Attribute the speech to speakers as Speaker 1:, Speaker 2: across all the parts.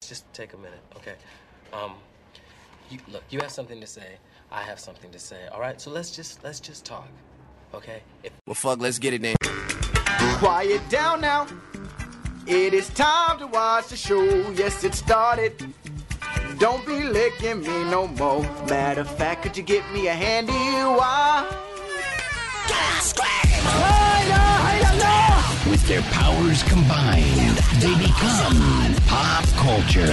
Speaker 1: just take a minute, okay? Um, you, look, you have something to say. I have something to say. All right, so let's just let's just talk, okay? If
Speaker 2: Well, fuck, let's get it then.
Speaker 3: Quiet down now. It is time to watch the show. Yes, it started. Don't be licking me no more. Matter of fact, could you get me a handy wire?
Speaker 4: With their powers combined, they become pop culture.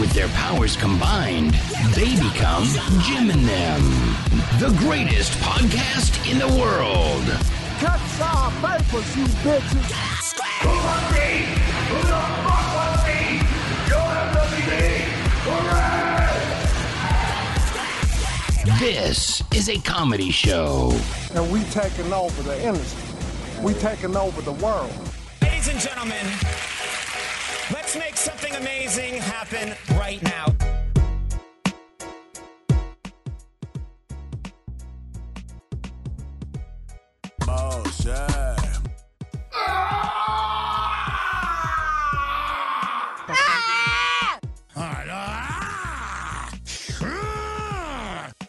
Speaker 4: With their powers combined, they become Jim and them, the greatest podcast in the world. This is a comedy show.
Speaker 5: and we taking over the industry. We taking over the world.
Speaker 6: Ladies and gentlemen, let's make something amazing happen right now.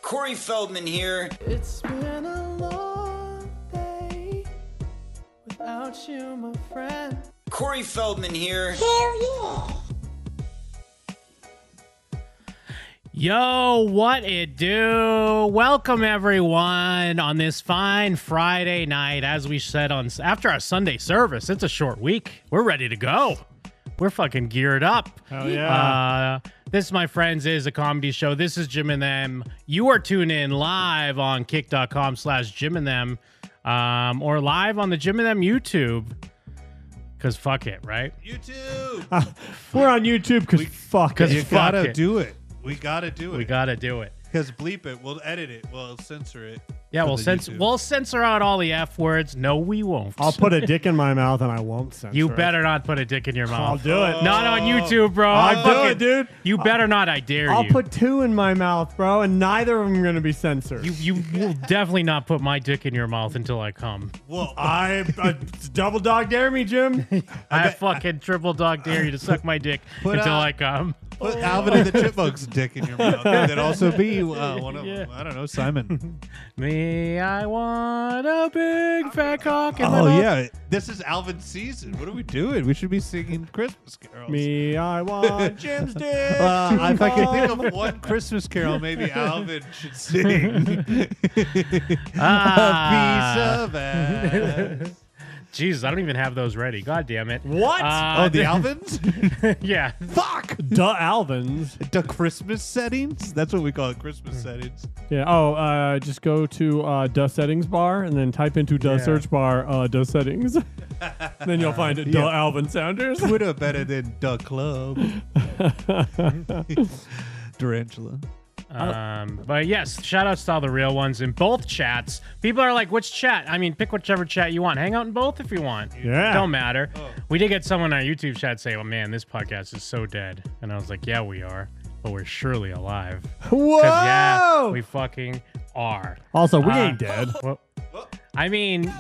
Speaker 7: Corey Feldman here.
Speaker 8: It's been a long day without you, my friend.
Speaker 7: Corey Feldman here.
Speaker 9: Yo, what it do? Welcome everyone on this fine Friday night. As we said on after our Sunday service, it's a short week. We're ready to go. We're fucking geared up. Hell yeah! Uh, this, my friends, is a comedy show. This is Jim and Them. You are tuning in live on Kick.com/slash Jim and Them, um, or live on the Jim and Them YouTube. Cause fuck it, right?
Speaker 10: We're on YouTube because fuck
Speaker 9: Cause
Speaker 10: it.
Speaker 11: You
Speaker 9: fuck
Speaker 11: gotta
Speaker 9: it.
Speaker 11: do it. We gotta do it.
Speaker 9: We gotta do it.
Speaker 11: because bleep it. We'll edit it. We'll censor it.
Speaker 9: Yeah,
Speaker 11: for
Speaker 9: we'll
Speaker 11: the
Speaker 9: censor
Speaker 11: YouTube.
Speaker 9: we'll censor out all the f words. No, we won't.
Speaker 10: I'll put a dick in my mouth and I won't censor.
Speaker 9: You
Speaker 10: it.
Speaker 9: better not put a dick in your mouth.
Speaker 10: I'll do it.
Speaker 9: Not on YouTube, bro.
Speaker 10: I'll
Speaker 9: I
Speaker 10: do
Speaker 9: fucking-
Speaker 10: it, dude.
Speaker 9: You better not. I dare
Speaker 10: I'll
Speaker 9: you.
Speaker 10: put two in my mouth, bro, and neither of them gonna be censored.
Speaker 9: you. You will definitely not put my dick in your mouth until I come.
Speaker 11: Well,
Speaker 10: I, I double dog dare me, Jim.
Speaker 9: I, fucking triple dog dare you to suck my dick
Speaker 11: Put
Speaker 9: until
Speaker 11: out-
Speaker 9: I come.
Speaker 11: put Alvin and the Chipmunks' dick in your mouth. And then also be uh, one of
Speaker 9: Yeah.
Speaker 11: them. I don't know, Simon.
Speaker 9: Me, I want a big fat cock. in my
Speaker 11: oh
Speaker 9: mouth.
Speaker 11: yeah, this is Alvin's season. What are we doing? We should be singing Christmas carols.
Speaker 10: me, I want Jim's dick.
Speaker 11: Uh, if I can
Speaker 10: Oh.
Speaker 11: think of one Christmas carol, maybe Alvin should sing.
Speaker 9: Ah.
Speaker 11: a piece of ass.
Speaker 9: Jeez, Ah. I don't even have those ready. God damn it.
Speaker 10: What?
Speaker 9: Uh,
Speaker 11: Oh, the Alvins?
Speaker 9: yeah.
Speaker 11: Fuck!
Speaker 10: Duh, Alvin's.
Speaker 11: The Christmas settings? That's what we call it, Christmas settings.
Speaker 10: Yeah. Oh, uh, just go to uh, Duh Settings Bar and then type into Duh
Speaker 9: Yeah.
Speaker 10: Search Bar uh, Duh Settings. then you'll find it. Duh
Speaker 11: yeah.
Speaker 10: Alvin Sounders.
Speaker 11: Twitter better than the club. Tarantula.
Speaker 9: Um, but yes, shout outs to all the real ones in both chats. People are like, which chat? I mean, pick whichever chat you want. Hang out in both if you want.
Speaker 10: Yeah.
Speaker 9: Don't matter.
Speaker 11: Oh.
Speaker 9: We did get someone on our YouTube chat say, oh man, this podcast is so dead. And I was like, yeah, we are, but we're surely alive. 'Cause,
Speaker 10: Whoa!
Speaker 9: yeah, we fucking are.
Speaker 10: also, we
Speaker 9: Uh,
Speaker 10: ain't dead.
Speaker 9: Well, I mean,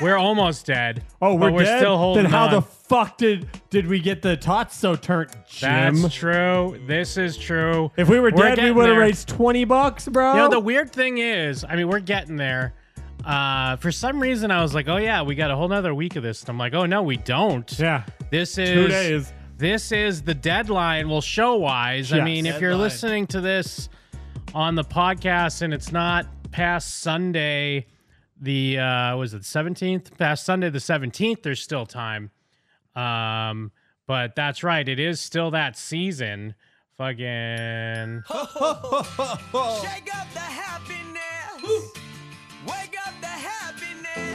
Speaker 9: we're almost dead.
Speaker 10: Oh,
Speaker 9: but
Speaker 10: we're,
Speaker 9: we're
Speaker 10: dead?
Speaker 9: still holding
Speaker 10: Then how
Speaker 9: on.
Speaker 10: the fuck did did we get the tots so turned, Jim?
Speaker 9: That's true. This is true.
Speaker 10: if we were dead, we
Speaker 9: getting
Speaker 10: would have
Speaker 9: there.
Speaker 10: raised twenty bucks, bro.
Speaker 9: You know, the weird thing is, I mean, we're getting there. Uh, for some reason, I was like, oh, yeah, we got a whole nother week of this. And I'm like, oh, no, we don't.
Speaker 10: yeah,
Speaker 9: This is
Speaker 10: two days.
Speaker 9: This is the deadline. Well, show wise, I
Speaker 10: Yes.
Speaker 9: mean, if you're
Speaker 11: Deadline.
Speaker 9: listening to this on the podcast and it's not past Sunday, the uh, was it 17th? Past Sunday, the 17th, there's still time. Um, but that's right, it is still that season. Fucking.
Speaker 7: Wake up the happiness. Wake up the happiness.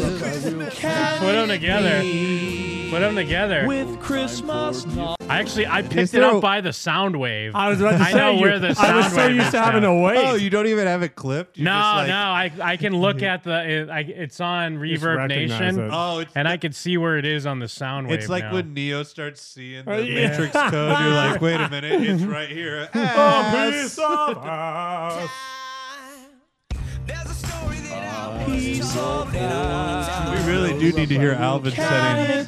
Speaker 9: Put them together. Put them together.
Speaker 10: With Christmas,
Speaker 9: I actually I
Speaker 11: Is
Speaker 9: picked it
Speaker 11: there a-
Speaker 9: up by the sound wave.
Speaker 10: I was about to
Speaker 9: I
Speaker 10: say
Speaker 9: know
Speaker 10: you-
Speaker 9: where the
Speaker 10: I was
Speaker 9: sound
Speaker 10: so
Speaker 9: wave
Speaker 10: used
Speaker 9: is
Speaker 10: to having
Speaker 9: now.
Speaker 10: to wait.
Speaker 11: Oh, you don't even have it clipped? You're
Speaker 9: no,
Speaker 11: just like,
Speaker 9: no, I I can look at the it, I, it's on
Speaker 10: Just
Speaker 9: Reverb
Speaker 10: recognize
Speaker 9: Nation,
Speaker 10: it.
Speaker 11: Oh, it's,
Speaker 9: and I can see where it is on the sound wave.
Speaker 11: it's like
Speaker 9: now.
Speaker 11: when Neo starts seeing the
Speaker 10: Oh, yeah.
Speaker 11: Matrix code. You're like, wait a minute, it's right here.
Speaker 9: Oh,
Speaker 11: Ah, Ass.
Speaker 10: Piece of ass.
Speaker 7: There's a story that I
Speaker 11: We really do need to hear Alvin setting.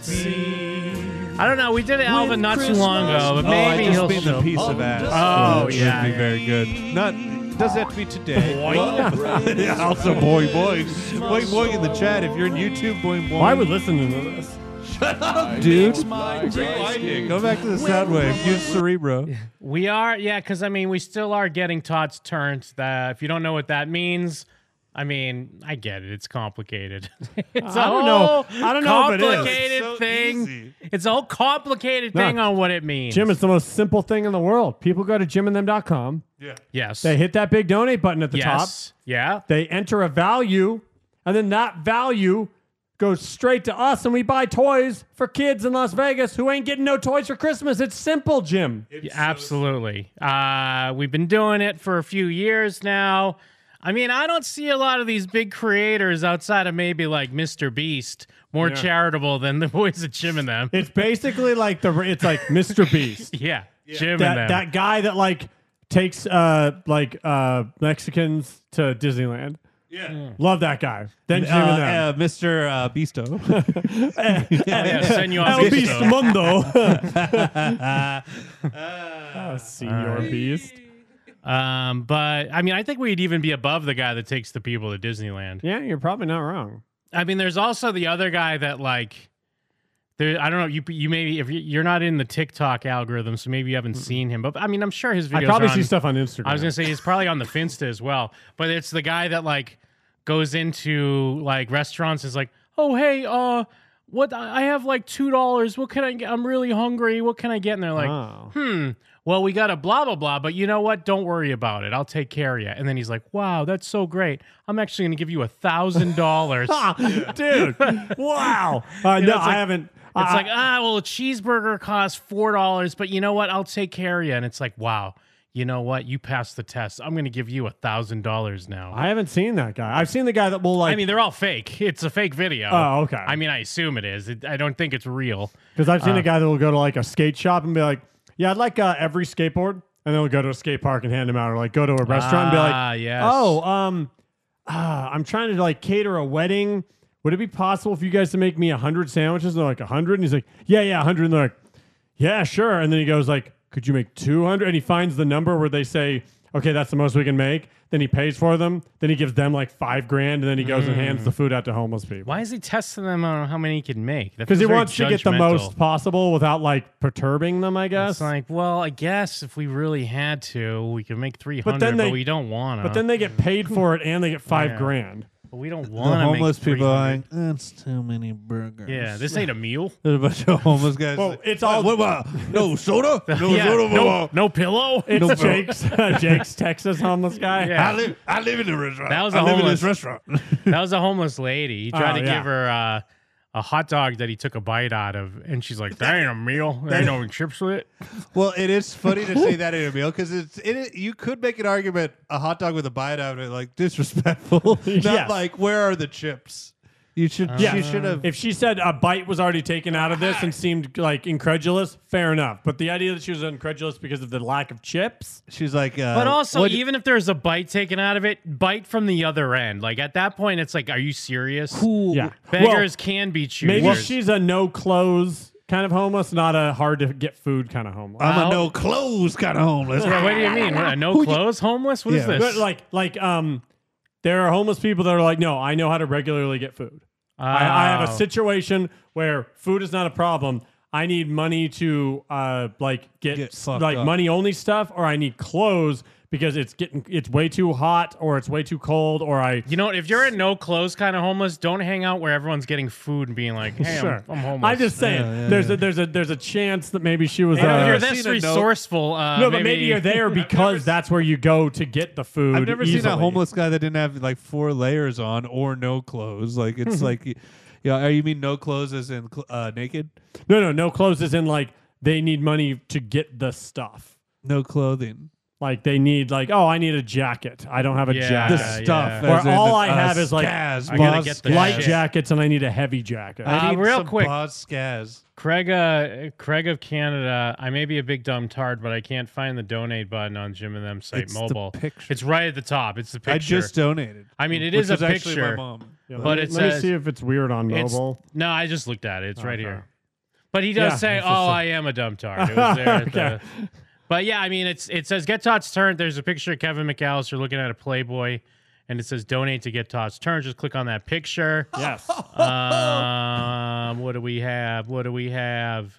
Speaker 6: I don't know. We did Alvin not too long ago, but
Speaker 11: oh, I
Speaker 6: maybe
Speaker 11: just
Speaker 6: he'll
Speaker 11: mean
Speaker 6: show.
Speaker 11: the piece of ass.
Speaker 6: Oh,
Speaker 11: That
Speaker 6: yeah.
Speaker 11: would be very good. Not does that be today?
Speaker 6: Boing.
Speaker 11: Well, yeah, also boy boy boy boy in the chat. If you're on YouTube, boy boy.
Speaker 9: Well, I would listen to this.
Speaker 11: Shut up, dude. Rewind it. Go back to the sound wave. Use Cerebro.
Speaker 6: We are, yeah, because I mean, we still are getting Todd's turns. That if you don't know what that means, I mean, I get it. It's complicated. it's a
Speaker 9: I don't know.
Speaker 6: whole
Speaker 9: I don't know if it is.
Speaker 6: Complicated
Speaker 11: It's so
Speaker 6: thing.
Speaker 11: easy.
Speaker 6: It's a whole complicated
Speaker 9: No.
Speaker 6: thing on what it means.
Speaker 9: Jim, it's the most simple thing in the world. People go to jimandthem.com.
Speaker 11: Yeah.
Speaker 6: yes,
Speaker 9: They hit that big donate button at the
Speaker 6: yes,
Speaker 9: top.
Speaker 6: yeah.
Speaker 9: They enter a value, and then that value goes straight to us, and we buy toys for kids in Las Vegas who ain't getting no toys for Christmas. It's simple, Jim.
Speaker 6: Yeah, absolutely. Uh, we've been doing it for a few years now. I mean, I don't see a lot of these big creators outside of maybe like Mr. Beast more charitable than the boys at Jim and them.
Speaker 9: It's basically like the it's like Mr. Beast.
Speaker 6: Yeah, Jim and them.
Speaker 9: that that guy that like takes uh like uh Mexicans to Disneyland. Yeah. Love that guy. Then Jim and them.
Speaker 11: Uh, uh, Mr. Uh, Bisto.
Speaker 6: Oh, yeah, Senor
Speaker 9: El
Speaker 6: Beast,
Speaker 9: Beast
Speaker 6: though.
Speaker 9: Mundo. Ah, Senor Beast.
Speaker 6: Um, but I mean, I think we'd even be above the guy that takes the people to Disneyland.
Speaker 9: Yeah, you're probably not wrong.
Speaker 6: I mean, there's also the other guy that like, there. I don't know. You you maybe if you- you're not in the TikTok algorithm, so maybe you haven't seen him. But I mean, I'm sure his videos.
Speaker 9: I probably
Speaker 6: are on-
Speaker 9: see stuff on Instagram.
Speaker 6: I was gonna say he's probably on the Finsta as well. But it's the guy that like goes into like restaurants is like, oh hey, uh, what I have like two dollars. What can I get? I'm really hungry. What can I get? And they're like,
Speaker 9: Oh.
Speaker 6: hmm, well, we got a blah, blah, blah, but you know what? Don't worry about it. I'll take care of you. And then he's like, wow, that's so great. I'm actually going to give you a $1,000.
Speaker 9: Ah, dude. wow. Uh,
Speaker 6: You know,
Speaker 9: no,
Speaker 6: it's
Speaker 9: I
Speaker 6: like-
Speaker 9: haven't.
Speaker 6: It's like, ah, well, a cheeseburger costs $4, but you know what? I'll take care of you. And it's like, wow, you know what? You passed the test. I'm going to give you a $1,000 now.
Speaker 9: I haven't seen that guy. I've seen the guy that will like.
Speaker 6: I mean, they're all fake. It's a fake video.
Speaker 9: Oh, okay.
Speaker 6: I mean, I assume it is. It, I don't think it's real. Uh,
Speaker 9: because I've seen a guy that will go to like a skate shop and be like, "Yeah, I'd like uh, every skateboard," and then we'll go to a skate park and hand them out, or like go to a restaurant and be
Speaker 6: Ah,
Speaker 9: like,
Speaker 6: yes.
Speaker 9: "Oh, um, ah, I'm trying to like cater a wedding. Would it be possible for you guys to make me hundred sandwiches?" And they're like, hundred, and he's like, "Yeah, yeah, hundred. And they're like, "Yeah, sure." And then he goes like, "Could you make 200? And he finds the number where they say. Okay, that's the most we can make. Then he pays for them. Then he gives them like five grand, and then he goes
Speaker 6: Hmm.
Speaker 9: and hands the food out to homeless people.
Speaker 6: Why is he testing them on how many he can make? That
Speaker 9: Because he
Speaker 6: feels very
Speaker 9: wants to get the
Speaker 6: judgmental.
Speaker 9: most possible without like perturbing them, I guess.
Speaker 6: It's like, well, I guess if we really had to, we could make 300, but,
Speaker 9: then they-
Speaker 6: we don't want to.
Speaker 9: but then they get paid for it and they get five
Speaker 6: Yeah.
Speaker 9: grand.
Speaker 6: we don't
Speaker 11: The
Speaker 6: want to make
Speaker 11: homeless people are
Speaker 6: 300.
Speaker 11: like, that's too many burgers.
Speaker 6: Yeah, this ain't a meal.
Speaker 11: There's a bunch of homeless guys.
Speaker 9: Well,
Speaker 11: like,
Speaker 9: it's all-
Speaker 11: "What about- no soda? No
Speaker 6: Yeah,
Speaker 11: soda. for
Speaker 6: no,
Speaker 11: all."
Speaker 6: no pillow.
Speaker 9: It's Jake's Jake's Texas homeless guy.
Speaker 6: Yeah.
Speaker 11: I live. I live in a restaurant.
Speaker 6: That was
Speaker 11: I
Speaker 6: a
Speaker 11: live in
Speaker 6: homeless-
Speaker 11: this restaurant.
Speaker 6: that was a homeless lady. He tried
Speaker 9: Oh,
Speaker 6: to
Speaker 9: yeah.
Speaker 6: give her uh, a hot dog that he took a bite out of, and she's like, that ain't a meal. There ain't no chips with it.
Speaker 11: well, it is funny to say that in a meal because it's it. is- You could make an argument a hot dog with a bite out of it like disrespectful. Not
Speaker 9: Yes.
Speaker 11: like where are the chips? You should.
Speaker 9: Yeah.
Speaker 6: Uh,
Speaker 11: She should have. Ah.
Speaker 9: If she said a bite was already taken out of this and seemed like incredulous, fair enough. But the idea that she was incredulous because of the lack of chips,
Speaker 11: She's like. Uh,
Speaker 6: But also,
Speaker 11: what-
Speaker 6: even if there's a bite taken out of it, bite from the other end. Like at that point, it's like, are you serious?
Speaker 11: Who-
Speaker 9: yeah.
Speaker 6: Beggars can be choosers.
Speaker 9: maybe she's a no clothes kind of homeless, not a hard to get food kind of homeless.
Speaker 11: I'm
Speaker 6: Well-
Speaker 11: a no clothes kind of homeless.
Speaker 6: Yeah, what do you mean? What, a no clothes homeless? What is
Speaker 11: Yeah.
Speaker 6: this?
Speaker 9: But like like um, there are homeless people that are like, no, I know how to regularly get food. I, I have a
Speaker 6: Oh.
Speaker 9: situation where food is not a problem. I need money to uh like get,
Speaker 11: Get
Speaker 9: s-
Speaker 11: fucked
Speaker 9: like
Speaker 11: up.
Speaker 9: money only stuff, or I need clothes because it's getting it's way too hot or it's way too cold, or I
Speaker 6: You know, what? if you're a no clothes kind of homeless, don't hang out where everyone's getting food and being like, "Hey,
Speaker 9: Sure.
Speaker 6: I'm, I'm homeless."
Speaker 9: I'm just saying there's a there's a there's a chance that maybe she was
Speaker 6: You know, if
Speaker 9: uh,
Speaker 6: you're
Speaker 11: I've
Speaker 6: this
Speaker 11: seen a no-
Speaker 6: resourceful, uh,
Speaker 9: no, but maybe you're there because that's where you go to get the food.
Speaker 11: I've never seen a
Speaker 9: easily.
Speaker 11: homeless guy that didn't have like four layers on or no clothes. Like it's like, yeah, oh, you mean no clothes as in cl- uh, naked?
Speaker 9: No, no, no clothes is in like they need money to get the stuff.
Speaker 11: No clothing.
Speaker 6: Like they need like oh I need a jacket I don't have a
Speaker 11: Yeah,
Speaker 6: jacket
Speaker 11: the stuff,
Speaker 6: where
Speaker 11: as in
Speaker 6: all
Speaker 11: a
Speaker 6: I have is like
Speaker 11: scaz, buzz
Speaker 6: I gotta get the light
Speaker 11: scaz.
Speaker 6: jackets and I need a heavy jacket.
Speaker 9: Uh, real quick,
Speaker 11: Scaz.
Speaker 9: Craig, uh, Craig of Canada. I may be a big dumb tard, but I can't find the donate button on Jim and Them site
Speaker 11: It's the
Speaker 9: mobile. picture. It's right at the top. It's the picture.
Speaker 11: I just donated,
Speaker 9: I mean, it
Speaker 11: which
Speaker 9: is a
Speaker 11: was actually my
Speaker 9: picture.
Speaker 11: mom. Yeah,
Speaker 9: But
Speaker 6: let me-
Speaker 9: it
Speaker 6: let me
Speaker 9: says-
Speaker 6: see if it's weird on
Speaker 9: it's-
Speaker 6: mobile.
Speaker 9: No, I just looked at it. It's right
Speaker 6: Okay.
Speaker 9: here. But he does
Speaker 6: Uh-huh. Yeah,
Speaker 9: say,
Speaker 6: it's
Speaker 9: "Oh,
Speaker 6: just a-
Speaker 9: I am a dumb tard." It was there at
Speaker 6: Okay.
Speaker 9: the- But yeah, I mean, it's it says Get Tot's Turn. There's a picture of Kevin McAllister looking at a Playboy, and it says Donate to Get Tot's Turn. Just click on that picture.
Speaker 6: Yes.
Speaker 9: um, what do we have? What do we have?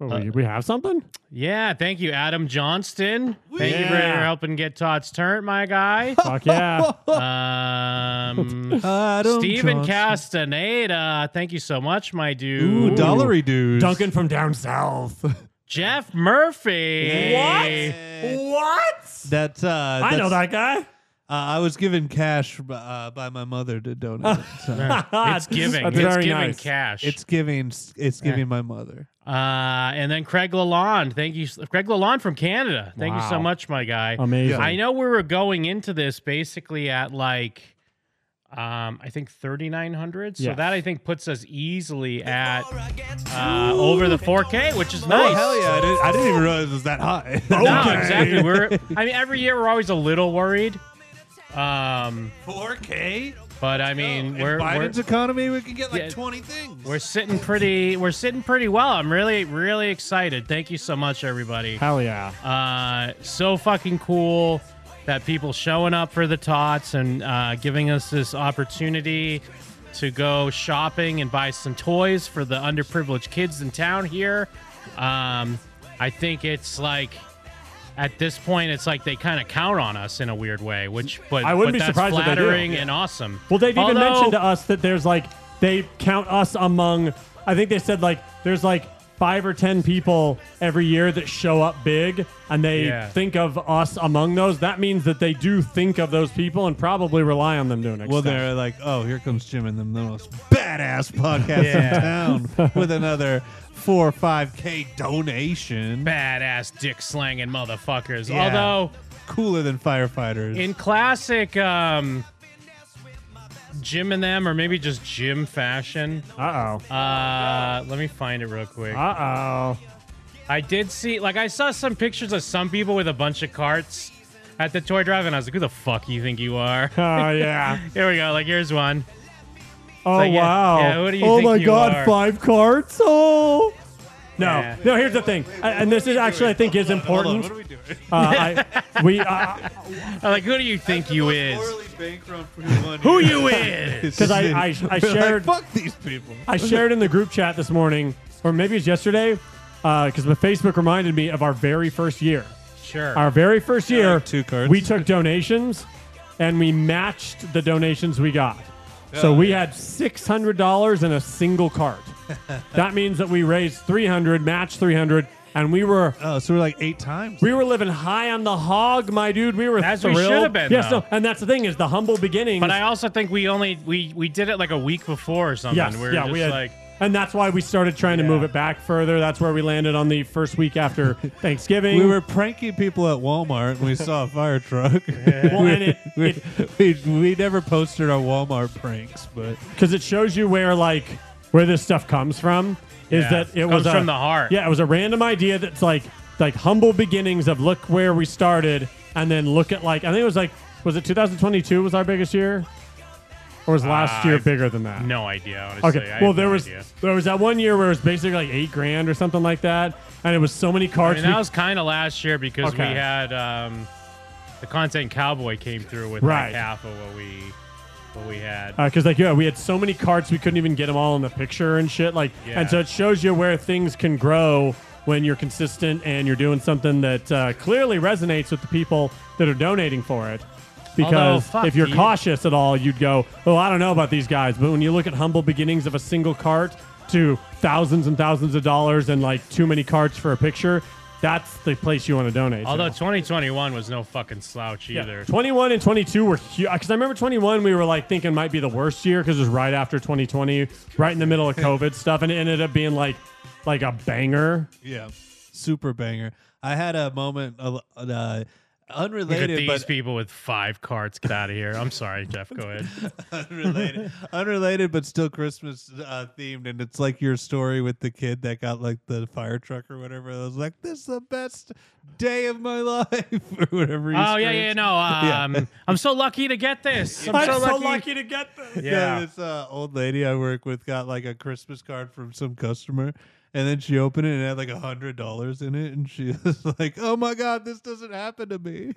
Speaker 6: Oh, we, we have something.
Speaker 9: Yeah, thank you, Adam Johnston. Thank you for
Speaker 6: Yeah.
Speaker 9: helping get Todd's turn, my guy.
Speaker 6: Fuck yeah.
Speaker 9: Um,
Speaker 11: Adam
Speaker 9: Steven
Speaker 11: Johnston.
Speaker 9: Castaneda, thank you so much, my
Speaker 11: Ooh,
Speaker 9: dude.
Speaker 11: dollary dudes.
Speaker 6: Duncan from down south.
Speaker 9: Jeff Murphy.
Speaker 6: What?
Speaker 11: That's uh,
Speaker 6: I know
Speaker 11: that's-
Speaker 6: that guy.
Speaker 11: Uh, I was given cash uh, by my mother to donate. it, so.
Speaker 9: It's giving.
Speaker 6: That's
Speaker 9: it's
Speaker 6: very
Speaker 9: giving
Speaker 6: nice.
Speaker 9: cash.
Speaker 11: It's giving. It's giving my mother.
Speaker 9: Uh, and then Craig Lalonde, thank you, Craig Lalonde from Canada. Thank you so
Speaker 6: Wow.
Speaker 9: much, my guy.
Speaker 6: Amazing.
Speaker 9: I know we were going into this basically at like, um, I think thirty nine hundred. So
Speaker 6: Yes.
Speaker 9: that I think puts us easily at uh, over the four K, which is
Speaker 11: Oh
Speaker 9: nice.
Speaker 11: hell yeah! I didn't, I didn't even realize it was that high.
Speaker 9: No, exactly. We're. I mean, every year we're always a little worried. Um,
Speaker 11: 4K.
Speaker 9: but I mean,
Speaker 11: In
Speaker 9: we're, we're
Speaker 11: Biden's economy, we can get like
Speaker 9: Yeah.
Speaker 11: 20 things.
Speaker 9: we're sitting pretty. We're sitting pretty well. I'm really, really excited. Thank you so much, everybody.
Speaker 6: Hell yeah.
Speaker 9: Uh, so fucking cool that people showing up for the tots and uh, giving us this opportunity to go shopping and buy some toys for the underprivileged kids in town here. Um, I think it's like at this point, it's like they kind of count on us in a weird way, which but
Speaker 6: I wouldn't
Speaker 9: but
Speaker 6: be
Speaker 9: that's
Speaker 6: surprised if they do.
Speaker 9: flattering and awesome.
Speaker 6: Well, they've even
Speaker 9: Although-
Speaker 6: mentioned to us that there's like they count us among. I think they said like there's like five or ten people every year that show up big, and they
Speaker 9: Yeah.
Speaker 6: think of us among those. That means that they do think of those people and probably rely on them doing it.
Speaker 11: well, they're like, oh, here comes Jim and them, the most badass podcast
Speaker 9: Yeah.
Speaker 11: in town with another four or five K donation.
Speaker 9: badass dick slanging motherfuckers.
Speaker 11: Yeah.
Speaker 9: Although.
Speaker 11: Cooler than firefighters.
Speaker 9: In classic um, Jim and them, or maybe just Jim fashion.
Speaker 6: Uh oh.
Speaker 9: Uh, let me find it real quick.
Speaker 6: Uh oh.
Speaker 9: I did see, like, I saw some pictures of some people with a bunch of carts at the toy drive, and I was like, "Who the fuck you think you are?"
Speaker 6: Oh yeah.
Speaker 9: Here we go. Like, here's one.
Speaker 6: Oh
Speaker 9: like, yeah,
Speaker 6: wow.
Speaker 9: yeah, who do you
Speaker 6: oh
Speaker 9: think
Speaker 6: my
Speaker 9: you
Speaker 6: god,
Speaker 9: are?
Speaker 6: five cards. Oh. No,
Speaker 9: Yeah.
Speaker 6: no. Here's the thing, I- and this is actually I think is
Speaker 11: Hold on,
Speaker 6: important.
Speaker 11: what are we doing?
Speaker 6: Uh, I, we uh,
Speaker 9: I'm like, who do you think you is?
Speaker 11: Morally bankrupt for one
Speaker 9: Who
Speaker 11: year.
Speaker 9: you is?
Speaker 6: 'Cause I- I- I
Speaker 11: Like,
Speaker 6: shared-
Speaker 11: fuck these people.
Speaker 6: I shared in the group chat this morning, or maybe it's yesterday, because my Facebook reminded me of our very first year.
Speaker 9: Sure.
Speaker 6: Our very first year,
Speaker 11: like two cards.
Speaker 6: we took donations and we matched the donations we got. So we had six hundred dollars in a single cart. that means that we raised three hundred, matched three hundred, and we were
Speaker 11: Oh, so we're like eight times.
Speaker 6: we were living high on the hog, my dude. We were
Speaker 9: As we
Speaker 6: thrilled.
Speaker 9: should have been,
Speaker 6: Yes,
Speaker 9: though.
Speaker 6: no, and that's the thing is the humble beginnings.
Speaker 9: but I also think we only we we did it like a week before or something.
Speaker 6: Yes,
Speaker 9: we were
Speaker 6: yeah,
Speaker 9: just
Speaker 6: we had,
Speaker 9: like,
Speaker 6: and that's why we started trying to move
Speaker 9: Yeah.
Speaker 6: it back further. That's where we landed on the first week after Thanksgiving.
Speaker 11: We were pranking people at Walmart when we saw a fire truck.
Speaker 6: Well, and it-
Speaker 11: we,
Speaker 6: it-
Speaker 11: we, we never posted our Walmart pranks, but
Speaker 6: because it shows you where like where this stuff comes from. Is
Speaker 9: Yeah.
Speaker 6: that it
Speaker 9: Comes
Speaker 6: was a-
Speaker 9: from the heart.
Speaker 6: Yeah, it was a random idea that's like like humble beginnings of look where we started, and then look at like I think it was like was it 2022 was our biggest year, or was last
Speaker 9: Uh,
Speaker 6: year
Speaker 9: I've-
Speaker 6: bigger than that?
Speaker 9: no idea. Honestly,
Speaker 6: Okay.
Speaker 9: I
Speaker 6: well,
Speaker 9: have
Speaker 6: there
Speaker 9: no
Speaker 6: was
Speaker 9: idea.
Speaker 6: there was that one year where it was basically like eight grand or something like that, and it was so many
Speaker 9: I
Speaker 6: cards.
Speaker 9: mean,
Speaker 6: we-
Speaker 9: that was kind of last year because
Speaker 6: Okay.
Speaker 9: we had um, the content cowboy came through with
Speaker 6: Right.
Speaker 9: like half of what we what we had.
Speaker 6: because like yeah, we had so many carts we couldn't even get them all in the picture and shit. Like,
Speaker 9: Yeah.
Speaker 6: and so it shows you where things can grow when you're consistent and you're doing something that uh, clearly resonates with the people that are donating for it.
Speaker 9: Although,
Speaker 6: Because
Speaker 9: fuck,
Speaker 6: if you're
Speaker 9: dude.
Speaker 6: cautious at all, you'd go, "Oh, I don't know about these guys." But when you look at humble beginnings of a single cart to thousands and thousands of dollars and like too many carts for a picture, that's the place you want to donate. to.
Speaker 9: Although 2021 was no fucking slouch
Speaker 6: Yeah.
Speaker 9: either.
Speaker 6: 21 and 22 were huge. Because I remember 21, we were like thinking might be the worst year because it was right after 2020, right in the middle of COVID stuff. And it ended up being like like a banger.
Speaker 11: yeah, super banger. I had a moment of, uh, unrelated,
Speaker 6: Look at
Speaker 11: but
Speaker 6: these people with five carts. Get out of here. I'm sorry, Jeff. Go ahead.
Speaker 11: unrelated, unrelated, but still Christmas uh, themed. And it's like your story with the kid that got like the fire truck or whatever. I was like, this is the best day of my life or whatever. he
Speaker 6: Oh yeah, yeah,
Speaker 11: screams.
Speaker 6: no.
Speaker 11: Yeah.
Speaker 6: Um, I'm so lucky to get this. I'm, so, lucky.
Speaker 9: to get this.
Speaker 6: Yeah.
Speaker 11: Yeah. this uh, old lady I work with got like a Christmas card from some customer, and then she opened it and it had like a hundred dollars in it, and she was like, "Oh my god, this doesn't happen to me."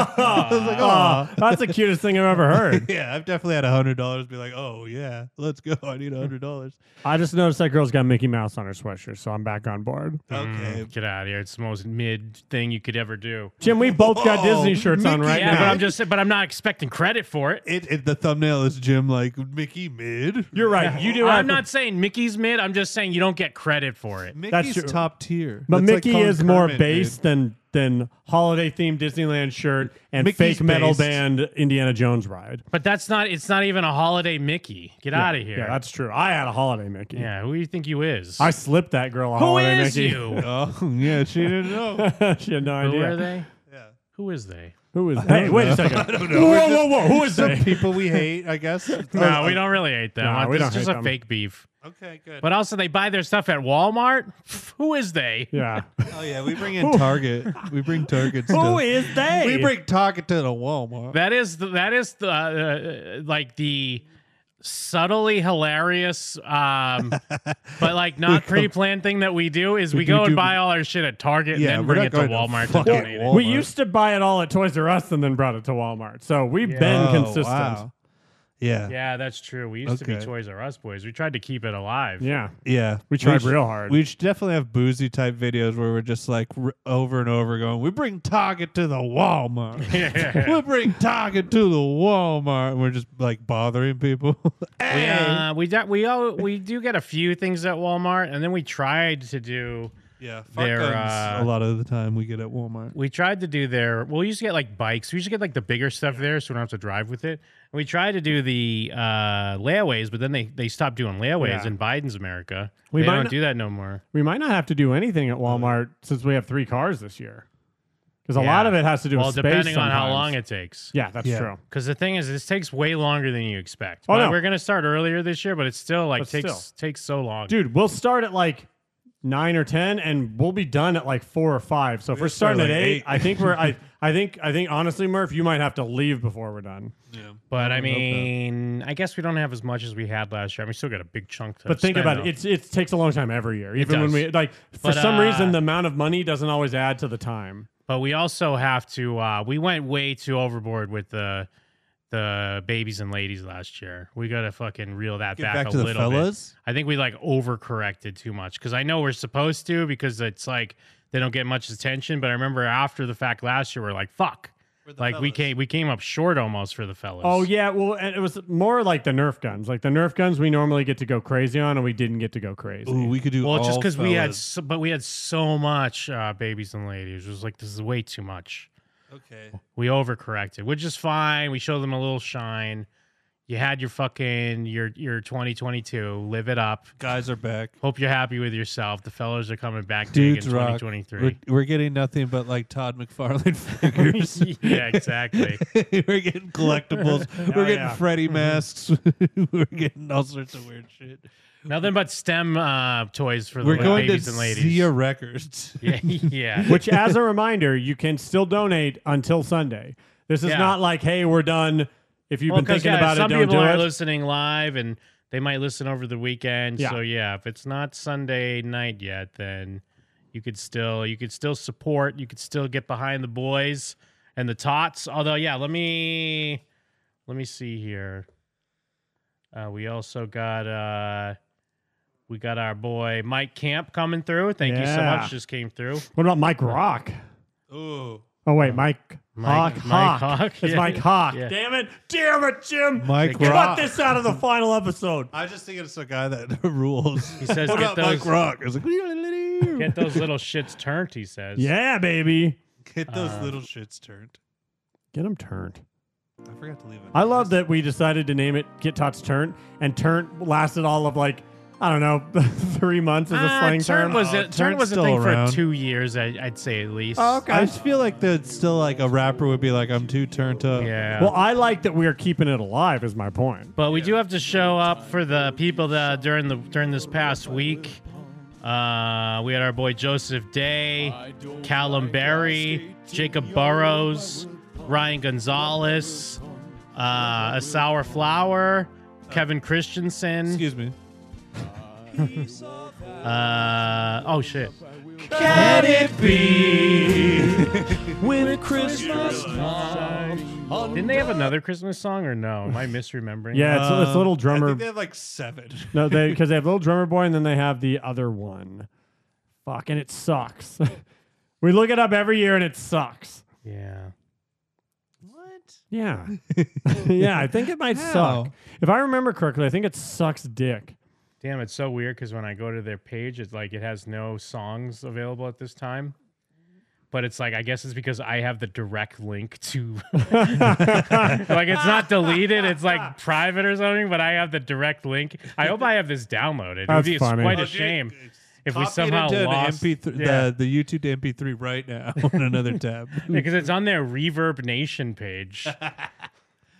Speaker 9: Aw, that's the cutest thing I've ever heard.
Speaker 11: yeah, I've definitely had a hundred dollars. Be like, "Oh yeah, let's go. I need a hundred dollars."
Speaker 9: I just noticed that girl's got Mickey Mouse on her sweatshirt, so I'm back on board.
Speaker 11: Okay.
Speaker 6: Mm, Get out of here. It's the most mid thing you could ever do.
Speaker 9: Jim, we both got
Speaker 11: Whoa,
Speaker 9: Disney shirts on
Speaker 11: Mickey
Speaker 9: right
Speaker 6: Yeah,
Speaker 9: now.
Speaker 6: but I'm just, but I'm not expecting credit for it.
Speaker 11: It, it the thumbnail is Jim like Mickey mid.
Speaker 9: You're right. You do. have
Speaker 6: I'm
Speaker 9: to-
Speaker 6: not saying Mickey's mid. I'm just saying you don't get credit for it.
Speaker 11: Mickey's
Speaker 9: true.
Speaker 11: top tier,
Speaker 9: But
Speaker 11: That's like
Speaker 9: Mickey
Speaker 11: calling
Speaker 9: is more
Speaker 11: Kermit, dude.
Speaker 9: base than than holiday themed Disneyland shirt and
Speaker 11: Mickey's
Speaker 9: fake metal
Speaker 11: based.
Speaker 9: band Indiana Jones ride.
Speaker 6: But that's not. It's not even a holiday Mickey. Get out of here.
Speaker 9: Yeah, that's true. I had a holiday Mickey.
Speaker 6: Yeah, Who do you think you is?
Speaker 9: I slipped that girl a
Speaker 6: Who
Speaker 9: holiday
Speaker 6: is
Speaker 9: Mickey.
Speaker 6: you?
Speaker 11: Oh yeah, she didn't know.
Speaker 9: she had no
Speaker 6: Who
Speaker 9: idea.
Speaker 6: are they?
Speaker 11: Yeah.
Speaker 6: Who is they?
Speaker 9: Who is? Hey, wait a second. Whoa, whoa, whoa! Who is
Speaker 11: Some
Speaker 9: that?
Speaker 11: people we hate, I guess.
Speaker 6: No, we don't really hate them.
Speaker 9: Nah, we
Speaker 6: it's
Speaker 9: don't
Speaker 6: just
Speaker 9: hate
Speaker 6: a
Speaker 9: them.
Speaker 6: fake beef.
Speaker 11: Okay, good.
Speaker 6: But also, they buy their stuff at Walmart. Who is they?
Speaker 9: Yeah.
Speaker 11: Oh yeah, we bring in Target. We bring Target stuff.
Speaker 9: is they?
Speaker 11: We bring Target to the Walmart.
Speaker 6: That is the, that is the uh, uh, like the subtly hilarious, um, but like not pre-planned thing that we do is we
Speaker 11: do
Speaker 6: go and
Speaker 11: do-
Speaker 6: buy all our shit at Target
Speaker 11: Yeah,
Speaker 6: and then
Speaker 11: we're
Speaker 6: bring
Speaker 11: not
Speaker 6: it
Speaker 11: going
Speaker 6: to
Speaker 11: to
Speaker 6: Walmart to,
Speaker 11: fucking
Speaker 6: donate
Speaker 11: Walmart.
Speaker 6: it.
Speaker 9: We used to buy it all at Toys R Us and then brought it to Walmart. So we've been
Speaker 11: Oh,
Speaker 9: consistent.
Speaker 11: wow. Yeah, yeah,
Speaker 6: Yeah, that's true. We used to be
Speaker 11: Okay.
Speaker 6: Toys R Us boys. We tried to keep it alive.
Speaker 9: Yeah.
Speaker 11: We
Speaker 9: tried
Speaker 11: should-
Speaker 9: real hard.
Speaker 11: We should definitely have boozy type videos where we're just like r- over and over going. We bring Target to the Walmart.
Speaker 6: Yeah.
Speaker 11: we bring Target to the Walmart. And we're just like bothering people.
Speaker 6: We,
Speaker 11: Hey!
Speaker 6: uh, we do, we all, we do get a few things at Walmart, and then we tried to do
Speaker 11: yeah, fuck
Speaker 6: they're,
Speaker 11: guns
Speaker 6: uh,
Speaker 11: a lot of the time we get at Walmart.
Speaker 6: we tried to do their well we used to get like bikes we used to get like the bigger stuff there so we don't have to drive with it and we tried to do the uh layaways but then they they stopped doing layaways
Speaker 9: Yeah.
Speaker 6: in biden's america we
Speaker 9: We
Speaker 6: they
Speaker 9: might
Speaker 6: don't
Speaker 9: not-
Speaker 6: do that no more
Speaker 9: We might not have to do anything at Walmart since we have three cars this year. Because a lot
Speaker 6: Yeah.
Speaker 9: of it has to do
Speaker 6: well
Speaker 9: with space.
Speaker 6: depending on how
Speaker 9: sometimes.
Speaker 6: long it takes
Speaker 9: Yeah, that's
Speaker 11: Yeah.
Speaker 9: true.
Speaker 6: because the thing is this takes way longer than you expect
Speaker 9: Oh,
Speaker 6: But
Speaker 9: no.
Speaker 6: we're gonna start earlier this year but it's still like
Speaker 9: But
Speaker 6: takes
Speaker 9: still.
Speaker 6: takes so long
Speaker 9: Dude, we'll start at like nine or ten, and we'll be done at like four or five. So if we're
Speaker 11: start at
Speaker 9: starting at
Speaker 11: like
Speaker 9: eight,
Speaker 11: eight.
Speaker 9: I think we're. I, I think. I think honestly, Murph, you might have to leave before we're done.
Speaker 6: but i mean i guess we don't have as much as we had last year i mean we still got a big chunk to
Speaker 9: But think
Speaker 6: spend,
Speaker 9: about
Speaker 6: though.
Speaker 9: it. It's it takes a long time every year. Even when
Speaker 6: does.
Speaker 9: we like for
Speaker 6: But,
Speaker 9: some
Speaker 6: uh,
Speaker 9: reason the amount of money doesn't always add to the time.
Speaker 6: But we also have to. Uh, we went way too overboard with the the babies and ladies last year. We got to fucking reel that
Speaker 11: Get
Speaker 6: back,
Speaker 11: back
Speaker 6: a
Speaker 11: to the
Speaker 6: little
Speaker 11: fellas?
Speaker 6: bit. I think we like overcorrected too much because I know we're supposed to because it's like they don't get much attention. But I remember after the fact last year, we're like, fuck. Like we came we came up short almost for the fellas.
Speaker 9: Oh yeah, well, and it was more like the Nerf guns. Like the Nerf guns, we normally get to go crazy on, and we didn't get to go crazy.
Speaker 11: Ooh, we could do
Speaker 6: Well, it's just
Speaker 11: all
Speaker 6: because we had,
Speaker 11: fellas.
Speaker 6: so, but we had so much uh, babies and ladies. It was like this is way too much.
Speaker 11: Okay.
Speaker 6: We overcorrected, which is fine. We show them a little shine. You had your fucking your your 2022. Live it up.
Speaker 11: Guys are back.
Speaker 6: Hope you're happy with yourself. The fellas are coming back big in
Speaker 11: Dudes rock.
Speaker 6: 2023.
Speaker 11: We're, we're getting nothing but like Todd McFarlane figures.
Speaker 6: yeah, exactly. Oh,
Speaker 11: we're getting collectibles. we're getting
Speaker 9: yeah.
Speaker 11: Freddy
Speaker 6: Mm-hmm.
Speaker 11: masks. we're getting all sorts of weird shit.
Speaker 6: Nothing but STEM uh, toys for the
Speaker 11: We're
Speaker 6: little
Speaker 11: going
Speaker 6: babies
Speaker 11: to
Speaker 6: and ladies.
Speaker 11: Zia Records.
Speaker 6: yeah, yeah.
Speaker 9: Which, as a reminder, you can still donate until Sunday. This is
Speaker 6: Yeah.
Speaker 9: not like, hey, we're done. If you've
Speaker 6: Well,
Speaker 9: been
Speaker 6: 'cause,
Speaker 9: thinking
Speaker 6: yeah,
Speaker 9: about it,
Speaker 6: some
Speaker 9: don't
Speaker 6: people
Speaker 9: do
Speaker 6: are
Speaker 9: it.
Speaker 6: listening live, and they might listen over the weekend.
Speaker 9: Yeah.
Speaker 6: So yeah, if it's not Sunday night yet, then you could still you could still support. You could still get behind the boys and the tots. Although yeah, let me let me see here. Uh, we also got uh, we got our boy Mike Camp coming through. Thank you so
Speaker 9: Yeah.
Speaker 6: much. Just came through.
Speaker 9: What about Mike Rock?
Speaker 11: Ooh.
Speaker 9: Oh wait, Mike,
Speaker 6: Mike-
Speaker 9: Hawk,
Speaker 6: Uh, Mike
Speaker 9: Hawk.
Speaker 6: Hawk,
Speaker 9: It's
Speaker 6: yeah.
Speaker 9: Mike Hawk.
Speaker 6: Yeah.
Speaker 9: Damn it, damn it, Jim.
Speaker 11: Mike
Speaker 9: cut
Speaker 11: Rock.
Speaker 9: this out of the final episode.
Speaker 11: I was just thinking it's a guy that rules. He
Speaker 6: says
Speaker 11: what
Speaker 6: get
Speaker 11: about Mike
Speaker 6: those-
Speaker 11: Rock? It's like,
Speaker 6: Get those little shits turned. He says.
Speaker 9: Yeah, baby,
Speaker 11: Get those
Speaker 6: Uh,
Speaker 11: little shits turned.
Speaker 9: get him turned.
Speaker 11: I forgot to leave it.
Speaker 9: I love that we decided to name it Get Tots Turn, and Turn lasted all of like I don't know, three months as a
Speaker 6: Ah,
Speaker 9: slang
Speaker 6: turn
Speaker 9: term.
Speaker 6: was
Speaker 11: Oh,
Speaker 6: a, turn
Speaker 11: turn's
Speaker 6: was a
Speaker 11: still
Speaker 6: thing
Speaker 11: around. Oh,
Speaker 6: for two years. I, I'd say at least.
Speaker 11: I just feel like that's still like a rapper would be like, I'm too turned up.
Speaker 6: Yeah.
Speaker 9: Well, I like that we are keeping it alive. Is my point.
Speaker 6: But we do have to show up for the people that during the during this past week. Uh, we had our boy Joseph Day, Callum Berry, Jacob Burrows, Ryan Gonzalez, uh, a sour flower, Kevin Christensen. Excuse
Speaker 11: me.
Speaker 6: uh, oh shit.
Speaker 8: Can
Speaker 6: it be
Speaker 8: when Christmas comes?
Speaker 6: Didn't they have another Christmas song or no? Am I misremembering?
Speaker 9: Yeah, it's, it's a little drummer.
Speaker 11: Uh, I think they have like seven.
Speaker 9: no, they because they have little drummer boy, and then they have the other one. Fuck, and it sucks. we look it up every year, and it sucks.
Speaker 6: Yeah.
Speaker 9: Yeah, yeah. I think it might
Speaker 6: How?
Speaker 9: suck. If I remember correctly, I think it sucks dick.
Speaker 6: Damn, it's so weird because when I go to their page, it's like it has no songs available at this time. But it's like I guess it's because I have the direct link to, like it's not deleted. It's like private or something. But I have the direct link. I hope I have this downloaded.
Speaker 9: That's
Speaker 6: it would be
Speaker 9: funny.
Speaker 6: quite
Speaker 9: Oh,
Speaker 6: a
Speaker 9: dude,
Speaker 6: shame if we
Speaker 11: Copy it
Speaker 6: somehow
Speaker 11: into an
Speaker 6: lost
Speaker 11: MP3,
Speaker 6: Yeah.
Speaker 11: the, the YouTube to MP3 right now on another tab.
Speaker 6: because it's on their Reverb Nation page.
Speaker 9: Yeah,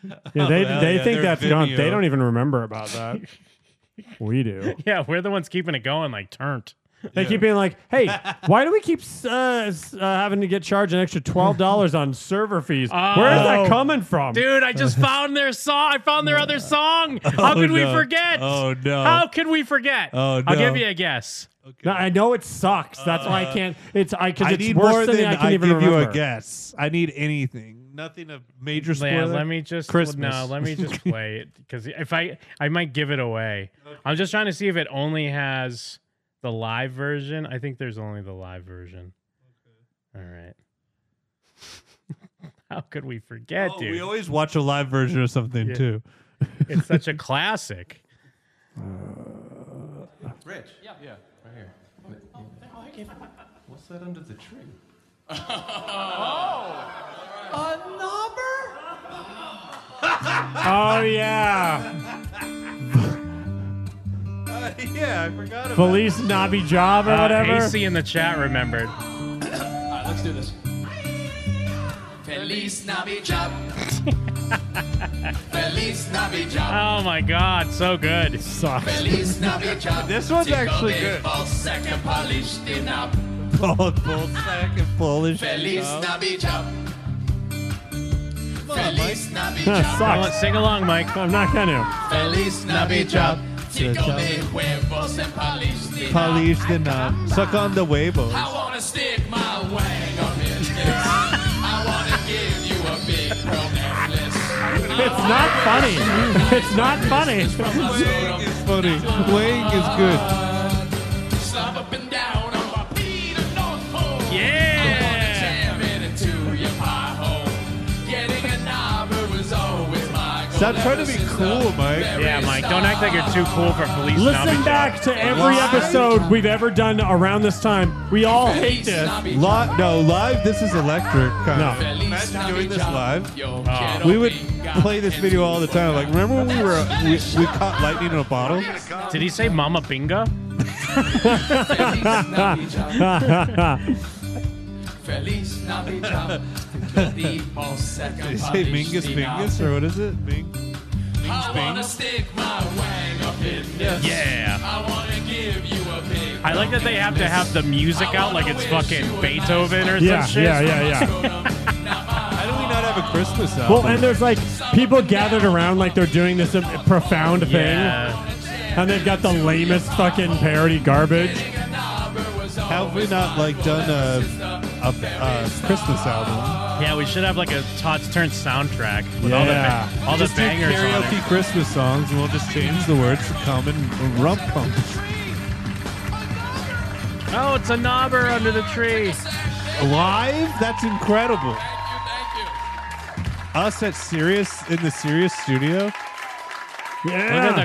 Speaker 9: they
Speaker 11: Well,
Speaker 9: they
Speaker 11: Oh, yeah,
Speaker 9: think
Speaker 11: they're
Speaker 9: that's gone. They
Speaker 11: Vimeo.
Speaker 9: don't even remember about that. we do.
Speaker 6: yeah, we're the ones keeping it going, like turned.
Speaker 9: They keep being like, "Hey, why do we keep uh, s- uh, having to get charged an extra twelve dollars on server fees? Where is
Speaker 6: Oh.
Speaker 9: that coming from,
Speaker 6: Dude, I just found their song. I found their other song. How
Speaker 9: Oh,
Speaker 6: could we
Speaker 9: no.
Speaker 6: forget?
Speaker 9: Oh, no.
Speaker 6: How could we forget?
Speaker 9: Oh,
Speaker 6: I'll give
Speaker 9: no.
Speaker 6: you a guess.
Speaker 9: No, I know it sucks. That's why I
Speaker 11: Uh,
Speaker 9: can't. It's I because
Speaker 11: I
Speaker 9: it's
Speaker 11: need
Speaker 9: worse
Speaker 11: more
Speaker 9: than,
Speaker 11: than
Speaker 9: I can
Speaker 11: I
Speaker 9: even
Speaker 11: give you a
Speaker 9: remember.
Speaker 11: guess. I need anything. Nothing of major spoiler.
Speaker 6: Yeah, let me just
Speaker 11: Christmas.
Speaker 6: no, let me just play it because if I I might give it away. I'm just trying to see if it only has the live version. I think there's only the live version. All right. How could we forget,
Speaker 11: Oh,
Speaker 6: dude?
Speaker 11: we always watch a live version of something
Speaker 6: Yeah.
Speaker 11: too.
Speaker 6: it's such a classic.
Speaker 12: Rich. Yeah. Yeah. Right here. What's that under the tree?
Speaker 8: A number?
Speaker 9: Oh yeah,
Speaker 11: Uh, yeah, I forgot about
Speaker 9: Felice Nabi Job or
Speaker 6: Uh,
Speaker 9: whatever.
Speaker 6: Hasty in the chat remembered.
Speaker 12: All right, let's do this. Feliz Navidad. Feliz Navidad.
Speaker 6: Oh my god, so good.
Speaker 12: Feliz Navidad.
Speaker 11: This one's
Speaker 12: Chico
Speaker 11: actually
Speaker 12: de
Speaker 11: good.
Speaker 12: Balsack and Polish din up.
Speaker 11: Paul Bullsack and Polish.
Speaker 12: Feliz
Speaker 11: Oh.
Speaker 12: Navidad. Feliz
Speaker 9: That
Speaker 12: Navidad.
Speaker 9: sucks.
Speaker 6: sing along, Mike.
Speaker 9: I'm not gonna.
Speaker 12: Feliz Navidad. Chico de huevos and Polish din up.
Speaker 11: Polish the knob. Suck on the huevos.
Speaker 12: I wanna stick my wang up in this. I wanna give you a big pronoun list.
Speaker 9: It's not funny. It's not funny.
Speaker 11: Wang is funny. Wang is good.
Speaker 12: Slap up and down on my feet of North Pole. I wanna
Speaker 6: Yeah.
Speaker 12: jam it into your pie hole. Getting a knobber was always my goal.
Speaker 11: Stop trying to be cool, Mike.
Speaker 6: Yeah, Mike, don't act like you're too cool for Felice
Speaker 9: Listen
Speaker 6: Navidad.
Speaker 9: back to every
Speaker 11: Why?
Speaker 9: episode we've ever done around this time. We all hate this.
Speaker 11: Live, no, live. This is electric. Kind
Speaker 9: No.
Speaker 11: of. Imagine doing this live.
Speaker 6: Oh.
Speaker 11: We would play this video all the time. Like, remember when we were we, we caught lightning in a bottle?
Speaker 6: Did he say Mama Binga?
Speaker 12: Feliz Navidad. The all
Speaker 11: Did he
Speaker 12: second
Speaker 11: say Mingus Mingus or what is it? Ming.
Speaker 12: I wanna stick my wang up in this.
Speaker 6: Yeah.
Speaker 12: I wanna give you a big.
Speaker 6: I like that they have to have the music out like it's fucking Beethoven or
Speaker 9: Yeah,
Speaker 6: some shit.
Speaker 9: yeah, yeah, yeah.
Speaker 11: How do we not have a Christmas album?
Speaker 9: Well, and there's like people gathered around like they're doing this im- profound thing,
Speaker 6: Yeah.
Speaker 9: and they've got the lamest fucking parody garbage.
Speaker 11: have we not like done a a, a Christmas album?
Speaker 6: Yeah, we should have like a Todd's Turn soundtrack with all the
Speaker 9: Yeah.
Speaker 6: ba- all the
Speaker 11: just do
Speaker 6: bangers on
Speaker 11: karaoke
Speaker 6: it.
Speaker 11: Christmas songs, and we'll just change the words to common rump pump.
Speaker 6: Oh, it's a knobber under the tree.
Speaker 11: Live? That's incredible. Us at Sirius in the Sirius studio.
Speaker 9: Yeah.
Speaker 6: Look at the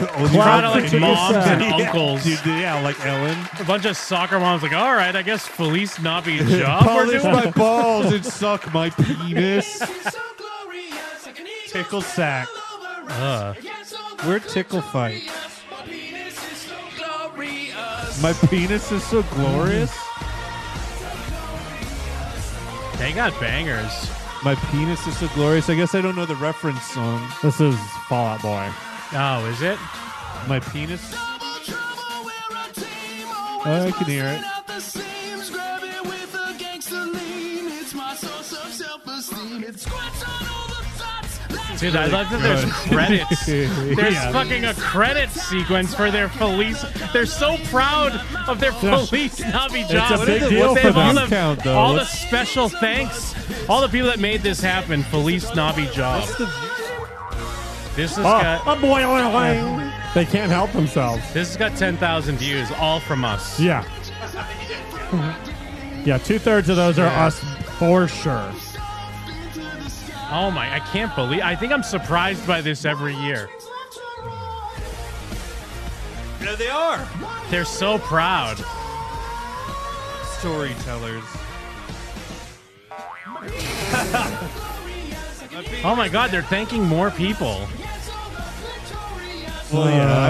Speaker 11: With the-
Speaker 6: It's a lot of like
Speaker 11: Yeah.
Speaker 6: moms and
Speaker 11: Yeah.
Speaker 6: uncles.
Speaker 11: Dude, yeah, like Ellen.
Speaker 6: A bunch of soccer moms like, all right, I guess Felice Navi job. we're
Speaker 11: Polish
Speaker 6: doing."
Speaker 11: my balls and suck my penis. Tickle sack.
Speaker 6: Uh.
Speaker 11: We're tickle fight. My penis is so glorious.
Speaker 6: They got bangers.
Speaker 11: My penis is so glorious. I guess I don't know the reference song.
Speaker 9: This is Fallout Boy.
Speaker 6: Oh, is it?
Speaker 11: My penis. Oh, I can hear it.
Speaker 6: Dude, I love that there's credits. There's
Speaker 9: Yeah.
Speaker 6: fucking a credit sequence for their police. They're so proud of their
Speaker 9: Yeah.
Speaker 6: police Navi
Speaker 9: It's a
Speaker 6: job.
Speaker 9: big deal
Speaker 6: they
Speaker 9: for
Speaker 6: have all
Speaker 9: them.
Speaker 6: the,
Speaker 9: Count, though.
Speaker 6: all the
Speaker 9: Let's-
Speaker 6: special thanks. All the people that made this happen, police Navi job. This has got
Speaker 9: Oh, a boy, oh, oh. They can't help themselves.
Speaker 6: this has got ten thousand views, all from us.
Speaker 9: Yeah. Yeah, two thirds of those are
Speaker 6: Yeah.
Speaker 9: us for sure.
Speaker 6: Oh my! I can't believe. I think I'm surprised by this every year.
Speaker 11: There they are.
Speaker 6: They're so proud.
Speaker 11: Storytellers.
Speaker 6: Oh my God! They're thanking more people.
Speaker 11: Well,
Speaker 9: Uh,
Speaker 11: yeah.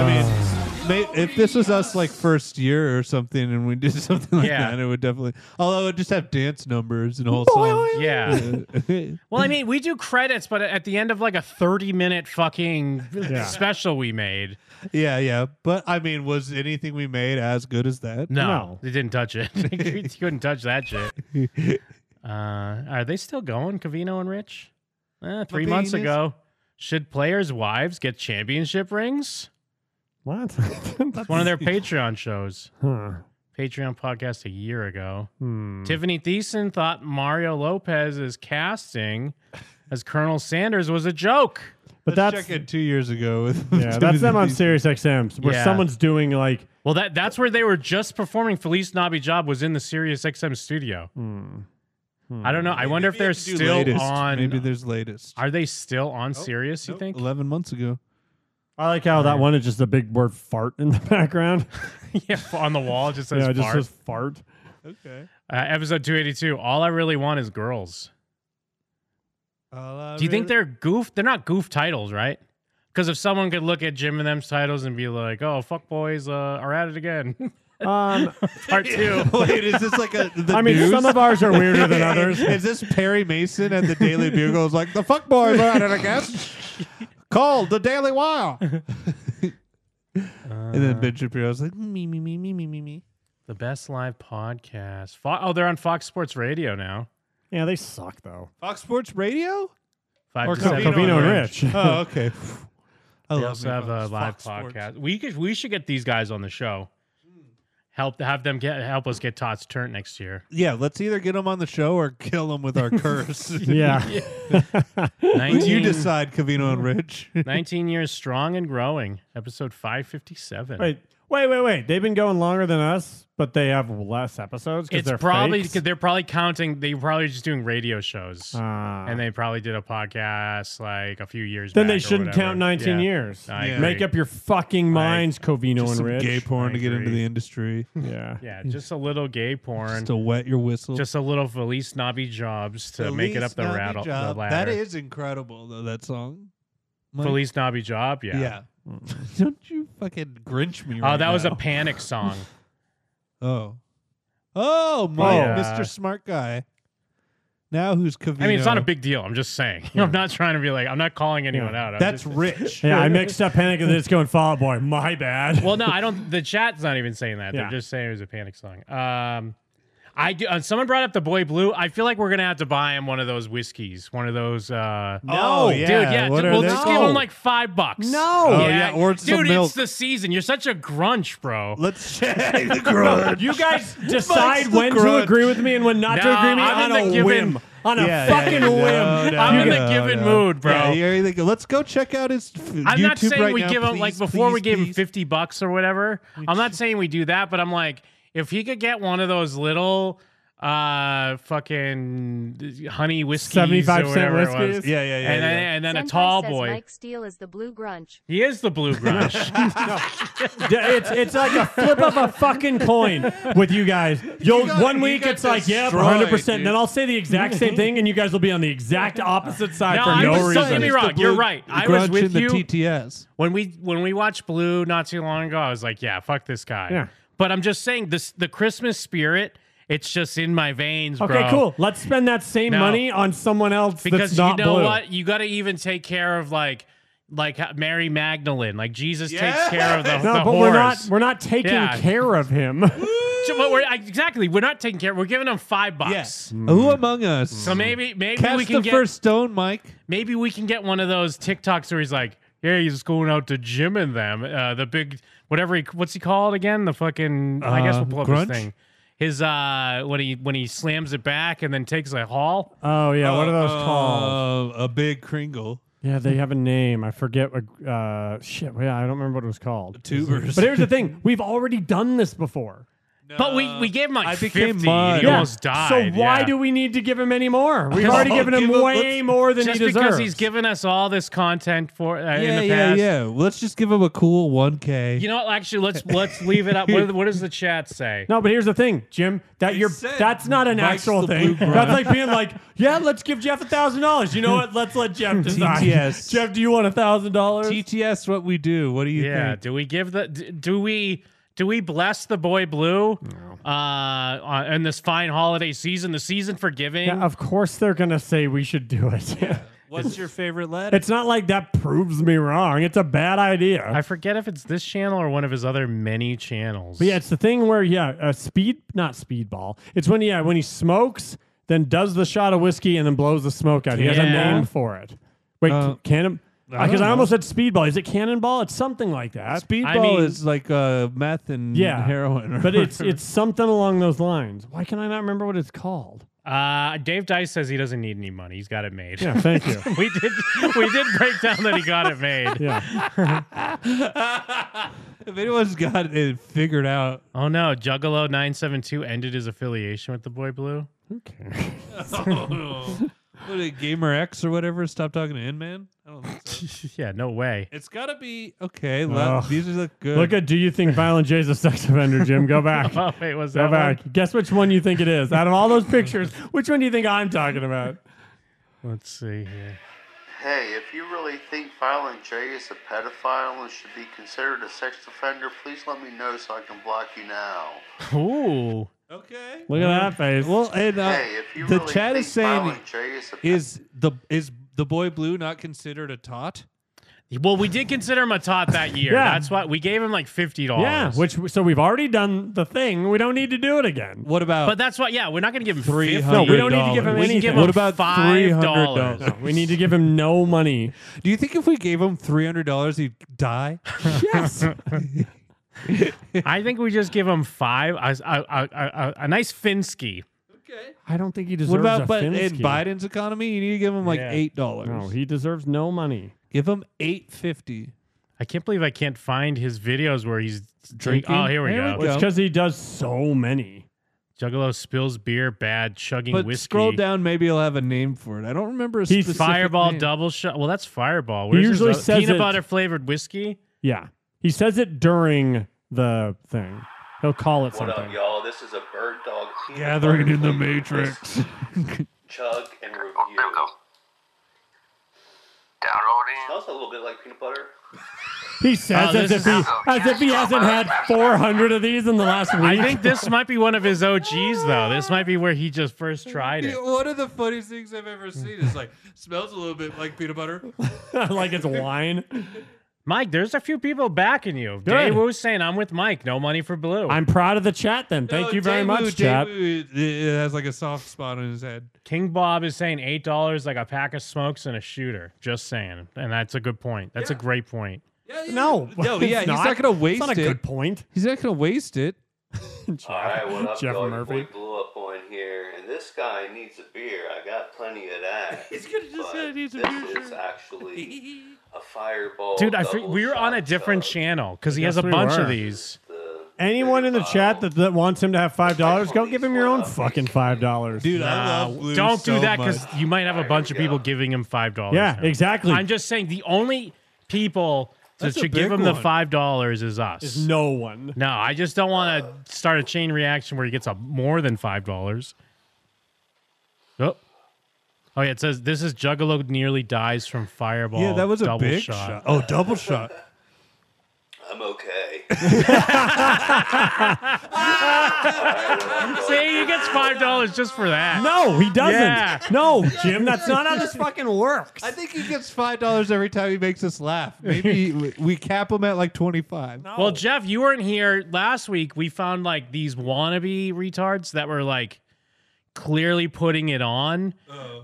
Speaker 11: I mean, may, if this was us like first year or something, and we did something like
Speaker 6: Yeah.
Speaker 11: that, it would definitely. Although it would just have dance numbers and whole
Speaker 9: oh,
Speaker 11: songs.
Speaker 6: Yeah. Well, I mean, we do credits, but at the end of like a 30 minute fucking
Speaker 11: Yeah.
Speaker 6: special we made.
Speaker 11: yeah, yeah. But I mean, was anything we made as good as that?
Speaker 6: No, they didn't touch it. you couldn't touch that shit. Uh, are they still going, Cavino and Rich? Eh, three months
Speaker 11: penis.
Speaker 6: ago. Should players' wives get championship rings?
Speaker 9: What?
Speaker 6: It's one of their Patreon shows.
Speaker 9: Huh.
Speaker 6: Patreon podcast a year ago.
Speaker 9: Hmm.
Speaker 6: Tiffany Thiessen thought Mario Lopez's casting as Colonel Sanders was a joke.
Speaker 11: Let's
Speaker 9: But that's-
Speaker 11: check in two years ago. With
Speaker 9: Yeah, that's them on Sirius XM where
Speaker 6: Yeah.
Speaker 9: someone's doing like
Speaker 6: Well, that that's where they were just performing. Felice Nobby Job was in the Sirius XM studio.
Speaker 9: Hmm.
Speaker 6: I don't know. I wonder if
Speaker 11: Maybe
Speaker 6: they're
Speaker 11: you can do
Speaker 6: still
Speaker 11: latest.
Speaker 6: on.
Speaker 11: Maybe there's latest.
Speaker 6: Are they still on Sirius? You think?
Speaker 11: Eleven months ago.
Speaker 9: I like how that one is just a big word fart in the background.
Speaker 6: yeah, on the wall it just says
Speaker 9: yeah, it just
Speaker 6: fart.
Speaker 9: says fart.
Speaker 11: Okay.
Speaker 6: Uh, episode two eighty two. All I really want is girls. Do you think they're goof? They're not goof titles, right? Because if someone could look at Jim and them's titles and be like, "Oh, fuck boys uh, are at it again,"
Speaker 9: Um,
Speaker 6: part two.
Speaker 11: Wait, is this like a? The
Speaker 9: I mean,
Speaker 11: news?
Speaker 9: some of ours are weirder than others.
Speaker 11: is this Perry Mason at the Daily Bugle? Is like the fuck boys are at it, I guess. Called the Daily Wire. and then Ben Shapiro's like me, me, me, me, me, me, me.
Speaker 6: the best live podcast. Fo- oh, they're on Fox Sports Radio now.
Speaker 9: Yeah, they suck though.
Speaker 11: Fox Sports Radio.
Speaker 6: Five
Speaker 9: Or
Speaker 6: to seven
Speaker 9: Covino
Speaker 6: on
Speaker 9: and
Speaker 6: Orange.
Speaker 9: Rich.
Speaker 11: Oh, okay. I
Speaker 6: They
Speaker 11: love
Speaker 6: also
Speaker 11: me
Speaker 6: have a
Speaker 11: Fox-
Speaker 6: live
Speaker 11: Fox Sports.
Speaker 6: podcast. We could we should get these guys on the show. Help have them get help us get Todd's turn next year.
Speaker 11: Yeah, let's either get them on the show or kill them with our curse.
Speaker 9: Yeah.
Speaker 11: you
Speaker 6: 19,
Speaker 11: decide, Cavino and Rich.
Speaker 6: 19 years strong and growing. Episode five fifty seven.
Speaker 9: Wait, wait, wait, wait. They've been going longer than us, but they have less episodes because
Speaker 6: It's
Speaker 9: they're
Speaker 6: probably
Speaker 9: fakes?
Speaker 6: because they're probably counting. They were probably just doing radio shows,
Speaker 9: Ah.
Speaker 6: and they probably did a podcast like a few years.
Speaker 9: Then
Speaker 6: back
Speaker 9: they
Speaker 6: or
Speaker 9: shouldn't
Speaker 6: whatever.
Speaker 9: count 19
Speaker 6: Yeah.
Speaker 9: years.
Speaker 6: I
Speaker 11: Yeah.
Speaker 6: agree.
Speaker 9: Make up your fucking minds, Covino
Speaker 11: Just
Speaker 9: and
Speaker 11: some
Speaker 9: Rich.
Speaker 11: gay porn
Speaker 6: I
Speaker 11: to get into
Speaker 6: agree.
Speaker 11: the industry.
Speaker 9: Yeah.
Speaker 6: Yeah, just a little gay porn,
Speaker 11: Just to wet your whistle.
Speaker 6: just a little Felice Nobby Jobs to make it
Speaker 11: Feliz
Speaker 6: up the
Speaker 11: Navi
Speaker 6: rattle.
Speaker 11: Job.
Speaker 6: The ladder.
Speaker 11: that is incredible, though, that song. Mike?
Speaker 6: Felice Nobby Job.
Speaker 9: Mm.
Speaker 11: Don't you fucking Grinch me
Speaker 6: Oh,
Speaker 11: right
Speaker 6: that was a
Speaker 11: now.
Speaker 6: panic song.
Speaker 11: Oh. Oh, my
Speaker 6: yeah.
Speaker 11: Mr. Smart Guy. Now who's Cavino?
Speaker 6: I mean, it's not a big deal. I'm just saying. I'm not trying to be like, I'm not calling anyone out. I'm
Speaker 11: That's
Speaker 6: just-
Speaker 11: rich.
Speaker 9: Yeah, I mixed up Panic at the Disco and Fall Out Boy. My bad.
Speaker 6: well, no, I don't. The chat's not even saying that.
Speaker 9: Yeah.
Speaker 6: They're just saying it was a panic song. Um, I do. Uh, someone brought up the boy blue. I feel like we're gonna have to buy him one of those whiskeys. One of those. Uh,
Speaker 11: No,
Speaker 6: dude,
Speaker 11: Oh, yeah,
Speaker 6: yeah.
Speaker 11: what
Speaker 6: dude,
Speaker 11: are
Speaker 6: we'll
Speaker 11: they
Speaker 6: just give him
Speaker 11: called?
Speaker 6: like five bucks.
Speaker 11: No. Oh, yeah, or some
Speaker 6: dude,
Speaker 11: milk.
Speaker 6: it's the season. You're such a grunch, bro.
Speaker 11: Let's check the grudge.
Speaker 9: You guys decide
Speaker 11: the
Speaker 9: when to
Speaker 11: grudge.
Speaker 9: agree with me and when not to
Speaker 6: No,
Speaker 9: agree with me
Speaker 6: I'm in
Speaker 9: on a
Speaker 6: the given-
Speaker 9: whim. On a
Speaker 11: Yeah, yeah,
Speaker 9: fucking
Speaker 11: yeah,
Speaker 9: whim.
Speaker 11: no, no,
Speaker 6: I'm in
Speaker 11: no,
Speaker 6: the given
Speaker 11: no.
Speaker 6: mood, bro.
Speaker 11: Yeah, you're either- let's go check out his f-
Speaker 6: I'm
Speaker 11: YouTube
Speaker 6: not saying
Speaker 11: right
Speaker 6: we
Speaker 11: now,
Speaker 6: give him
Speaker 11: please,
Speaker 6: like before we
Speaker 11: please,
Speaker 6: gave him
Speaker 11: please.
Speaker 6: 50 bucks or whatever. I'm not saying we do that, but I'm like, if he could get one of those little uh fucking honey whiskeys or
Speaker 9: 75 cent
Speaker 6: whatever it was.
Speaker 9: whiskeys?
Speaker 11: Yeah, yeah, yeah.
Speaker 6: and, then,
Speaker 11: yeah.
Speaker 6: and then a
Speaker 10: Senpai
Speaker 6: tall
Speaker 10: says
Speaker 6: boy.
Speaker 10: Mike Steele is the blue grunge.
Speaker 6: He is the blue grunge.
Speaker 9: Yeah, it's it's like a flip of a fucking coin with you guys. You'll
Speaker 11: got-
Speaker 9: one
Speaker 11: you
Speaker 9: week
Speaker 11: got
Speaker 9: it's like yeah,
Speaker 11: destroyed,
Speaker 9: hundred percent.
Speaker 11: dude.
Speaker 9: Then I'll say the exact same thing, and you guys will be on the exact opposite side
Speaker 6: No,
Speaker 9: for
Speaker 6: I
Speaker 9: no
Speaker 6: was- don't
Speaker 9: reason.
Speaker 6: get me wrong,
Speaker 11: The
Speaker 6: you're
Speaker 11: blue
Speaker 6: right. I was
Speaker 11: grudge
Speaker 6: with
Speaker 11: in the
Speaker 6: you.
Speaker 11: TTS.
Speaker 6: when we when we watched Blue not too long ago, I was like, yeah, fuck this guy.
Speaker 9: Yeah.
Speaker 6: But I'm just saying this the Christmas spirit, it's just in my veins,
Speaker 9: Okay,
Speaker 6: bro.
Speaker 9: cool. Let's spend that same
Speaker 6: No.
Speaker 9: money on someone else
Speaker 6: Because
Speaker 9: that's not
Speaker 6: you know
Speaker 9: blue.
Speaker 6: what? You got to even take care of like like how- Mary Magdalene. Like Jesus takes care of the,
Speaker 9: no,
Speaker 6: the
Speaker 9: but we're not
Speaker 6: whores.
Speaker 9: we're not taking
Speaker 6: Yeah.
Speaker 9: care of him.
Speaker 6: So, but we're- exactly. We're not taking care. We're giving them five bucks.
Speaker 11: Who among us?
Speaker 6: So maybe maybe
Speaker 11: Mm. Cast
Speaker 6: we can
Speaker 11: the
Speaker 6: get
Speaker 11: first stone, Mike.
Speaker 6: Maybe we can get one of those TikToks where he's like, "Yeah, he's just going out to gym and them." Uh, the big whatever he what's he called again? The fucking I guess
Speaker 9: Uh,
Speaker 6: we'll pull up
Speaker 9: grunge?
Speaker 6: his thing. His uh, when he when he slams it back and then takes a haul.
Speaker 9: Oh yeah, what are those
Speaker 11: Uh,
Speaker 9: called?
Speaker 11: A big Kringle.
Speaker 9: Yeah, they have a name. I forget what. Uh, shit, yeah, I don't remember what it was called.
Speaker 11: Tubers.
Speaker 9: But here's the thing: we've already done this before.
Speaker 6: But
Speaker 11: Uh,
Speaker 6: we we gave him like
Speaker 11: I became
Speaker 6: 50.
Speaker 11: mud.
Speaker 6: He
Speaker 11: Yeah.
Speaker 6: almost died.
Speaker 9: so why
Speaker 6: yeah.
Speaker 9: do we need to give him any more? We've
Speaker 6: Just-
Speaker 9: already given him
Speaker 11: give him-
Speaker 9: way
Speaker 11: let's-
Speaker 9: more than
Speaker 6: just
Speaker 9: he deserves.
Speaker 6: because he's given us all this content for uh, in
Speaker 11: yeah,
Speaker 6: the
Speaker 11: yeah,
Speaker 6: past?
Speaker 11: yeah. Let's just give him a cool 1K.
Speaker 6: You know what? Actually, let's let's leave it up. What, do the- what does the chat say?
Speaker 9: no, but here's the thing, Jim. That you're
Speaker 11: said
Speaker 9: that's not an
Speaker 11: Mike's
Speaker 9: actual
Speaker 11: the
Speaker 9: thing.
Speaker 11: blue grunt.
Speaker 9: That's like being like, yeah, let's give Jeff a thousand dollars. You know what? Let's let Jeff decide.
Speaker 11: TTS.
Speaker 9: Jeff, do you want a thousand dollars?
Speaker 11: TTS, what we do? What do you
Speaker 6: yeah.
Speaker 11: think?
Speaker 6: Do we give the? d- Do we? Do we bless the boy blue uh, on- in this fine holiday season? The season for giving.
Speaker 9: Yeah, uh, of course they're gonna say we should do it.
Speaker 11: What's your favorite letter?
Speaker 9: It's not like that proves me wrong. It's a bad idea.
Speaker 6: I forget if it's this channel or one of his other many channels.
Speaker 9: but yeah, it's the thing where yeah, uh, speed not speedball. It's when yeah when he smokes, then does the shot of whiskey and then blows the smoke out. He has a
Speaker 6: Yeah.
Speaker 9: name for it. Wait,
Speaker 11: Uh,
Speaker 9: cannon.
Speaker 11: I don't
Speaker 9: Because I,
Speaker 11: know.
Speaker 9: almost said speedball. Is it cannonball? It's something like that.
Speaker 11: Speedball
Speaker 6: I mean-
Speaker 11: is like uh, meth and
Speaker 9: yeah,
Speaker 11: heroin.
Speaker 9: but it's it's something along those lines. Why can I not remember what it's called?
Speaker 6: Uh, Dave Dice says he doesn't need any money. He's got it made.
Speaker 9: Yeah, Uh, thank you.
Speaker 6: we did. We did break down that he got it made.
Speaker 9: Yeah,
Speaker 11: if anyone's got it figured out,
Speaker 6: Oh no, Juggalo nine seven two ended his affiliation with the boy blue.
Speaker 9: okay.
Speaker 11: what did Gamer X or whatever stop talking to N Man? I don't think so.
Speaker 6: yeah, no way.
Speaker 11: It's gotta be okay. le-
Speaker 9: Oh.
Speaker 11: These are look good.
Speaker 9: Look at. Do you think Violent J's a sex offender, Jim? Go back.
Speaker 6: Oh wait, was
Speaker 9: Go
Speaker 6: that
Speaker 9: back.
Speaker 6: one?
Speaker 9: Guess which one you think it is. Out of all those pictures, which one do you think I'm talking about?
Speaker 6: Let's see here.
Speaker 10: Hey, if you really think Violent J is a pedophile and should be considered a sex offender, please let me know so I can block you now.
Speaker 6: Ooh.
Speaker 11: okay.
Speaker 9: Look at that face.
Speaker 11: Well, and uh,
Speaker 10: hey, if you
Speaker 11: the
Speaker 10: really
Speaker 11: chat
Speaker 10: think
Speaker 11: is saying
Speaker 10: Violent J is a
Speaker 11: is the is the boy blue not considered a tot?
Speaker 6: Well, we did consider him a tot that year.
Speaker 9: Yeah.
Speaker 6: That's why we gave him like fifty dollars.
Speaker 9: yeah, which so we've already done the thing. We don't need to do it again.
Speaker 11: What about
Speaker 6: But that's why. Yeah, we're not going to give him
Speaker 11: three
Speaker 6: three.
Speaker 11: hundred?
Speaker 9: No, we don't need to give him
Speaker 6: We can give
Speaker 9: anything.
Speaker 6: him
Speaker 9: What
Speaker 11: about
Speaker 6: five
Speaker 11: $300?
Speaker 6: dollars?
Speaker 9: No, we need to give him no money.
Speaker 11: Do you think if we gave him three hundred dollars, he'd die?
Speaker 9: Yes.
Speaker 6: I think we just give him five. A, a, a, a, a nice Finsky.
Speaker 9: I don't think he deserves
Speaker 11: what about
Speaker 9: a
Speaker 11: but in
Speaker 9: Finsky.
Speaker 11: Biden's economy, you need to give him like
Speaker 6: Yeah.
Speaker 11: eight dollars.
Speaker 9: No, he deserves no money.
Speaker 11: give him eight fifty.
Speaker 6: I can't believe I can't find his videos where he's
Speaker 11: Drinking?
Speaker 6: Oh, here we
Speaker 11: Here we
Speaker 6: go.
Speaker 11: go.
Speaker 9: It's because he does so many.
Speaker 6: Juggalo spills beer, bad chugging
Speaker 11: But
Speaker 6: whiskey.
Speaker 11: scroll down, maybe he'll have a name for it. I don't remember. A
Speaker 9: He's
Speaker 11: specific
Speaker 6: Fireball
Speaker 11: name.
Speaker 6: double shot. Well, that's Fireball.
Speaker 9: He
Speaker 6: Where's his
Speaker 9: usually
Speaker 6: other-
Speaker 9: says
Speaker 6: peanut
Speaker 9: it-
Speaker 6: butter flavored whiskey.
Speaker 9: Yeah, he says it during the thing. He'll call it
Speaker 10: What
Speaker 9: something.
Speaker 10: up, y'all? This is a bird dog peanut
Speaker 11: Gathering
Speaker 10: butter
Speaker 11: in the
Speaker 10: flavored
Speaker 11: Matrix.
Speaker 10: whiskey. Chug and review. Smells a little bit like peanut butter.
Speaker 9: He says
Speaker 6: Oh,
Speaker 9: as
Speaker 6: this
Speaker 9: if he
Speaker 6: is-
Speaker 9: as if he hasn't had 400 of these in the last week.
Speaker 6: I think this might be one of his OGs though. This might be where he just first tried it.
Speaker 11: Yeah, One of the funniest things I've ever seen is like smells a little bit like peanut butter.
Speaker 9: like it's wine.
Speaker 6: Mike, there's a few people backing you.
Speaker 9: Good.
Speaker 6: Dave Wu's saying I'm with Mike. No money for blue.
Speaker 9: I'm proud of the chat. Then thank
Speaker 11: No,
Speaker 9: you very
Speaker 11: Daewoo-
Speaker 9: much, chat.
Speaker 11: Daewoo, it- it has like a soft spot on his head.
Speaker 6: King Bob is saying eight dollars like a pack of smokes and a shooter. Just saying, and that's a good point. That's a great point.
Speaker 9: No,
Speaker 11: No,
Speaker 9: it's
Speaker 11: yeah, he's not gonna waste
Speaker 9: It's not a
Speaker 11: it.
Speaker 9: good point.
Speaker 11: He's not gonna waste it.
Speaker 10: All right, what up,
Speaker 9: Jeff
Speaker 10: y'all?
Speaker 9: Murphy.
Speaker 10: Your boy blew up on here, and this guy needs a beer. I got plenty of that. He's gonna just say he needs a beer. This is actually a fireball.
Speaker 6: Dude, I fr-
Speaker 10: double
Speaker 6: we were on a
Speaker 10: shot
Speaker 6: different
Speaker 10: chug.
Speaker 6: channel because he has
Speaker 9: guess
Speaker 6: a
Speaker 9: we
Speaker 6: bunch
Speaker 9: were.
Speaker 6: of these.
Speaker 10: The
Speaker 9: Anyone in the chat that, that wants him to have five dollars, go give him your own fucking five dollars.
Speaker 11: Dude, I love blue
Speaker 6: Don't
Speaker 11: so
Speaker 6: do that
Speaker 11: much.
Speaker 6: because you might have a bunch of people giving him five dollars.
Speaker 9: Yeah, exactly.
Speaker 6: I'm just saying the only people that
Speaker 11: That's a
Speaker 6: should give
Speaker 11: big
Speaker 6: him the
Speaker 11: one.
Speaker 6: five dollars is us.
Speaker 9: There's no one.
Speaker 6: no, I just don't want to start a chain reaction where he gets a more than five dollars. Oh. Oh yeah, it says this is Juggalo nearly dies from fireball.
Speaker 11: yeah, that was a
Speaker 6: double
Speaker 11: big shot. Oh, double shot.
Speaker 10: I'm okay.
Speaker 6: See, he gets five dollars just for that.
Speaker 9: No, he doesn't.
Speaker 6: Yeah.
Speaker 9: No, Jim, that's not how this fucking works.
Speaker 11: I think he gets five dollars every time he makes us laugh. Maybe we- we cap him at like twenty five.
Speaker 6: Well,
Speaker 9: Oh.
Speaker 6: Jeff, you weren't here last week. We found like these wannabe retards that were like clearly putting it on,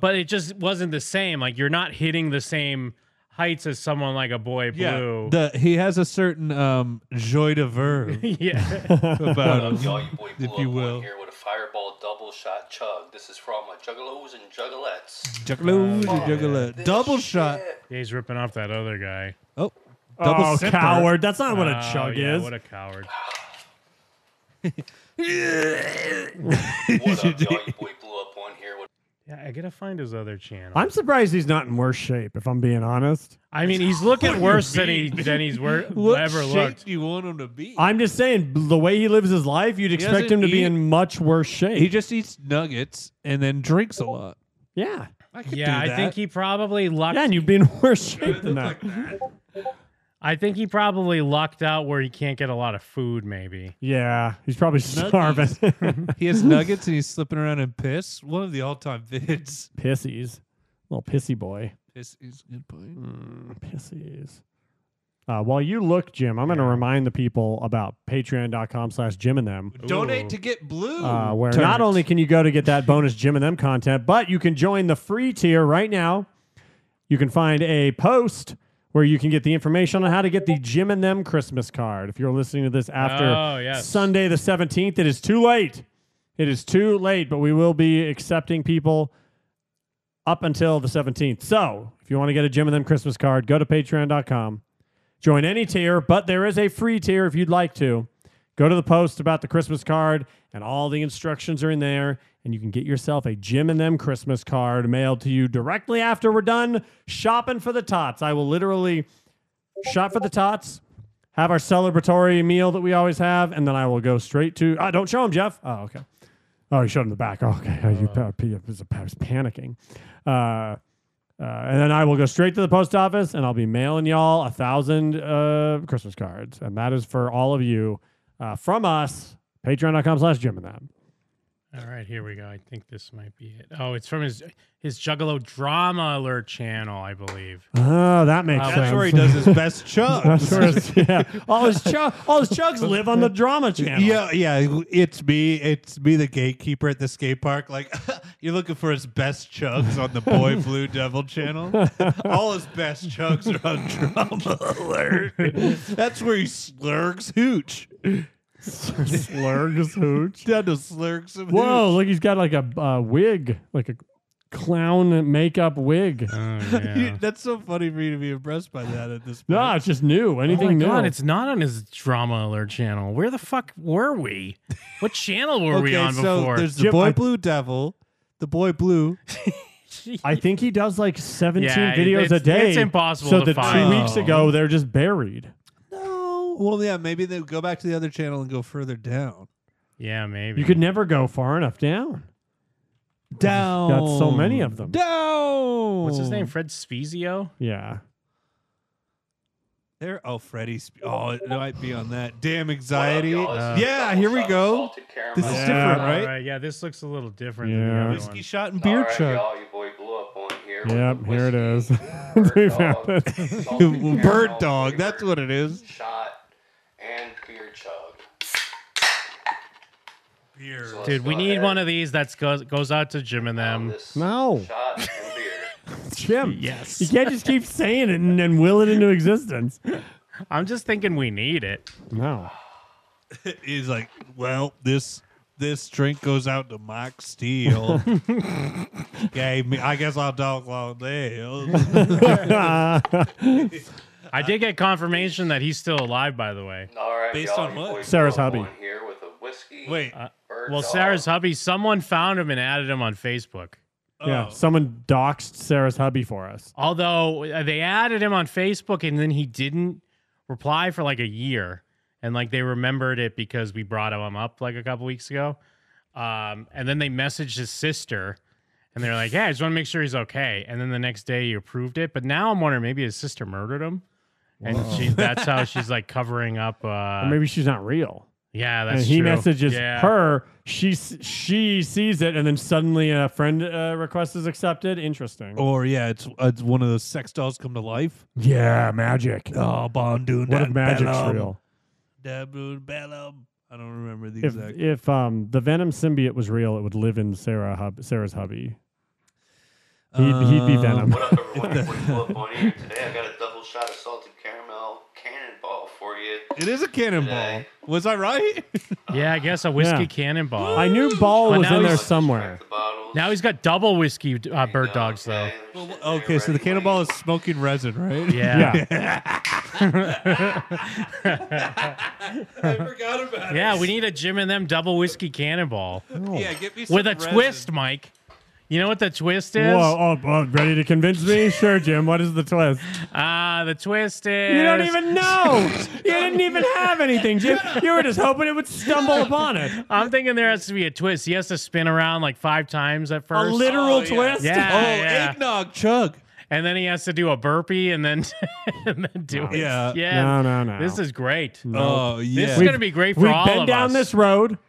Speaker 6: but it just wasn't the same. Like you're not hitting the same heights as someone like a boy blue.
Speaker 11: The, he has a certain um, joy de verve
Speaker 6: Yeah.
Speaker 11: about
Speaker 10: What up,
Speaker 11: him,
Speaker 10: y'all? Your boy
Speaker 11: if
Speaker 10: Blue
Speaker 11: you
Speaker 10: Up
Speaker 11: will.
Speaker 10: here with a fireball double shot chug. This is for all my juggalos and juggalettes.
Speaker 11: Juggalo,
Speaker 10: Fuck
Speaker 11: juggalo.
Speaker 10: this
Speaker 11: Double shot.
Speaker 6: Yeah, he's ripping off that other guy.
Speaker 11: Oh,
Speaker 9: double Oh, sipper. coward. That's not what a
Speaker 6: Oh,
Speaker 9: chug
Speaker 6: yeah,
Speaker 9: is.
Speaker 6: What a coward.
Speaker 10: What up, y'all? Your boy Blue Up on here with
Speaker 6: Yeah, I gotta find his other channel.
Speaker 9: I'm surprised he's not in worse shape, if I'm being honest.
Speaker 6: I mean, he's
Speaker 11: What
Speaker 6: looking
Speaker 11: do
Speaker 6: worse
Speaker 11: you
Speaker 6: than he
Speaker 11: mean?
Speaker 6: than he's wor-
Speaker 11: What
Speaker 6: ever
Speaker 11: shape
Speaker 6: looked.
Speaker 11: do you want him to be?
Speaker 9: I'm just saying, b- the way he lives his life, you'd
Speaker 11: He
Speaker 9: expect
Speaker 11: doesn't
Speaker 9: him to be
Speaker 11: eat-
Speaker 9: in much worse shape.
Speaker 11: He just eats nuggets and then drinks a lot.
Speaker 9: yeah.
Speaker 11: I could
Speaker 6: Yeah,
Speaker 11: do
Speaker 6: I
Speaker 11: that.
Speaker 6: think he probably lucked.
Speaker 9: Yeah, and you'd be in worse shape than that.
Speaker 6: I think he probably lucked out where he can't get a lot of food. Maybe.
Speaker 9: Yeah, he's probably
Speaker 11: Nuggies.
Speaker 9: starving.
Speaker 11: he has nuggets and he's slipping around in piss. One of the all time vids.
Speaker 9: Pissies. Little pissy boy. Mm,
Speaker 11: Piss is good boy.
Speaker 9: Pissies. Uh, while you look, Jim, I'm going to remind the people about patreon.com slash Jim and them.
Speaker 11: Donate to get blue.
Speaker 9: uh, where not only can you go to get that bonus Jim and them content, but you can join the free tier right now. You can find a post where you can get the information on how to get the Jim and them Christmas card. If you're listening to this after
Speaker 6: Oh, yes.
Speaker 9: Sunday the 17th, it is too late. It is too late, but we will be accepting people up until the 17th. So if you want to get a Jim and them Christmas card, go to patreon.com. Join any tier, but there is a free tier if you'd like to. Go to the post about the Christmas card, and all the instructions are in there. And you can get yourself a Jim and Them Christmas card mailed to you directly after we're done shopping for the tots. I will literally shop for the tots, have our celebratory meal that we always have, and then I will go straight to. Ah, don't show him, Jeff. Oh, okay. Oh, you showed him the back. Oh, okay. Oh, you pa- pa- I was I was panicking. Uh, uh, and then I will go straight to the post office and I'll be mailing y'all a thousand uh, Christmas cards. And that is for all of you uh, from us, patreon.com slash Jim and them.
Speaker 6: All right, here we go. I think this might be it. Oh, it's from his his Juggalo Drama Alert channel, I believe.
Speaker 9: Oh, that makes
Speaker 6: That's
Speaker 9: sense.
Speaker 6: where he
Speaker 11: does his best chugs.
Speaker 9: That's where his- yeah. All his, chug, all his chugs live on the drama channel.
Speaker 11: Yeah, yeah. It's me. It's me, the gatekeeper at the skate park. Like you're looking for his best chugs on the Boy Blue Devil channel. All his best chugs are on Drama Alert. That's where he slurgs hooch.
Speaker 9: Slurgs hooch.
Speaker 11: Down to slurgs some
Speaker 9: Whoa,
Speaker 11: hooch.
Speaker 9: look, he's got like a uh, wig, like a clown makeup wig.
Speaker 11: You- That's so funny for you to be impressed by that at this point.
Speaker 9: No, it's just new.
Speaker 6: oh
Speaker 9: Anything
Speaker 6: my
Speaker 9: new?
Speaker 6: God, it's not on his Drama Alert channel. Where the fuck were we? What channel were we
Speaker 11: okay,
Speaker 6: on
Speaker 11: so
Speaker 6: before?
Speaker 11: there's the
Speaker 9: Jim,
Speaker 11: Boy
Speaker 9: I-
Speaker 11: Blue Devil, the Boy Blue.
Speaker 9: I think he does like 17
Speaker 6: Yeah,
Speaker 9: videos a
Speaker 6: it's-
Speaker 9: day.
Speaker 6: it's impossible
Speaker 9: So
Speaker 6: to
Speaker 9: the
Speaker 6: find.
Speaker 9: two weeks ago, they're just buried.
Speaker 11: Oh. No. Well, yeah, maybe they go back to the other channel and go further down.
Speaker 6: yeah, maybe.
Speaker 9: You could never go far enough down.
Speaker 11: Down.
Speaker 9: Got so many of them.
Speaker 11: Down.
Speaker 6: What's
Speaker 9: Oh.
Speaker 6: his name? Fred Spezio?
Speaker 9: Yeah.
Speaker 11: There. Oh, Freddy. Sp- oh, it might be on that. Damn anxiety. Uh,
Speaker 10: y'all? This is
Speaker 11: yeah,
Speaker 10: double
Speaker 11: here we
Speaker 10: shot
Speaker 11: go.
Speaker 10: salted caramel.
Speaker 11: This is
Speaker 9: Yeah.
Speaker 11: different,
Speaker 6: All
Speaker 11: right?
Speaker 6: right, yeah, this looks a little different
Speaker 9: Yeah.
Speaker 6: than the other
Speaker 11: Whiskey
Speaker 6: one.
Speaker 11: shot and
Speaker 10: All
Speaker 11: beer
Speaker 10: right,
Speaker 11: chug.
Speaker 10: y'all, your boy Blue Up on here. with
Speaker 9: Yep,
Speaker 10: the
Speaker 9: here it is.
Speaker 10: whiskey,
Speaker 9: we
Speaker 10: bird dog,
Speaker 9: found it.
Speaker 10: salted caramel
Speaker 11: Bird dog. That's
Speaker 10: flavored
Speaker 11: what it is.
Speaker 10: Shot and beer chug.
Speaker 11: Beer.
Speaker 10: So let's
Speaker 6: Dude, we
Speaker 10: go
Speaker 6: need
Speaker 10: ahead
Speaker 6: one of these that goes goes out to Jim and
Speaker 10: and
Speaker 6: them.
Speaker 10: this
Speaker 9: No.
Speaker 10: Shot and beer.
Speaker 9: Jim.
Speaker 6: Yes.
Speaker 9: You can't just keep saying it and then will it into existence.
Speaker 6: I'm just thinking we need it.
Speaker 9: No.
Speaker 11: He's like, well, this this drink goes out to Mike Steele. Gave me. I guess I'll dog long nails.
Speaker 6: I did get confirmation that he's still alive, by the way.
Speaker 10: All right,
Speaker 11: Based
Speaker 10: y'all,
Speaker 11: on
Speaker 10: your
Speaker 11: what?
Speaker 10: boy
Speaker 9: Sarah's
Speaker 10: Blue Up
Speaker 9: hobby.
Speaker 10: on Here with a whiskey.
Speaker 11: Wait.
Speaker 10: Bird
Speaker 6: Well,
Speaker 10: dog.
Speaker 6: Sarah's hubby, someone found him and added him on Facebook.
Speaker 9: Yeah.
Speaker 11: Oh.
Speaker 9: Someone doxed Sarah's hubby for us.
Speaker 6: Although uh, they added him on Facebook and then he didn't reply for like a year. And like they remembered it because we brought him up like a couple weeks ago. Um, and then they messaged his sister and they're like, Yeah, I just want to make sure he's okay. And then the next day he approved it. But now I'm wondering maybe his sister murdered him and she that's how she's like covering up. Uh,
Speaker 9: Or maybe she's not real.
Speaker 6: yeah,
Speaker 9: and
Speaker 6: that's
Speaker 9: he
Speaker 6: true.
Speaker 9: messages
Speaker 6: Yeah.
Speaker 9: her. She s- she sees it, and then suddenly a friend uh, request is accepted. Interesting.
Speaker 11: Or yeah, it's it's one of those sex dolls come to life.
Speaker 9: Yeah, magic.
Speaker 11: Oh, Bond doing
Speaker 9: What
Speaker 11: that.
Speaker 9: if magic's
Speaker 11: bellum.
Speaker 9: real?
Speaker 11: Dabbled bellum. I don't remember the
Speaker 9: If
Speaker 11: exact.
Speaker 9: if um the Venom symbiote was real, it would live in Sarah hub, Sarah's hubby. He'd, he'd be
Speaker 11: Um,
Speaker 9: Venom.
Speaker 11: What up, everyone?
Speaker 9: If the-
Speaker 11: Wake
Speaker 10: Well, Bonnie, here today I got a double shot of salted caramel cannonball for you.
Speaker 11: It is a cannonball. Was I right?
Speaker 6: Yeah, I guess a whiskey
Speaker 9: Yeah.
Speaker 6: cannonball.
Speaker 9: I knew
Speaker 11: Oh,
Speaker 9: ball
Speaker 6: But
Speaker 9: was
Speaker 6: now
Speaker 9: in there
Speaker 6: he's-
Speaker 9: somewhere.
Speaker 6: Now he's got double whiskey uh, bird dogs though.
Speaker 11: okay, so the cannonball is smoking resin, right?
Speaker 6: Yeah.
Speaker 11: I forgot about
Speaker 6: yeah,
Speaker 11: it.
Speaker 6: we need a Jim and them double whiskey cannonball.
Speaker 11: Yeah, get me
Speaker 6: with
Speaker 11: some
Speaker 6: a
Speaker 11: resin.
Speaker 6: twist, Mike. You know what the twist is?
Speaker 9: Whoa! Oh, oh, ready to convince me? Sure, Jim. What is the twist?
Speaker 6: Ah, the twist is
Speaker 9: You don't even know. you didn't even have anything, Jim. You were just hoping it would stumble upon it.
Speaker 6: I'm thinking there has to be a twist. He has to spin around like five times at first.
Speaker 9: literal Oh, yeah. twist?
Speaker 6: Yeah.
Speaker 9: Oh,
Speaker 11: eggnog chug.
Speaker 6: And then he has to do a burpee and then and then do it.
Speaker 11: Yeah.
Speaker 6: Yeah.
Speaker 9: No, no, no.
Speaker 6: This is great.
Speaker 11: Oh,
Speaker 9: Nope.
Speaker 6: This is gonna be great for
Speaker 9: Oh, We've
Speaker 6: all
Speaker 9: been
Speaker 6: of
Speaker 9: down
Speaker 6: us.
Speaker 9: this road.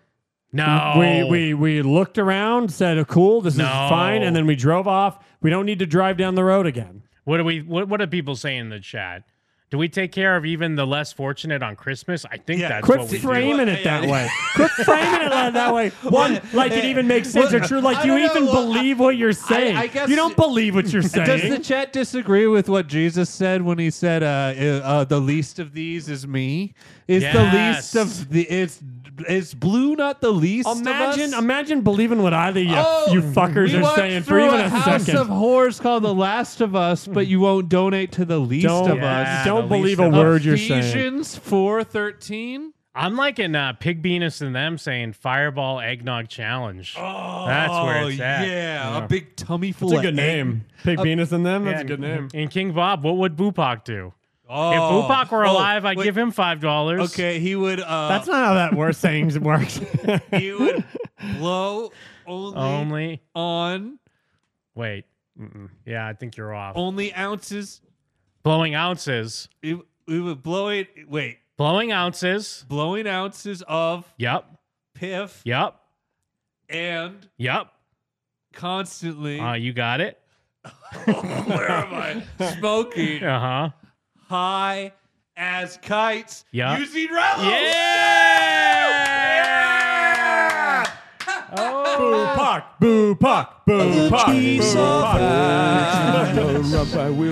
Speaker 6: No.
Speaker 9: We we we looked around, said, oh, "Cool, this
Speaker 6: No.
Speaker 9: is fine," and then we drove off. We don't need to drive down the road again.
Speaker 6: What are we what what are people saying in the chat? Do we take care of even the less fortunate on Christmas? I think that's
Speaker 9: Quit
Speaker 6: what we do.
Speaker 9: framing it that way. Quit framing it like that way. One, like it even makes sense or true. Like you even believe what you're saying.
Speaker 11: I guess-
Speaker 9: you don't believe what you're saying.
Speaker 11: Does the chat disagree with what Jesus said when he said, uh, uh, uh, "The least of these is me"? Is
Speaker 9: Yes.
Speaker 11: the least of the is is blue not the least?
Speaker 9: Imagine,
Speaker 11: of us?
Speaker 9: imagine believing what either you,
Speaker 11: Oh,
Speaker 9: you fuckers
Speaker 11: we
Speaker 9: are
Speaker 11: walked
Speaker 9: saying for
Speaker 11: through
Speaker 9: even
Speaker 11: a,
Speaker 9: a,
Speaker 11: house
Speaker 9: second.
Speaker 11: of horrors called The Last of Us, but you won't donate to the least
Speaker 9: Don't-
Speaker 11: of
Speaker 9: Yeah,
Speaker 11: us.
Speaker 9: don't the least believe a of us. word you're saying.
Speaker 11: Ephesians four thirteen.
Speaker 6: I'm liking uh, Pig Venus and them saying Fireball Eggnog Challenge. Oh, that's where it's at.
Speaker 11: yeah, a big tummy full.
Speaker 9: That's a
Speaker 11: of
Speaker 9: good
Speaker 11: egg.
Speaker 9: name. Pig
Speaker 11: A-
Speaker 9: Venus and them. That's
Speaker 6: Yeah,
Speaker 9: a good name.
Speaker 6: And King Bob, what would Bupak do?
Speaker 11: Oh,
Speaker 6: if Bupak were
Speaker 11: oh,
Speaker 6: alive, I'd
Speaker 11: wait.
Speaker 6: give him five dollars.
Speaker 11: Okay, he would. Uh,
Speaker 9: That's not how that works. Things works.
Speaker 11: he would blow only,
Speaker 6: Only.
Speaker 11: on
Speaker 6: Wait. Yeah, I think you're off.
Speaker 11: only ounces.
Speaker 6: Blowing ounces.
Speaker 11: It, we would blow it. Wait,
Speaker 6: Blowing ounces.
Speaker 11: blowing ounces of
Speaker 6: Yep.
Speaker 11: piff
Speaker 6: Yep.
Speaker 11: and
Speaker 6: Yep.
Speaker 11: constantly.
Speaker 6: Uh, you got it.
Speaker 11: where am I? Smoking
Speaker 6: Uh huh.
Speaker 11: high as kites.
Speaker 6: Yeah.
Speaker 11: Using Rello.
Speaker 6: Yeah. Oh.
Speaker 9: Boo puck, boo puck, boo puck, boo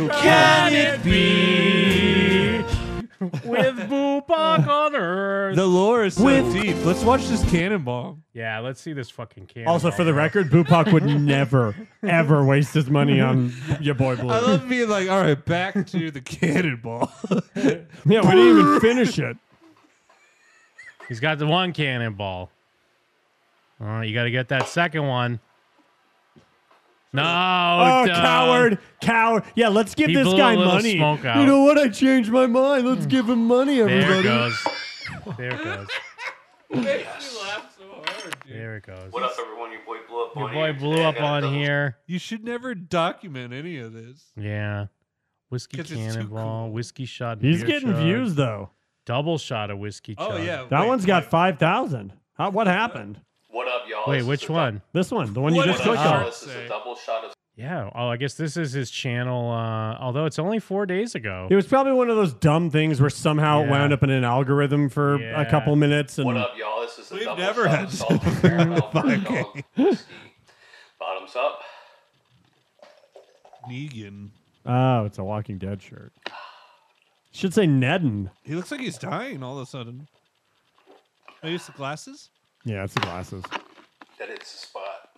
Speaker 6: Can it be with Bupak on Earth?
Speaker 11: The lore is so deep. Let's watch this cannonball.
Speaker 6: yeah, let's see this fucking camera.
Speaker 9: Also, for the record, Bupak would never, ever waste his money on your boy Blue.
Speaker 11: I love being like, all right, back to the cannonball.
Speaker 9: yeah, we didn't even finish it.
Speaker 6: He's got the one cannonball. All right, you got to get that second one. No,
Speaker 9: Oh,
Speaker 6: duh.
Speaker 9: coward, coward. Yeah, let's give
Speaker 6: He
Speaker 9: this
Speaker 6: blew a
Speaker 9: guy
Speaker 6: little
Speaker 9: money.
Speaker 6: smoke out. Hmm.
Speaker 9: You know what? I changed my mind. Let's give him money,
Speaker 6: There
Speaker 9: everybody.
Speaker 6: it goes. There it goes. There it goes.
Speaker 10: What up, everyone? Your boy blew up
Speaker 6: Your
Speaker 10: on
Speaker 6: boy
Speaker 10: here.
Speaker 6: blew
Speaker 10: Today I
Speaker 6: up
Speaker 10: got a
Speaker 6: on
Speaker 10: double-
Speaker 6: here.
Speaker 11: You should never document any of this.
Speaker 6: Yeah. Whiskey
Speaker 11: 'Cause it's too
Speaker 6: cannonball, whiskey shot.
Speaker 9: He's
Speaker 6: beer
Speaker 9: getting
Speaker 6: chug,
Speaker 9: views though.
Speaker 6: Double shot of whiskey.
Speaker 11: Oh
Speaker 6: chug.
Speaker 11: yeah,
Speaker 9: That
Speaker 11: wait,
Speaker 9: one's got five thousand. What happened?
Speaker 10: What up, y'all?
Speaker 6: Wait,
Speaker 10: This is
Speaker 6: which
Speaker 10: a-
Speaker 6: one?
Speaker 9: This one, the one you
Speaker 11: What
Speaker 9: just
Speaker 11: is Uh,
Speaker 10: What up,
Speaker 9: clicked
Speaker 10: y'all?
Speaker 11: that?
Speaker 9: on.
Speaker 10: This is a double shot of
Speaker 6: Yeah. Oh, I guess this is his channel. Uh, although it's only four days ago.
Speaker 9: It was probably one of those dumb things where somehow it
Speaker 6: Yeah.
Speaker 9: wound up in an algorithm for
Speaker 6: Yeah.
Speaker 9: a couple minutes, and
Speaker 10: What up, y'all? This is the
Speaker 11: We've
Speaker 10: double
Speaker 11: never
Speaker 10: shot
Speaker 11: had
Speaker 10: of salted caramel bird dog whiskey. Bottoms up.
Speaker 11: Negan.
Speaker 9: oh, it's a Walking Dead shirt. Should say Nedden.
Speaker 11: He looks like he's dying all of a sudden. Maybe it's the glasses.
Speaker 9: Yeah, it's the glasses.
Speaker 10: That hits the spot.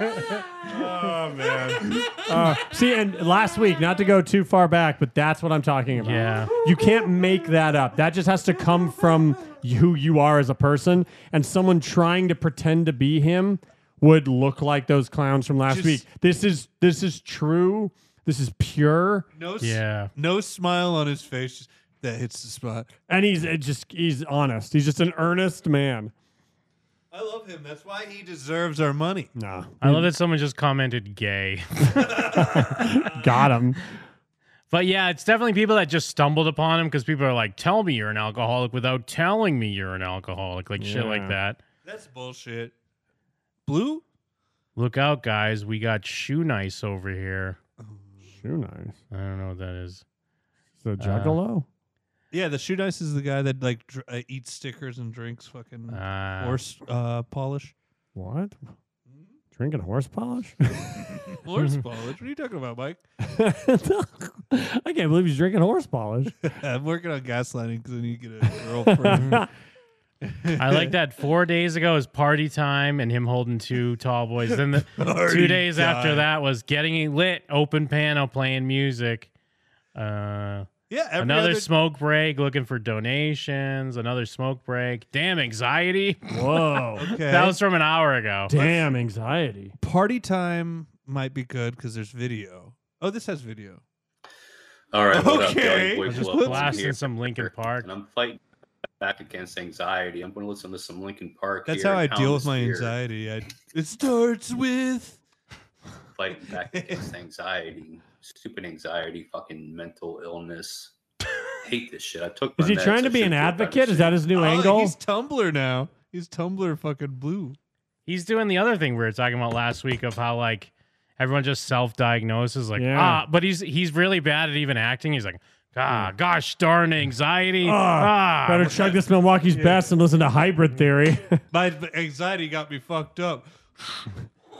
Speaker 9: Oh man. see, and last week, not to go too far back, but that's what I'm talking about.
Speaker 6: Yeah.
Speaker 9: You can't make that up. That just has to come from who you are as a person, and someone trying to pretend to be him would look like those clowns from last
Speaker 11: Just-
Speaker 9: week. This is this is true. This is pure.
Speaker 11: No. s-
Speaker 6: Yeah.
Speaker 11: No smile on his face. Just, that hits the spot.
Speaker 9: And he's uh, just he's honest. He's just an earnest man.
Speaker 11: I I love him. That's why he deserves our money.
Speaker 9: Nah.
Speaker 6: I love that someone just commented gay.
Speaker 9: Got him.
Speaker 6: But yeah, it's definitely people that just stumbled upon him because people are like, tell me you're an alcoholic without telling me you're an alcoholic. Like shit like
Speaker 11: Yeah.
Speaker 6: that.
Speaker 11: That's bullshit. Blue?
Speaker 6: Look out, guys. We got Shoe Nice over here.
Speaker 9: Shoe Nice?
Speaker 6: I don't know what that is.
Speaker 9: So
Speaker 6: Uh,
Speaker 9: Juggalo.
Speaker 11: Yeah, the shoe dice is the guy that like dr- uh, eats stickers and drinks fucking
Speaker 6: Ah.
Speaker 11: horse uh, polish. Hmm?
Speaker 9: what? Drinking horse polish?
Speaker 11: Horse polish? What are you talking about, Mike?
Speaker 9: I can't believe he's drinking horse polish.
Speaker 11: I'm working on gaslighting because I need to get a girlfriend.
Speaker 6: I like that four days ago is party time and him holding two tall boys. Then the
Speaker 11: Party
Speaker 6: two days after
Speaker 11: time.
Speaker 6: that was getting lit, open piano playing music. Uh,
Speaker 11: Yeah, every
Speaker 6: another
Speaker 11: other-
Speaker 6: smoke break, looking for donations. Another smoke break. Damn anxiety.
Speaker 9: Whoa.
Speaker 11: Okay.
Speaker 6: that was from an hour ago.
Speaker 9: Damn anxiety.
Speaker 11: Party time might be good because there's video. Oh, this has video.
Speaker 2: All right. What up,
Speaker 11: Okay.
Speaker 2: Joey Boy
Speaker 11: I just
Speaker 2: Fluff?
Speaker 11: put-
Speaker 2: I'm
Speaker 11: Blasting
Speaker 2: here.
Speaker 6: some Lincoln Park.
Speaker 2: And I'm fighting back against anxiety. I'm going to listen to some Lincoln Park.
Speaker 11: That's
Speaker 2: here
Speaker 11: how I
Speaker 2: and
Speaker 11: deal with my
Speaker 2: Atmosphere,
Speaker 11: anxiety. I, it starts with
Speaker 2: Fighting back against anxiety. Stupid anxiety. Fucking mental illness. hate this shit. I took.
Speaker 9: Is
Speaker 2: my
Speaker 9: he
Speaker 2: meds.
Speaker 9: trying to
Speaker 2: I
Speaker 9: be an
Speaker 2: should feel better
Speaker 9: advocate? Is
Speaker 2: soon.
Speaker 9: that his new
Speaker 11: Oh,
Speaker 9: angle?
Speaker 11: He's Tumblr now. He's Tumblr fucking blue.
Speaker 6: He's doing the other thing we were talking about last week of how like everyone just self diagnoses like
Speaker 9: Yeah.
Speaker 6: ah, but he's he's really bad at even acting. He's like ah, gosh darn anxiety.
Speaker 9: Ah,
Speaker 6: ah,
Speaker 9: better chug this Milwaukee's best and listen to Hybrid Theory.
Speaker 11: My anxiety got me fucked up.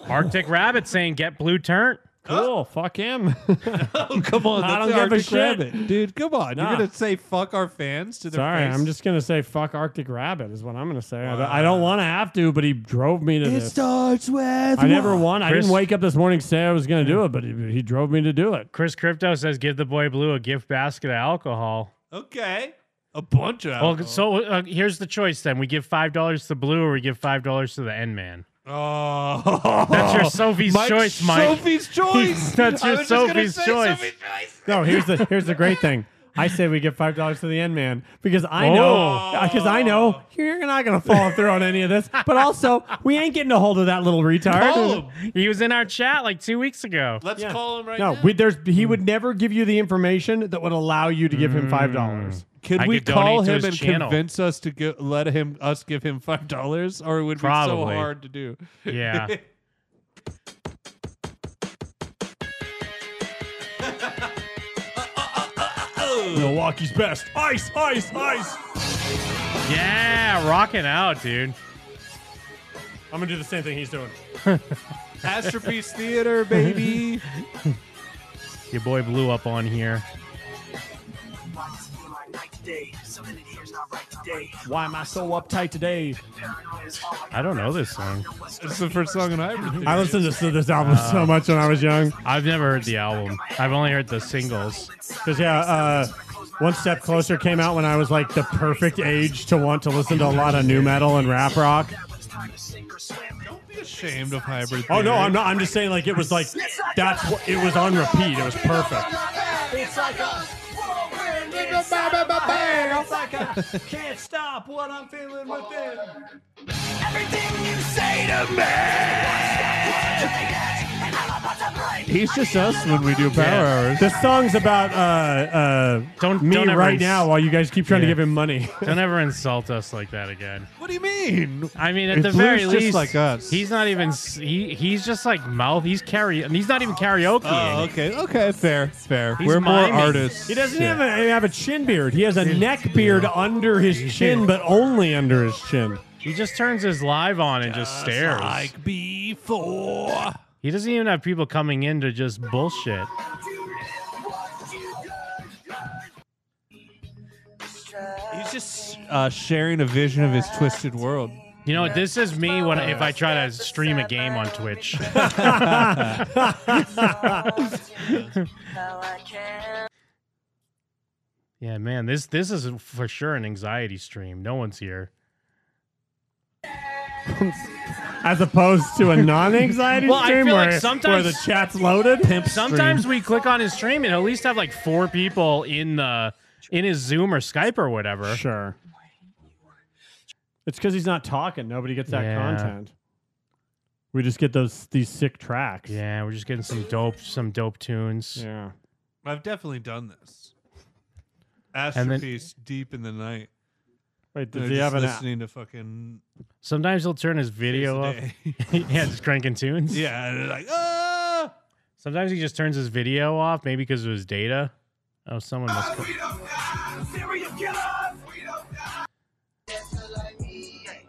Speaker 6: Arctic Rabbit saying get blue turnt.
Speaker 9: Cool, fuck him.
Speaker 11: Oh, come on.
Speaker 9: I
Speaker 11: That's the
Speaker 9: don't give a
Speaker 11: Arctic
Speaker 9: shit.
Speaker 11: Rabbit. Dude, come on.
Speaker 9: Nah.
Speaker 11: You're going to say fuck our fans to their
Speaker 9: Sorry,
Speaker 11: face?
Speaker 9: I'm just gonna say fuck Arctic Rabbit is what I'm gonna say. I don't- I don't want to have to, but he drove me to
Speaker 11: It
Speaker 9: this.
Speaker 11: starts with.
Speaker 9: I never won. I didn't
Speaker 6: Chris-
Speaker 9: wake up this morning to say I was gonna do it, but he, he drove me to do it.
Speaker 6: Chris Crypto says give the boy blue a gift basket of alcohol.
Speaker 11: Okay. A bunch of.
Speaker 6: Well, so uh, here's the choice then: we give five dollars to blue, or we give five dollars to the End Man.
Speaker 11: Oh.
Speaker 6: That's your Sophie's
Speaker 11: Mike's
Speaker 6: choice, Mike.
Speaker 11: Sophie's choice.
Speaker 6: That's
Speaker 11: I
Speaker 6: your
Speaker 11: was just gonna
Speaker 6: Sophie's
Speaker 11: say
Speaker 6: choice.
Speaker 11: Sophie's choice.
Speaker 9: No, here's the here's the great thing. I say we give five dollars to the end man because I know
Speaker 6: Oh.
Speaker 9: because I know you're not gonna follow through on any of this. But also, we ain't getting a hold of that little retard.
Speaker 11: Call
Speaker 6: He was in our chat like two weeks ago.
Speaker 11: Let's call him right
Speaker 9: no,
Speaker 11: now.
Speaker 9: we, there's he would never give you the information that would allow you to give him five dollars.
Speaker 11: Could
Speaker 6: Mm. I
Speaker 11: we
Speaker 6: could donate
Speaker 11: call
Speaker 6: to
Speaker 11: him
Speaker 6: his
Speaker 11: and
Speaker 6: channel.
Speaker 11: convince us to gi- let him us give him five dollars, or it would be so
Speaker 6: Probably.
Speaker 11: hard to do?
Speaker 6: Yeah.
Speaker 9: Milwaukee's best. Ice, ice, ice.
Speaker 6: Yeah, rocking out, dude.
Speaker 9: I'm gonna do the same thing he's doing.
Speaker 11: Astropiece Theater, baby.
Speaker 6: Your boy blew up on here.
Speaker 9: Why am I so uptight today?
Speaker 6: I don't know this song.
Speaker 11: It's the first song in Ivory.
Speaker 9: I listened to to this album
Speaker 6: Uh.
Speaker 9: so much when I was young.
Speaker 6: I've never heard the album. I've only heard the singles.
Speaker 9: Because yeah, uh, One Step Closer came out when I was like the perfect age to want to listen to a lot of new metal and rap rock.
Speaker 11: Don't be ashamed of hybrid.
Speaker 9: Oh no,
Speaker 11: Theory.
Speaker 9: I'm not. I'm just saying like it was like that's what it was on repeat. It was perfect.
Speaker 8: It's like a whirlwind in the It's like a can't stop what I'm feeling within. Everything you say to me.
Speaker 11: He's just us when we do power hours.
Speaker 9: This song's about uh, uh,
Speaker 6: Don't-
Speaker 9: me
Speaker 6: don't ever
Speaker 9: right
Speaker 6: ins-
Speaker 9: now while you guys keep trying to
Speaker 6: Yeah.
Speaker 9: give him money.
Speaker 6: Don't ever insult us like that again.
Speaker 11: What do you mean?
Speaker 6: I mean, at
Speaker 11: It
Speaker 6: the very
Speaker 11: looks just
Speaker 6: least,
Speaker 11: like us.
Speaker 6: he's not even. s- He he's just like mouth. He's carry. He's not even karaoke.
Speaker 11: Oh, okay, okay, fair, fair.
Speaker 6: He's
Speaker 11: We're
Speaker 6: miming.
Speaker 11: more artists.
Speaker 9: He doesn't
Speaker 11: Yeah.
Speaker 9: even have a chin beard. He has a neck beard under his chin, but only under his chin.
Speaker 6: He just turns his live on and just stares.
Speaker 11: like before.
Speaker 6: He doesn't even have people coming in to just bullshit.
Speaker 11: He's just uh, sharing a vision of his twisted world.
Speaker 6: You know, this is me when if I try to stream a game on Twitch. yeah, man, this this is for sure an anxiety stream. No one's here.
Speaker 9: As opposed to a non-anxiety
Speaker 6: Well, I
Speaker 9: stream
Speaker 6: feel like
Speaker 9: where,
Speaker 6: sometimes-
Speaker 9: where the chat's loaded. Pimp
Speaker 6: Sometimes we click on his stream and at least have like four people in the in his Zoom or Skype or whatever.
Speaker 9: Sure. It's because he's not talking. Nobody gets that
Speaker 6: Yeah.
Speaker 9: content. We just get those these sick tracks.
Speaker 6: Yeah, we're just getting some dope, some dope tunes.
Speaker 9: Yeah.
Speaker 11: I've definitely done this.
Speaker 6: And then-
Speaker 11: Astropiece, deep in the night.
Speaker 9: Wait,
Speaker 6: does
Speaker 11: They're
Speaker 6: he
Speaker 11: just
Speaker 6: have an a-
Speaker 11: listening to fucking
Speaker 6: Sometimes he'll turn his video up. yeah, just cranking tunes.
Speaker 11: Yeah, and they're like ah.
Speaker 6: Sometimes he just turns his video off, maybe because of his data. Oh, someone must.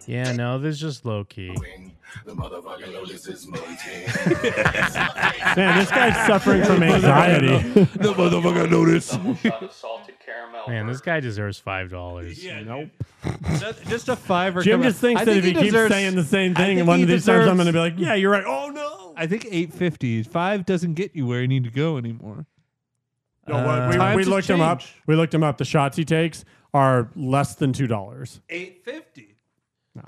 Speaker 6: Yeah, no, this is just low key.
Speaker 9: Man, this guy's suffering from anxiety.
Speaker 11: the motherfucker notice.
Speaker 6: Man, this guy deserves five dollars.
Speaker 9: nope.
Speaker 11: just a fiver.
Speaker 9: Jim
Speaker 11: come
Speaker 9: just
Speaker 11: out.
Speaker 9: thinks
Speaker 11: I
Speaker 9: that
Speaker 11: think
Speaker 9: if he, keeps
Speaker 11: deserves-
Speaker 9: saying the same
Speaker 11: I
Speaker 9: thing,
Speaker 11: think
Speaker 9: one
Speaker 11: he
Speaker 9: of these times
Speaker 11: deserves-
Speaker 9: I'm going to be like, "Yeah, you're right." Oh no.
Speaker 11: Hmm. I think eight fifty. Five doesn't get you where you need to go anymore. Uh,
Speaker 9: No, what-
Speaker 11: Times
Speaker 9: we, we
Speaker 11: has
Speaker 9: looked him up.
Speaker 11: changed.
Speaker 9: We looked him up. The shots he takes are less than two dollars.
Speaker 11: Eight fifty.
Speaker 9: No.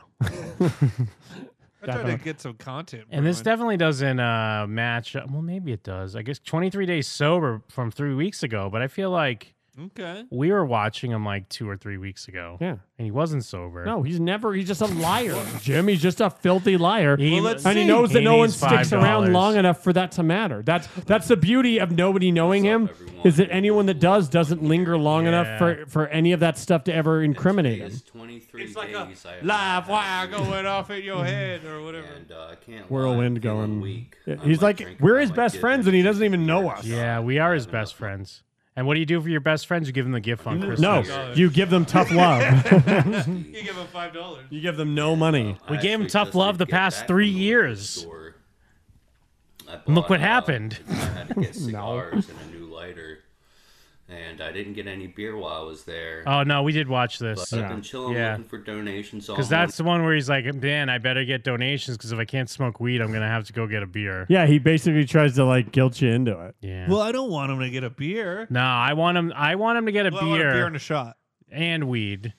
Speaker 11: I tried to get some content.
Speaker 6: And this
Speaker 11: going.
Speaker 6: definitely doesn't uh, match up. Well, maybe it does. I guess 23 days sober from three weeks ago, but I feel like
Speaker 11: Okay.
Speaker 6: we were watching him like two or three weeks ago.
Speaker 9: Yeah.
Speaker 6: And he wasn't sober.
Speaker 9: No, he's never. He's just a liar. Jim, he's just a filthy liar,
Speaker 6: Well, let's
Speaker 9: and he
Speaker 6: see.
Speaker 9: knows that
Speaker 6: He
Speaker 9: no one
Speaker 6: needs
Speaker 9: sticks
Speaker 6: $5.
Speaker 9: around long enough for that to matter. That's that's the beauty of nobody knowing him is that anyone that does doesn't linger long
Speaker 6: Yeah.
Speaker 9: enough for for any of that stuff to ever incriminate him.
Speaker 2: It's 23 it's like days. I have
Speaker 11: Live
Speaker 2: not had
Speaker 11: wire
Speaker 2: a
Speaker 11: going
Speaker 2: drink.
Speaker 11: off at
Speaker 9: Mm-hmm.
Speaker 11: your head or whatever.
Speaker 2: And uh, I can't.
Speaker 9: Whirlwind going. Yeah, he's like, we're his best friends, and he doesn't even know us.
Speaker 6: Yeah, we are his best friends. And what do you do for your best friends? You give them the gift on Christmas.
Speaker 11: Oh,
Speaker 9: No, you give them tough love.
Speaker 11: you give him five dollars.
Speaker 9: You give them no money.
Speaker 6: We gave him tough love the past three years. And look
Speaker 2: bought, uh,
Speaker 6: what happened.
Speaker 2: I had to get cigars and a new lighter. And I didn't get any beer while I was there.
Speaker 6: Oh no, we did watch this.
Speaker 2: But I've been chilling looking for donations all
Speaker 6: Because that's the one where he's like, "Man, I better get donations because if I can't smoke weed, I'm gonna have to go get a beer."
Speaker 9: Yeah, he basically tries to like guilt you into it.
Speaker 6: Yeah.
Speaker 11: Well, I don't want him to get a beer.
Speaker 6: No, I want him. I want him to get a
Speaker 11: Well, I
Speaker 6: beer.
Speaker 11: want a beer and a shot.
Speaker 6: and weed.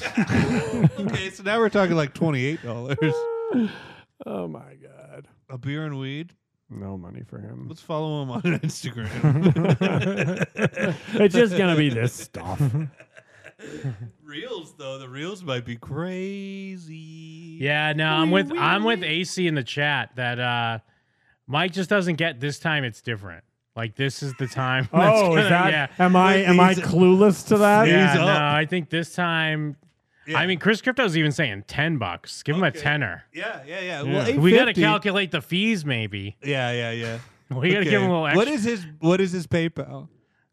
Speaker 11: okay, so now we're talking like twenty eight dollars.
Speaker 9: oh my god.
Speaker 11: A beer and weed.
Speaker 9: No money for him.
Speaker 11: Let's follow him on Instagram.
Speaker 9: it's just gonna be this stuff.
Speaker 11: reels though. The reels might be crazy.
Speaker 6: Yeah, no, I'm with I'm with AC in the chat that uh Mike just doesn't get this time it's different. Like this is the time. that's
Speaker 9: Oh,
Speaker 6: gonna-
Speaker 9: is that?
Speaker 6: yeah.
Speaker 9: Am I am I
Speaker 6: He's-
Speaker 9: clueless to that?
Speaker 6: Yeah, no, I think this time I mean Chris Crypto's even saying 10 bucks. Give him a tenner.
Speaker 11: Yeah, yeah, yeah.
Speaker 9: Yeah.
Speaker 11: Well,
Speaker 6: we got to
Speaker 11: $8.50
Speaker 6: calculate the fees maybe.
Speaker 11: Yeah, yeah, yeah.
Speaker 6: We gotta give him a little
Speaker 11: What
Speaker 6: extra-
Speaker 11: is his What is his PayPal?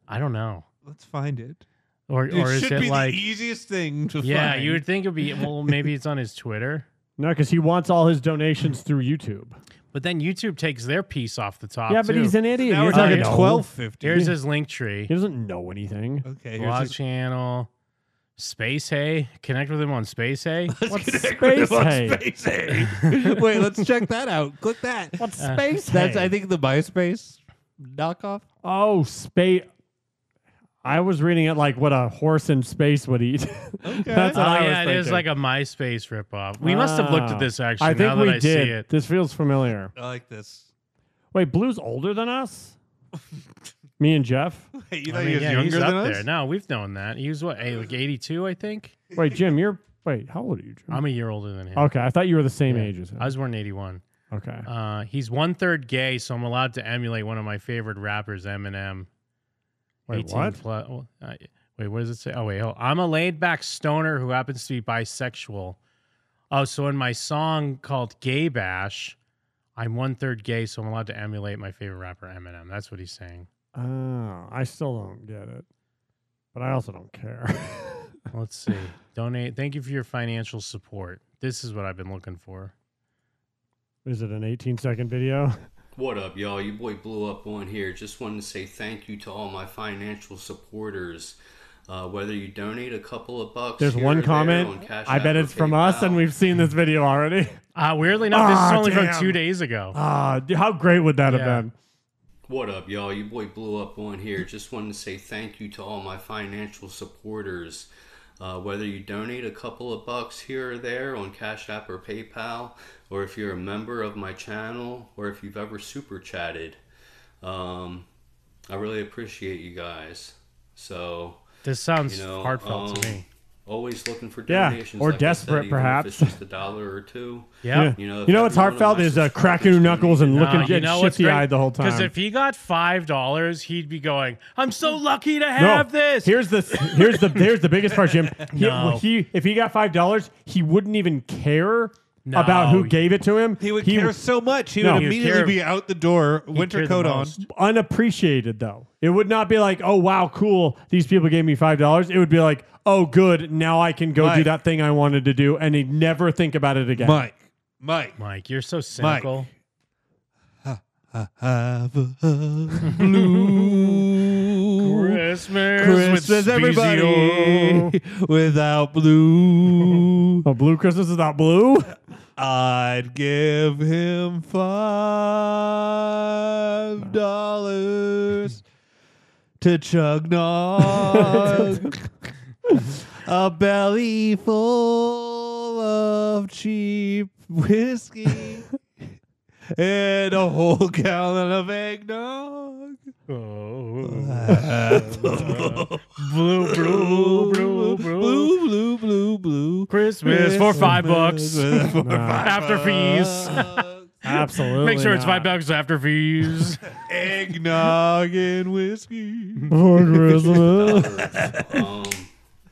Speaker 6: I don't know.
Speaker 11: Let's find it.
Speaker 6: Or
Speaker 11: It
Speaker 6: or is
Speaker 11: should
Speaker 6: it
Speaker 11: be
Speaker 6: like
Speaker 11: the easiest thing to
Speaker 6: Yeah,
Speaker 11: find.
Speaker 6: you would think it would be well maybe it's on his Twitter.
Speaker 9: No, because he wants all his donations through YouTube.
Speaker 6: But then YouTube takes their piece off the top.
Speaker 9: Yeah, but
Speaker 6: too.
Speaker 9: he's an idiot. Now He's we're not talking gonna know. 12.50.
Speaker 6: Here's his link tree.
Speaker 9: He doesn't know anything.
Speaker 11: Okay,
Speaker 6: Blog channel. Space Hay. Connect with him on Space Hay.
Speaker 9: What's
Speaker 11: Space
Speaker 9: space
Speaker 11: Hey.
Speaker 9: hay?
Speaker 11: Space Hey. Wait, let's check that out. Click that.
Speaker 9: What's Space
Speaker 11: That's
Speaker 9: Hey?
Speaker 11: I think the MySpace knockoff.
Speaker 9: Oh, space. I was reading it like what a horse in space would eat.
Speaker 6: oh
Speaker 9: That's what I was
Speaker 6: yeah, it is
Speaker 9: thinking.
Speaker 6: like a MySpace ripoff. We must have looked
Speaker 9: Ah.
Speaker 6: at this actually.
Speaker 9: I think
Speaker 6: now
Speaker 9: we
Speaker 6: that I
Speaker 9: did.
Speaker 6: see it.
Speaker 9: This feels familiar.
Speaker 11: I like this.
Speaker 9: Wait, Blue's older than us. Me and Jeff.
Speaker 11: Wait, you
Speaker 6: I
Speaker 11: thought
Speaker 6: mean,
Speaker 11: he was
Speaker 6: yeah,
Speaker 11: younger
Speaker 6: he's
Speaker 11: than
Speaker 6: up
Speaker 11: us?
Speaker 6: there. No, we've known that. He was what, eh, like eighty-two, I think.
Speaker 9: Wait, Jim, you're wait. How old are you, Jim?
Speaker 6: I'm a year older than him.
Speaker 9: Hmm. Okay, I thought you were the same
Speaker 6: Yeah.
Speaker 9: age as him.
Speaker 6: I was born in eighty-one.
Speaker 9: Okay.
Speaker 6: Uh, he's one third gay, so I'm allowed to emulate one of my favorite rappers, Eminem.
Speaker 9: Wait,
Speaker 6: 18
Speaker 9: what?
Speaker 6: Plus, well, I- wait, what does it say? Oh wait, hold. I'm a laid back stoner who happens to be bisexual. Oh, so in my song called "Gay Bash," I'm one third gay, so I'm allowed to emulate my favorite rapper, Eminem. That's what he's saying.
Speaker 9: Oh, I still don't get it, but I also don't care.
Speaker 6: Let's see. Donate. Thank you for your financial support. This is what I've been looking for.
Speaker 9: Is it an 18 second video?
Speaker 2: What up, y'all? Your boy blew up on here. Just wanted to say thank you to all my financial supporters. Uh, whether you donate a couple of bucks,
Speaker 9: There's
Speaker 2: here or
Speaker 9: one
Speaker 2: there
Speaker 9: comment.
Speaker 2: on Cash
Speaker 9: I
Speaker 2: App
Speaker 9: bet
Speaker 2: or
Speaker 9: it's from us, and we've seen this video already.
Speaker 6: Uh, weirdly enough, this is
Speaker 9: Ah,
Speaker 6: only
Speaker 9: damn.
Speaker 6: from two days ago.
Speaker 9: Ah, d- how great would that
Speaker 6: Yeah.
Speaker 9: have been?
Speaker 2: What up, y'all? Your boy blew up on here. Just wanted to say thank you to all my financial supporters. Uh, whether you donate a couple of bucks here or there on Cash App or PayPal, or if you're a member of my channel, or if you've ever super chatted, um, I really appreciate you guys. So
Speaker 6: This sounds
Speaker 2: you know,
Speaker 6: heartfelt to
Speaker 2: um,
Speaker 6: me.
Speaker 2: Always looking for
Speaker 9: Yeah,
Speaker 2: donations.
Speaker 9: or
Speaker 2: like I said,
Speaker 9: desperate,
Speaker 2: even if
Speaker 9: perhaps.
Speaker 2: it's just a dollar or two. You know, if
Speaker 9: you know what's
Speaker 2: every one of
Speaker 9: heartfelt
Speaker 2: my
Speaker 9: is uh, cracking your knuckles and
Speaker 6: Uh,
Speaker 9: looking at shifty eyed the whole
Speaker 6: Because
Speaker 9: time.
Speaker 6: if he got five dollars, he'd be going, "I'm so lucky to have this."
Speaker 9: Here's the here's the here's the biggest part, Jim. He,
Speaker 6: No.
Speaker 9: he- if he got five dollars, he wouldn't even care
Speaker 6: No.
Speaker 9: about who gave it to him.
Speaker 11: He would care so much, he would immediately be out the door, He'd winter care the coat on. most.
Speaker 9: Unappreciated though, it would not be like, oh wow, cool, these people gave me five dollars. It would be like, oh good, now I can go do
Speaker 11: Mike.
Speaker 9: that thing I wanted to do, and he'd never think about it again.
Speaker 11: Mike, Mike,
Speaker 6: Mike, you're so
Speaker 9: cynical.
Speaker 11: I have a blue
Speaker 6: Christmas,
Speaker 11: Christmas, everybody, without blue.
Speaker 9: a blue Christmas without blue.
Speaker 11: I'd give him five dollars to chug nog a belly full of cheap whiskey and a whole gallon of eggnog.
Speaker 9: Oh.
Speaker 6: blue, blue, blue, blue,
Speaker 11: blue, blue, blue.
Speaker 6: Christmas for five bucks.
Speaker 11: Christmas for
Speaker 6: Nah.
Speaker 11: five
Speaker 6: after
Speaker 11: bucks.
Speaker 6: fees.
Speaker 9: Absolutely
Speaker 6: Make sure it's
Speaker 9: not.
Speaker 6: five bucks after fees.
Speaker 11: Eggnog and whiskey.
Speaker 9: For Christmas.
Speaker 2: um,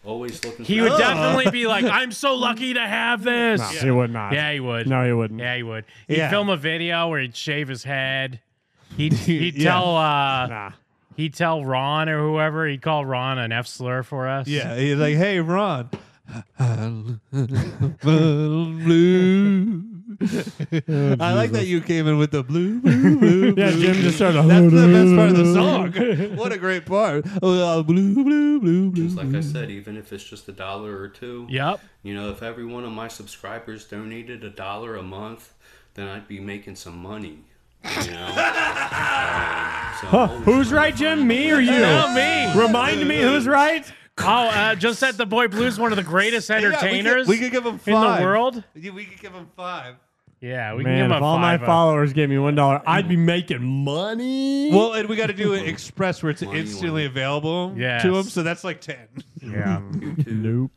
Speaker 2: always looking.
Speaker 6: He
Speaker 2: for-
Speaker 6: would definitely be like, "I'm so lucky to have this."
Speaker 9: No, he would not.
Speaker 6: Yeah, he would.
Speaker 9: No, he wouldn't.
Speaker 6: Yeah, he would. He'd
Speaker 9: Yeah.
Speaker 6: film a video where he'd shave his head. He'd, he'd
Speaker 9: Yeah.
Speaker 6: tell uh, he'd tell Ron or whoever. He'd call Ron an F slur for us.
Speaker 11: Yeah, he's like, hey, Ron. blue. I like that you came in with the blue, blue, blue.
Speaker 9: Yeah,
Speaker 11: blue,
Speaker 9: Jim
Speaker 11: blue.
Speaker 9: just started,
Speaker 11: That's the best part of the song. What a great part. Uh, blue, blue, blue, blue.
Speaker 2: Just like I said, even if it's just a dollar or two.
Speaker 6: Yep.
Speaker 2: You know, if every one of my subscribers donated a dollar a month, then I'd be making some money. You know. Um, so
Speaker 9: Huh, Who's right, Jim? Me or you?
Speaker 6: No, me.
Speaker 9: Remind me who's right.
Speaker 6: Oh, uh, just said the boy blue's one of the greatest
Speaker 11: Yeah, we could-
Speaker 6: entertainers.
Speaker 11: we could give him
Speaker 6: in
Speaker 11: five.
Speaker 6: the world.
Speaker 11: Yeah, we could give him five.
Speaker 6: Yeah, we can
Speaker 9: Man,
Speaker 6: give him
Speaker 9: if
Speaker 6: a
Speaker 9: all my
Speaker 6: five.
Speaker 9: followers gave me one dollar, I'd be making money.
Speaker 11: Well, and we got to do it express where it's instantly available to him.
Speaker 9: Yes.
Speaker 11: So that's like 10.
Speaker 9: Yeah.
Speaker 2: nope.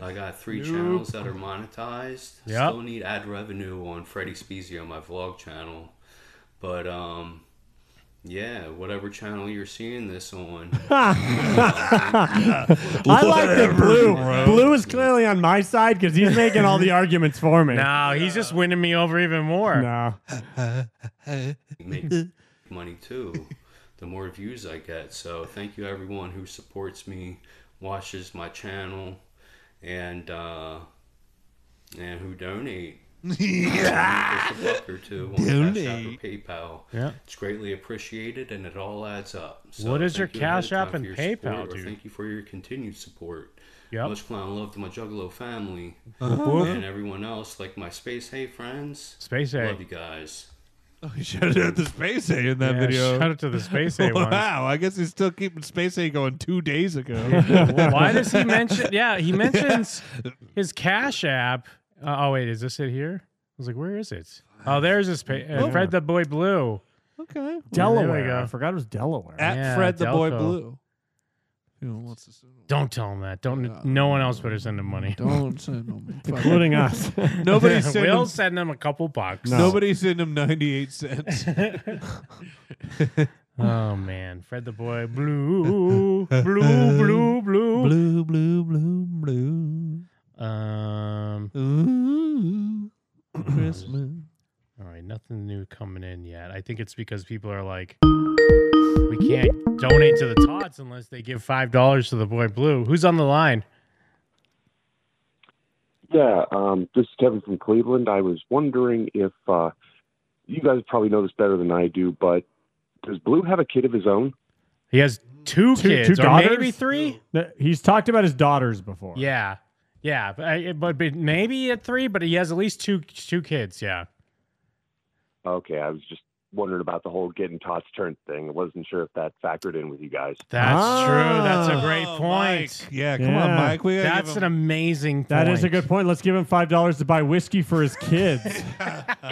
Speaker 2: I got three
Speaker 11: Nope.
Speaker 2: channels that are monetized.
Speaker 11: Yep.
Speaker 2: Still need ad revenue on Freddie Spezia, my vlog channel. But um, yeah, whatever channel you're seeing this on.
Speaker 9: I like that blue. Blue is clearly on my side because he's making all the arguments for me.
Speaker 6: No, he's just winning me over even more.
Speaker 9: No.
Speaker 2: make
Speaker 6: Mm-hmm.
Speaker 2: money too the more views i get so thank you everyone who supports me watches my channel and uh and who donate yeah. or two on Cash App or
Speaker 6: Donate.
Speaker 2: PayPal.
Speaker 6: Yeah.
Speaker 2: It's greatly appreciated and it all adds up.
Speaker 6: What is your
Speaker 2: thank you ahead
Speaker 6: Cash
Speaker 2: of time
Speaker 6: App
Speaker 2: for
Speaker 6: and
Speaker 2: your
Speaker 6: PayPal,
Speaker 2: support, or
Speaker 6: dude?
Speaker 2: Thank you for your continued support.
Speaker 6: Yep. Uh-huh.
Speaker 2: Much clown love to my Juggalo family
Speaker 6: Whoop, whoop.
Speaker 2: and everyone else, like my Space Hey friends.
Speaker 6: Space Hey.
Speaker 2: Love you guys.
Speaker 11: Oh, he shouted out the Space A in that
Speaker 6: Yeah,
Speaker 11: video.
Speaker 6: shout out to the Space A one.
Speaker 11: Wow, I guess he's still keeping Space A going two days ago.
Speaker 6: Why does he mention? Yeah, he mentions his Cash App. Uh, oh wait, is this it here? I was like, where is it? Oh, there's his pa- uh,
Speaker 9: Oh.
Speaker 6: Fred the Boy Blue.
Speaker 11: Okay.
Speaker 6: There we
Speaker 9: Delaware.
Speaker 6: go.
Speaker 9: I forgot it was Delaware.
Speaker 11: At
Speaker 6: Yeah,
Speaker 11: Fred the Boy
Speaker 6: Delco.
Speaker 11: Blue. Who wants to send-
Speaker 6: Don't tell him that. Don't. no one else better send him money.
Speaker 11: Don't send him,
Speaker 9: Including us.
Speaker 11: Nobody send
Speaker 6: will
Speaker 11: him-
Speaker 6: send him a couple bucks.
Speaker 11: Nobody send him 98 cents.
Speaker 6: Oh man, Fred the Boy Blue, blue, blue, blue,
Speaker 11: blue, blue, blue, blue.
Speaker 6: Um.
Speaker 11: Ooh, Christmas.
Speaker 6: All right, nothing new coming in yet. I think it's because people are like, we can't donate to the Tots unless they give five dollars to the Boy Blue. Who's on the line?
Speaker 13: Yeah, um, this is Kevin from Cleveland. I was wondering if uh, you guys probably know this better than I do, but does Blue have a kid of his own?
Speaker 6: He has two, kids, or maybe three.
Speaker 9: No, He's talked about his daughters before.
Speaker 6: Yeah, yeah, but, I- but but maybe at three. But he has at least two two kids. Yeah.
Speaker 13: Okay, I was just wondering about the whole getting Todd's turn thing. I wasn't sure if that factored in with you guys.
Speaker 6: That's true. That's a
Speaker 9: Ah.
Speaker 6: great point.
Speaker 11: Yeah,
Speaker 9: come on, Yeah. Mike, we gotta
Speaker 6: That's
Speaker 9: give
Speaker 6: an amazing. Point.
Speaker 9: That is a good point. Let's give him five dollars to buy whiskey for his kids.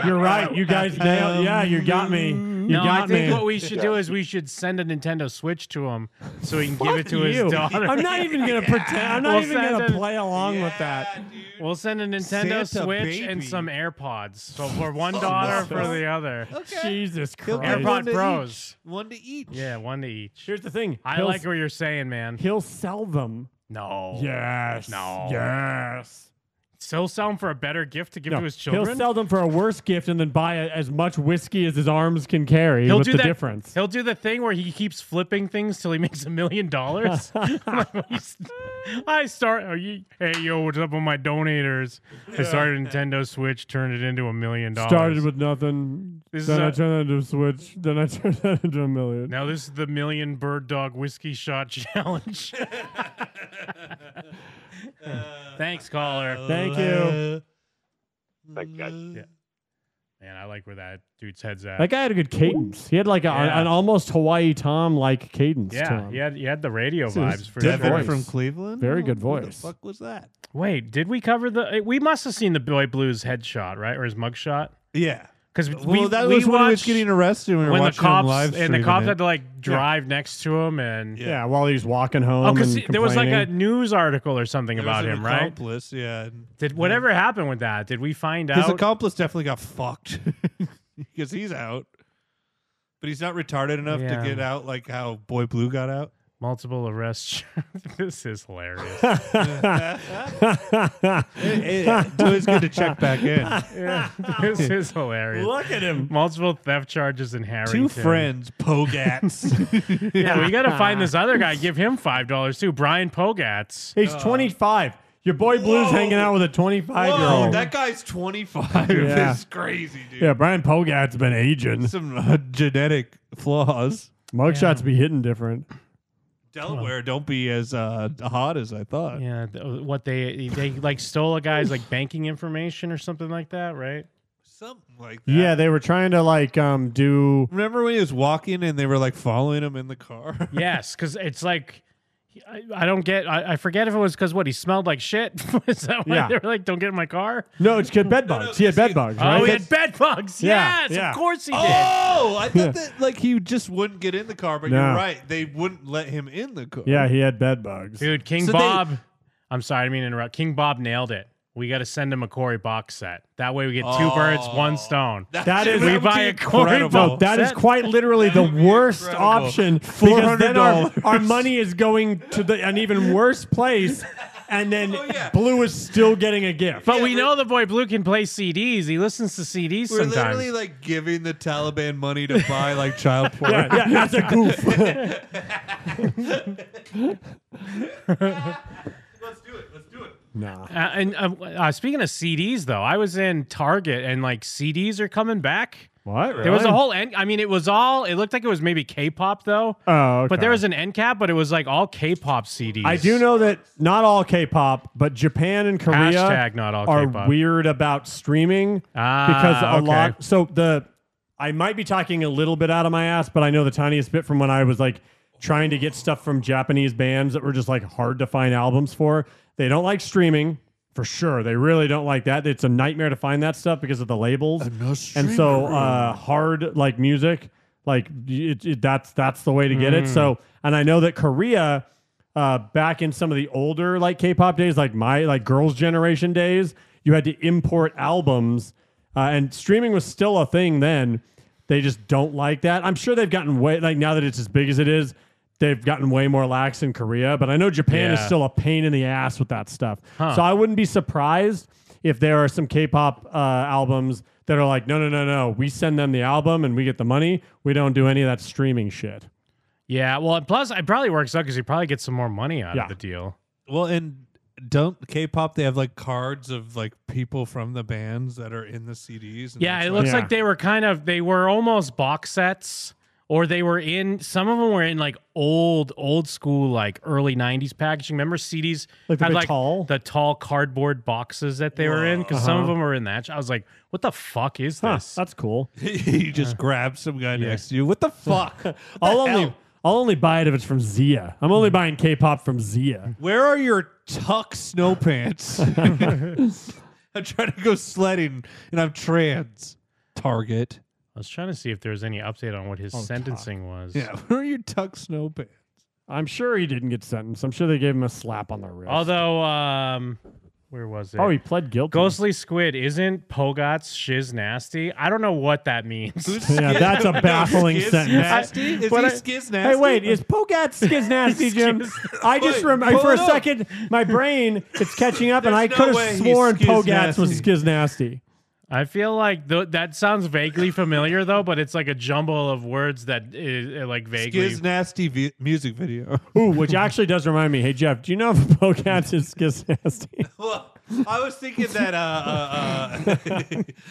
Speaker 9: You're right. You guys nailed. Yeah, you got me. You
Speaker 6: Um, No, I
Speaker 9: got
Speaker 6: think
Speaker 9: me.
Speaker 6: what we should do is we should send a Nintendo Switch to him so he can give it
Speaker 9: Fuck
Speaker 6: to
Speaker 9: you.
Speaker 6: his daughter.
Speaker 9: I'm not even gonna pretend- I'm not even
Speaker 6: send
Speaker 9: gonna play along with
Speaker 6: that. We'll send a Nintendo
Speaker 9: Santa
Speaker 6: Switch
Speaker 9: baby. Oh,
Speaker 6: and some AirPods. So for one daughter for the other.
Speaker 9: Jesus Christ.
Speaker 6: AirPod Pros.
Speaker 11: One to each.
Speaker 6: Yeah, one to each.
Speaker 9: Here's the thing.
Speaker 6: I
Speaker 9: He'll
Speaker 6: like
Speaker 9: s-
Speaker 6: what you're saying, man.
Speaker 9: He'll sell them.
Speaker 6: No.
Speaker 9: Yes.
Speaker 6: No.
Speaker 9: Yes.
Speaker 6: Still sell him for a better gift to give
Speaker 9: No,
Speaker 6: to his children.
Speaker 9: He'll sell them for a worse gift and then buy a, as much whiskey as his arms can carry.
Speaker 6: He'll
Speaker 9: What's
Speaker 6: do
Speaker 9: the
Speaker 6: that-
Speaker 9: difference?
Speaker 6: He'll do the thing where he keeps flipping things till he makes a million dollars. I'm like, what you s- I start. Are you? Hey, yo, what's up with my donators? I started a Nintendo Switch, turned it into a million dollars.
Speaker 9: Started with nothing.
Speaker 6: This
Speaker 9: then
Speaker 6: is
Speaker 9: I
Speaker 6: a-
Speaker 9: turned that into a switch. Then I turned that into a million.
Speaker 6: Now this is the million bird dog whiskey shot challenge. Thanks,
Speaker 11: Uh,
Speaker 6: caller.
Speaker 9: Thank you.
Speaker 13: Thanks, guys.
Speaker 6: Yeah. Man, I like where that dude's head's at.
Speaker 9: That guy had a good cadence. He had like a,
Speaker 6: Yeah.
Speaker 9: an almost Hawaii Tom like cadence. to
Speaker 6: Yeah,
Speaker 9: him.
Speaker 6: he had, he had the radio
Speaker 9: This is
Speaker 6: vibes for
Speaker 9: Devin
Speaker 6: sure.
Speaker 9: from Cleveland? Very good Who the voice. fuck
Speaker 11: was that?
Speaker 6: Wait, did we cover the? eh, We must have seen the boy blues headshot, right, or his mugshot?
Speaker 11: Yeah.
Speaker 6: because
Speaker 11: Well,
Speaker 6: we,
Speaker 11: that
Speaker 6: we
Speaker 11: was when he was
Speaker 6: watched-
Speaker 11: getting arrested and we were
Speaker 6: when the
Speaker 11: watching him
Speaker 6: cops
Speaker 11: live
Speaker 6: and the
Speaker 11: streaming
Speaker 6: cops
Speaker 11: it.
Speaker 6: had to like
Speaker 11: Yeah.
Speaker 6: drive next to him and
Speaker 9: Yeah, while he's walking home.
Speaker 6: Oh, because
Speaker 9: and
Speaker 6: there was like a
Speaker 9: complaining.
Speaker 6: news article or something
Speaker 11: There was
Speaker 6: about
Speaker 11: an
Speaker 6: him, right?
Speaker 11: accomplice, Yeah. and-
Speaker 6: Did whatever happened with that? Did we find
Speaker 11: His
Speaker 6: out?
Speaker 11: accomplice definitely got fucked because he's out, but he's not retarded enough
Speaker 6: Yeah.
Speaker 11: to get out like how Boy Blue got out.
Speaker 6: Multiple arrests. this is hilarious.
Speaker 11: It's always good to check back in.
Speaker 6: Yeah, this is hilarious.
Speaker 11: Look at him.
Speaker 6: Multiple theft charges in Harrington.
Speaker 11: Two friends, Pogats.
Speaker 6: yeah, we got to find this other guy. Give him five dollars too. Brian Pogatz.
Speaker 9: He's 25. Your boy Blue's hanging out with a 25 year
Speaker 11: Whoa,
Speaker 9: old.
Speaker 11: that guy's 25.
Speaker 9: Yeah.
Speaker 11: This is crazy, dude.
Speaker 9: Yeah, Brian Pogat's been aging.
Speaker 11: Some uh, genetic flaws.
Speaker 9: Mugshots be hitting different.
Speaker 11: Delaware don't be as uh, hot as I thought.
Speaker 6: Yeah, th- uh, what they they like stole a guy's like banking information or something like that, right?
Speaker 11: Something like that.
Speaker 9: Yeah, they were trying to like um do.
Speaker 11: Remember when he was walking and they were like following him in the car?
Speaker 6: Yes, because it's like I, I don't get. I, I forget if it was because what he smelled like shit. Is that why
Speaker 9: Yeah.
Speaker 6: they were like, "Don't get in my car"?
Speaker 9: No, it's kid
Speaker 11: Oh,
Speaker 9: bed bugs. he had bed bugs, right?
Speaker 6: Oh, he had bed bugs.
Speaker 9: Yeah,
Speaker 6: yes,
Speaker 9: yeah.
Speaker 6: of course he did.
Speaker 11: Oh, I
Speaker 9: Yeah.
Speaker 11: thought that like he just wouldn't get in the car, but
Speaker 9: No.
Speaker 11: you're right. They wouldn't let him in the car.
Speaker 9: yeah, he had bed bugs.
Speaker 6: dude, King
Speaker 11: So they-
Speaker 6: Bob. I'm sorry, I didn't mean to interrupt. King Bob nailed it. We got to send him a Corey box set. That way we get two birds, one stone.
Speaker 9: That is
Speaker 6: we buy a Corey
Speaker 9: No,
Speaker 6: box.
Speaker 9: that is
Speaker 6: set.
Speaker 9: quite literally the worst option because then our,
Speaker 11: $400.
Speaker 9: our money is going to the, an even worse place, and then Blue is still getting a gift.
Speaker 6: But we know the boy Blue can play CDs. He listens to CDs
Speaker 11: We're
Speaker 6: sometimes.
Speaker 11: literally like giving the Taliban money to buy like child porn.
Speaker 9: Yeah, yeah, that's a goof.
Speaker 11: Let's do it. Let's do it.
Speaker 9: Nah.
Speaker 6: Uh, and uh, uh, speaking of CDs, though, I was in Target and like CDs are coming back.
Speaker 9: What?
Speaker 6: There was a
Speaker 9: Really?
Speaker 6: whole end. I mean, it was all. It looked like it was maybe K-pop though.
Speaker 9: Oh,
Speaker 6: But there
Speaker 9: okay.
Speaker 6: was an end cap, but it was like all K-pop CDs.
Speaker 9: I do know that not all K-pop, but Japan and Korea
Speaker 6: Hashtag not all
Speaker 9: are
Speaker 6: K-pop.
Speaker 9: weird about streaming
Speaker 6: Ah,
Speaker 9: because a
Speaker 6: okay.
Speaker 9: lot. So the I might be talking a little bit out of my ass, but I know the tiniest bit from when I was like trying to get stuff from Japanese bands that were just like hard to find albums for. They don't like streaming for sure. They really don't like that. It's a nightmare to find that stuff because of the labels. And so uh, hard like music, like it, it- that's that's the way to get it.
Speaker 6: Mm.
Speaker 9: So and I know that Korea uh, back in some of the older like K-pop days, like my like girls' generation days, you had to import albums, uh, and streaming was still a thing then. They just don't like that. I'm sure they've gotten way like now that it's as big as it is, they've gotten way more lax in Korea. But I know Japan is
Speaker 6: Yeah.
Speaker 9: still a pain in the ass with that stuff.
Speaker 6: Huh.
Speaker 9: So I wouldn't be surprised if there are some K-pop uh, albums that are like, no, no, no, no, we send them the album and we get the money. We don't do any of that streaming shit.
Speaker 6: Yeah. Well, and plus, it probably works out because you probably get some more money out
Speaker 9: Yeah.
Speaker 6: of the deal.
Speaker 11: Well, and don't K-pop they have like cards of like people from the bands that are in the CDs. And
Speaker 6: Yeah,
Speaker 11: that's
Speaker 6: it
Speaker 11: why-
Speaker 6: looks like they were kind of they were almost box sets, or they were in some of them were in like old old school like early '90s packaging. Remember CDs
Speaker 9: Like the
Speaker 6: had
Speaker 9: big
Speaker 6: like tall? the tall cardboard boxes that they were in because some of
Speaker 9: Uh-huh.
Speaker 6: them were in that. I was like, what the fuck is
Speaker 9: Huh,
Speaker 6: this?
Speaker 9: that's cool.
Speaker 11: you just grab some guy next to you. What the fuck? What the
Speaker 9: I'll only
Speaker 11: hell?
Speaker 9: I'll only buy it if it's from Zia. I'm
Speaker 6: Hmm.
Speaker 9: only buying K-pop from Zia.
Speaker 11: Where are your tuck snow pants? I'm trying to go sledding and I'm trans. Target.
Speaker 6: I was trying to see if there was any update on what his
Speaker 9: Oh, Tuck.
Speaker 6: sentencing was.
Speaker 9: Yeah, where are your Tuck snow pants? I'm sure he didn't get sentenced. I'm sure they gave him a slap on the wrist.
Speaker 6: Although, um, where was it?
Speaker 9: Oh, he pled guilty.
Speaker 6: Ghostly Squid isn't Pogot's shiz nasty. I I don't know what that means.
Speaker 9: yeah, that's a baffling sentence.
Speaker 6: I-
Speaker 9: But I- Hey, wait, is Pogat skiz nasty, Jim? I just remember for a second, my brain it's catching up, and I
Speaker 6: no
Speaker 9: could
Speaker 6: way
Speaker 9: have
Speaker 6: he's
Speaker 9: sworn
Speaker 6: skiz
Speaker 9: Pogat was
Speaker 6: nasty.
Speaker 9: skiz nasty.
Speaker 6: I feel like th- that sounds vaguely familiar though, but it's like a jumble of words that is uh, like vaguely.
Speaker 9: Skiz nasty music video. Ooh, which actually does remind me. Hey, Jeff, do you know if Pogat is skiz nasty?
Speaker 11: Well, I was thinking that uh, uh, uh,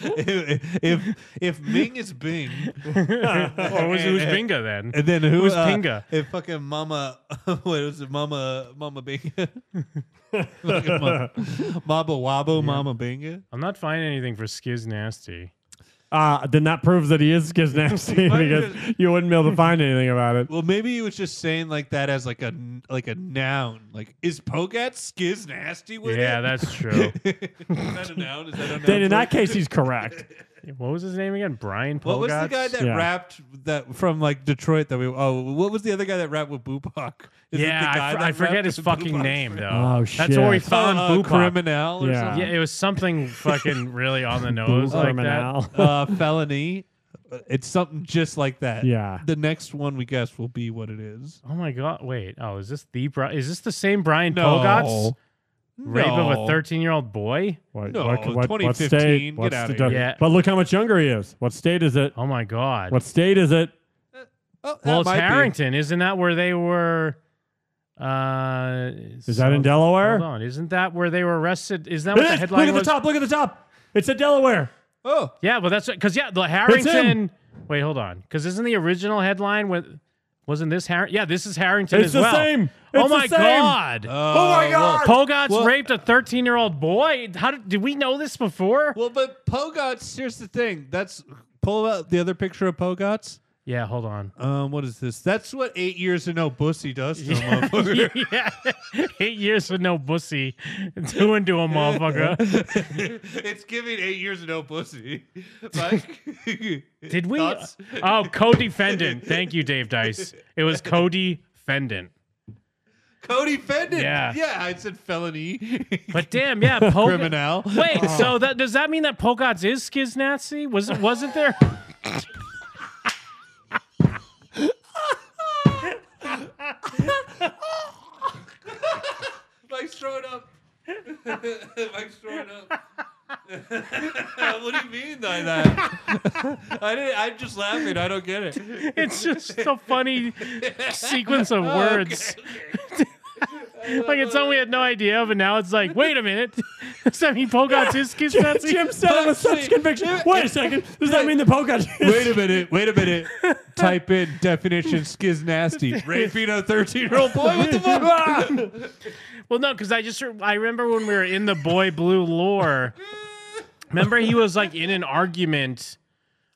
Speaker 11: if, if if Ming is Bing,
Speaker 6: Or was- who's Binga then?
Speaker 11: And then who
Speaker 6: Who's
Speaker 11: uh,
Speaker 6: Pinga?
Speaker 11: If fucking Mama, what was it, Mama Mama Binga? fucking Mama, Mama Wabo, Mama Binga.
Speaker 6: I'm not finding anything for skiz nasty.
Speaker 9: Uh, then that proves that he is skiz nasty
Speaker 11: might
Speaker 9: because you wouldn't be able to find anything about it.
Speaker 11: Well, maybe he was just saying like that as like a like a noun. Like, is Pogat skiz nasty with
Speaker 6: Yeah,
Speaker 11: it?
Speaker 6: that's true.
Speaker 11: is that a noun? Is that a noun?
Speaker 9: Then in that case, he's correct.
Speaker 6: What was his name again? Brian Pogots?
Speaker 11: What was the guy that rapped that from like Detroit that we? Oh, what was the other guy that rapped with Bupac? Is it
Speaker 6: yeah,
Speaker 11: the guy
Speaker 6: I, fr-
Speaker 11: that
Speaker 6: I forget
Speaker 11: rapped
Speaker 6: his
Speaker 11: with
Speaker 6: fucking
Speaker 11: Bupac's
Speaker 6: name
Speaker 11: friend?
Speaker 6: though.
Speaker 9: Oh,
Speaker 6: That's where we
Speaker 9: shit.
Speaker 6: found
Speaker 11: Uh,
Speaker 6: Bupac.
Speaker 11: Criminal or
Speaker 6: yeah.
Speaker 11: something?
Speaker 6: Yeah, it was something fucking really on the nose like that.
Speaker 11: uh, felony. Uh, It's something just like that.
Speaker 6: Yeah.
Speaker 11: The next one we guess will be what it is.
Speaker 6: Oh my god! Wait. Oh, is this the Bri- is this the same Brian
Speaker 11: No.
Speaker 6: Pogot's rape of a
Speaker 11: No.
Speaker 6: thirteen-year-old boy?
Speaker 9: What,
Speaker 11: No,
Speaker 9: what, what, what
Speaker 11: 2015,
Speaker 9: state?
Speaker 11: get
Speaker 9: what's
Speaker 11: outta
Speaker 9: the
Speaker 11: here.
Speaker 9: dun-
Speaker 11: Yeah.
Speaker 9: But look how much younger he is. What state is it?
Speaker 6: Oh my god!
Speaker 9: What state is it?
Speaker 11: Oh,
Speaker 6: well, it's
Speaker 9: might be.
Speaker 6: Harrington, isn't that where they were? Uh,
Speaker 9: Is that in Delaware?
Speaker 6: Hold on, isn't that where they were arrested? Is that what
Speaker 9: It
Speaker 6: the
Speaker 9: is!
Speaker 6: headline
Speaker 9: look at
Speaker 6: was?
Speaker 9: the top. Look at the top. It's in Delaware.
Speaker 11: Oh,
Speaker 6: yeah. Well, that's because yeah, the
Speaker 9: him.
Speaker 6: Harrington. Wait, hold on, because isn't the original headline with? Wasn't this Harrington? Yeah, this is Harrington
Speaker 9: It's
Speaker 6: as
Speaker 9: the
Speaker 6: well.
Speaker 9: same.
Speaker 6: oh
Speaker 9: It's the
Speaker 6: my
Speaker 9: same.
Speaker 6: god!
Speaker 11: Uh,
Speaker 9: Oh my God.
Speaker 6: Well, Pogot's
Speaker 9: Well-
Speaker 6: raped a thirteen-year-old boy. How did, did we know this before?
Speaker 11: Well, but Pogot's. Here's the thing. That's pull out the other picture of Pogot's.
Speaker 6: Yeah, hold on.
Speaker 11: Um, what is this? That's what eight years of no bussy does to a motherfucker.
Speaker 6: yeah, eight years with no bussy, doing to a motherfucker.
Speaker 11: it's giving eight years of no pussy. Mike?
Speaker 6: Did we?
Speaker 11: Thoughts?
Speaker 6: Oh, co-defendant. Thank you, Dave Dice. It was co-defendant.
Speaker 11: Cody Fendon.
Speaker 6: Yeah.
Speaker 11: Yeah, I said felony.
Speaker 6: But damn, yeah, Pog-
Speaker 11: Criminal.
Speaker 6: Wait,
Speaker 11: Oh.
Speaker 6: so that does that mean that Pogot's is skiznazi? Was it wasn't there?
Speaker 11: Mike's throwing up. Mike's throwing up. what do you mean by that? I didn't. I'm just laughing. I don't get it.
Speaker 6: It's just a funny sequence of
Speaker 11: Oh, okay,
Speaker 6: words. like it's something we had no idea of, and now it's like, wait a minute. Does that mean Pogot's is
Speaker 9: Jim,
Speaker 6: skiznazi?
Speaker 9: Jim said it with such conviction. Wait a second. Does that mean the Pogat is?
Speaker 11: Wait a minute. Wait a minute. Type in definition skiz nasty. Raping a 13 year old boy. What the fuck?
Speaker 6: Well, no, because I just re- I remember when we were in the boy blue lore. remember he was like in an argument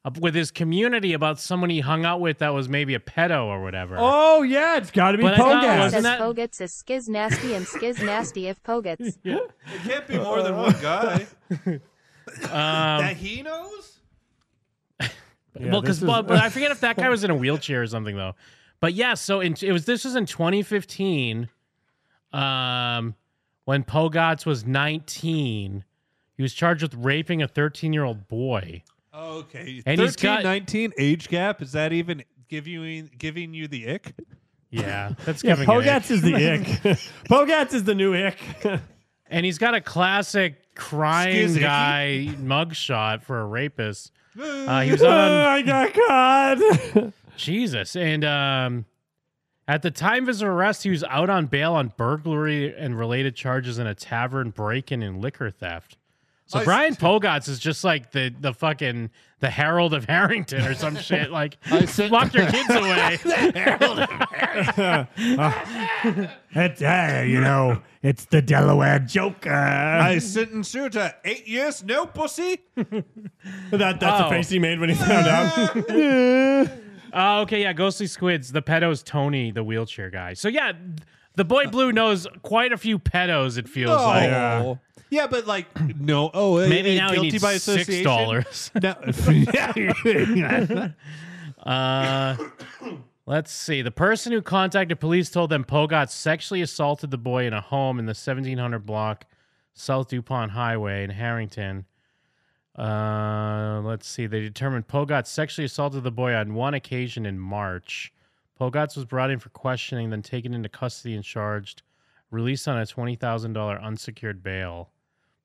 Speaker 6: up with his community about someone he hung out with that was maybe a pedo or whatever.
Speaker 9: Oh yeah, it's got to be
Speaker 6: But I thought-
Speaker 9: Pogat.
Speaker 6: wasn't
Speaker 14: Says
Speaker 6: that-
Speaker 14: Pogets is skiz nasty and skiz nasty if Pogets.
Speaker 11: It can't be more than one guy. that he knows?
Speaker 6: Um, Well, 'cause well,
Speaker 11: this
Speaker 6: because
Speaker 11: is-
Speaker 6: but I forget if that guy was in a wheelchair or something though. But yeah, so in, it was. This was in 2015, um, when Pogotz was 19. He was charged with raping a 13 year old boy.
Speaker 11: Oh, okay. 13,
Speaker 6: And he's got-
Speaker 11: 19 age gap. Is that even giving giving you the ick?
Speaker 6: Yeah, that's
Speaker 9: Yeah,
Speaker 6: giving it
Speaker 9: Pogat's is the ick. Pogat's is the new ick.
Speaker 6: And he's got a classic crying
Speaker 9: Skizzy.
Speaker 6: guy mugshot for a rapist. Uh, he was
Speaker 9: Oh, I
Speaker 6: on
Speaker 9: got caught.
Speaker 6: Jesus, and um, at the time of his arrest, he was out on bail on burglary and related charges in a tavern break-in and liquor theft. So Brian Pogotz is just like the the fucking the Herald of Harrington or some shit. Like, lock your kids away.
Speaker 9: It's, uh, you know, it's the Delaware Joker.
Speaker 11: I sentenced you to eight years, no pussy.
Speaker 9: that, that's
Speaker 6: Oh.
Speaker 9: the face he made when he found out.
Speaker 6: Oh, okay, yeah, Ghostly Squids, the pedo's Tony, the wheelchair guy. So yeah, the boy blue knows quite a few pedos. It feels
Speaker 11: No.
Speaker 6: like.
Speaker 11: Yeah. Yeah, but like no. Oh, uh,
Speaker 6: Maybe
Speaker 11: uh,
Speaker 6: now he
Speaker 11: guilty
Speaker 6: needs
Speaker 11: by
Speaker 6: six
Speaker 11: association.
Speaker 6: dollars.
Speaker 11: No.
Speaker 6: Uh, let's see. The person who contacted police told them Pogot sexually assaulted the boy in a home in the 1700 block South DuPont Highway in Harrington. Uh, let's see. They determined Pogot sexually assaulted the boy on one occasion in March. Pogots was brought in for questioning, then taken into custody and charged, released on a $20,000 unsecured bail.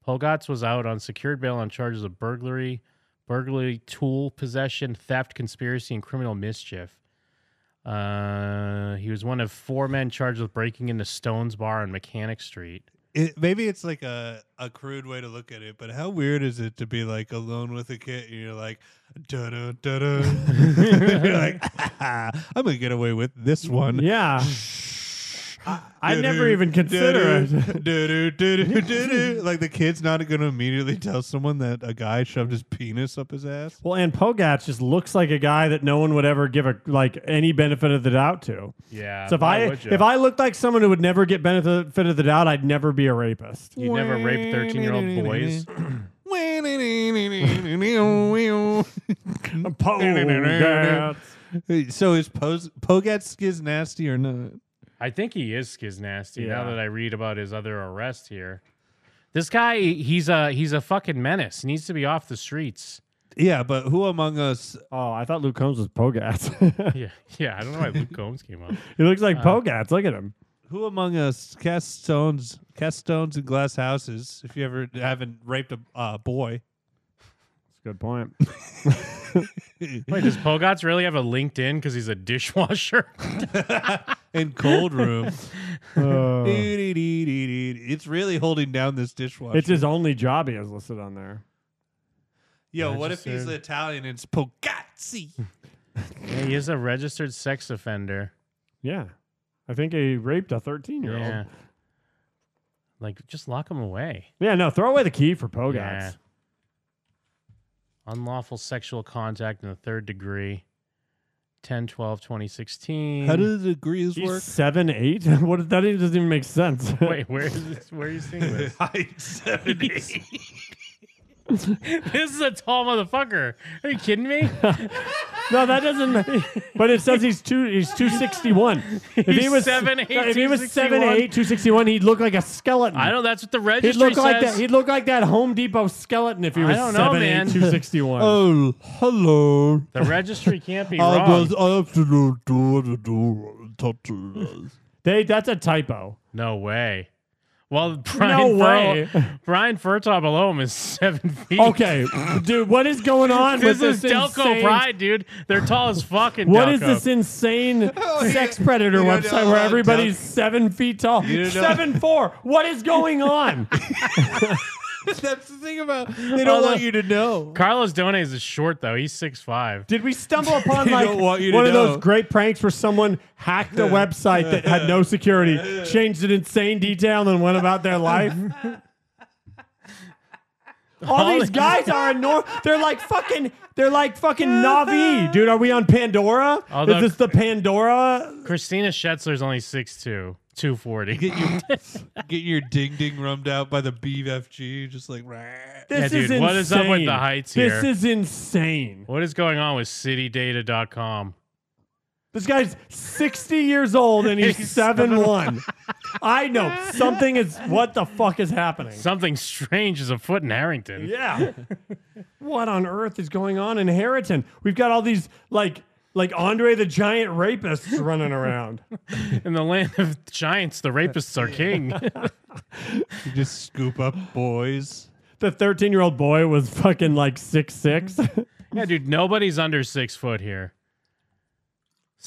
Speaker 6: Pogots was out on secured bail on charges of burglary, burglary tool possession, theft, conspiracy, and criminal mischief. Uh, he was one of four men charged with breaking into Stones Bar on Mechanic Street.
Speaker 11: It, maybe it's like a, a crude way to look at it, but how weird is it to be like alone with a kid and you're like, da da da da. You're like, "Ah, I'm gonna get away with this one.
Speaker 9: Yeah. I never even consider it.
Speaker 11: it. like the kid's not gonna immediately tell someone that a guy shoved his penis up his ass.
Speaker 9: Well, and Pogats just looks like a guy that no one would ever give a like any benefit of the doubt to.
Speaker 6: Yeah,
Speaker 9: So if
Speaker 6: why
Speaker 9: I
Speaker 6: would you?
Speaker 9: if I looked like someone who would never get benefit of the doubt, I'd never be a rapist.
Speaker 6: You never raped 13-year-old boys?
Speaker 9: Pogats.
Speaker 11: So is Pos- Pogats skiz nasty or not?
Speaker 6: I think he is skiznasty now
Speaker 11: Yeah.
Speaker 6: that I read about his other arrest here. This guy, he's a he's a fucking menace. He needs to be off the streets.
Speaker 11: Yeah, but who among us?
Speaker 9: Oh, I thought Luke Combs was Pogats.
Speaker 6: yeah, yeah. I don't know why Luke Combs came up.
Speaker 9: he looks like
Speaker 6: Uh,
Speaker 9: Pogats. Look at him.
Speaker 11: Who among us cast stones, cast stones in glass houses? If you ever haven't raped a uh, boy,
Speaker 9: Good point.
Speaker 6: Wait, does Pogats really have a LinkedIn because he's a dishwasher?
Speaker 11: In cold room.
Speaker 9: Uh,
Speaker 11: It's really holding down this dishwasher.
Speaker 9: It's his only job he has listed on there.
Speaker 11: Yo,
Speaker 9: Yeah,
Speaker 11: what if
Speaker 9: just
Speaker 11: he's
Speaker 9: saying.
Speaker 11: Italian? and It's Pogazzi.
Speaker 6: Yeah, he is a registered sex offender.
Speaker 9: Yeah. I think he raped a 13 year
Speaker 6: Yeah.
Speaker 9: old.
Speaker 6: Like, just lock him away.
Speaker 9: Yeah, no, throw away the key for Pogats.
Speaker 6: Yeah. Unlawful sexual contact in the third degree. 10 12 2016.
Speaker 11: How do the degrees
Speaker 9: He's
Speaker 11: work?
Speaker 9: Seven, eight? What is- that even doesn't even make sense.
Speaker 6: Wait, where is this? Where are you seeing this?
Speaker 11: Height seven eight.
Speaker 6: this is a tall motherfucker. Are you kidding me?
Speaker 9: no, that doesn't. But it says he's two. He's two sixty one. If
Speaker 6: He's seven, eight,
Speaker 9: if he was seven
Speaker 6: 261.
Speaker 9: eight two sixty one, he'd look like a skeleton.
Speaker 6: I know that's what the registry
Speaker 9: He'd look like
Speaker 6: says.
Speaker 9: that. He'd look like that Home Depot skeleton if he
Speaker 6: I
Speaker 9: was
Speaker 6: don't know,
Speaker 9: seven
Speaker 6: man.
Speaker 9: eight two sixty one.
Speaker 11: Oh, hello.
Speaker 6: The registry can't
Speaker 9: Oh,
Speaker 6: be
Speaker 11: I
Speaker 6: wrong.
Speaker 11: was absolutely touching
Speaker 9: They that's a typo.
Speaker 6: No way. Well, Brian
Speaker 9: way.
Speaker 6: Fur- Brian Furtop alone is seven feet.
Speaker 9: Okay, dude, what is going on
Speaker 6: this
Speaker 9: with
Speaker 6: is
Speaker 9: this
Speaker 6: Delco
Speaker 9: insane-
Speaker 6: Pride, dude. They're tall as fucking.
Speaker 9: What
Speaker 6: Delco.
Speaker 9: is this insane
Speaker 11: Oh, yeah.
Speaker 9: sex predator
Speaker 11: You don't know
Speaker 9: website where
Speaker 11: about
Speaker 9: everybody's
Speaker 11: Delco.
Speaker 9: seven feet tall,
Speaker 11: You don't know-
Speaker 9: seven four? What is going on?
Speaker 11: That's the thing about they don't
Speaker 6: Although-
Speaker 11: want you to know.
Speaker 6: Carlos Dones is short though. He's six five.
Speaker 9: Did we stumble upon
Speaker 11: They
Speaker 9: like
Speaker 11: don't
Speaker 9: one
Speaker 11: want you to
Speaker 9: of those
Speaker 11: know.
Speaker 9: great pranks where someone hacked a website that had no security, changed it insane detail, and went about their life? All these guys are enormous. They're like fucking. They're like fucking Navi, dude. Are we on Pandora?
Speaker 6: Although-
Speaker 9: Is this the Pandora?
Speaker 6: Christina Schetzler's only 6'2", 240.
Speaker 11: Get your get your ding ding rummed out by the BFG, just like "Rah."
Speaker 9: This
Speaker 6: Yeah,
Speaker 9: is
Speaker 6: dude,
Speaker 9: insane.
Speaker 6: what is up with the heights
Speaker 9: This
Speaker 6: here?
Speaker 9: is insane.
Speaker 6: what is going on with citydata.com?
Speaker 9: This guy's sixty years old and he's,
Speaker 6: He's
Speaker 9: seven one. I know something is. What the fuck is happening?
Speaker 6: Something strange is afoot in Harrington.
Speaker 9: Yeah. what on earth is going on in Harrington? We've got all these like like Andre the Giant rapists running around.
Speaker 6: In the land of giants, the rapists are king.
Speaker 11: You just scoop up boys.
Speaker 9: the thirteen year old boy was fucking like six six.
Speaker 6: yeah, dude, nobody's under six foot here.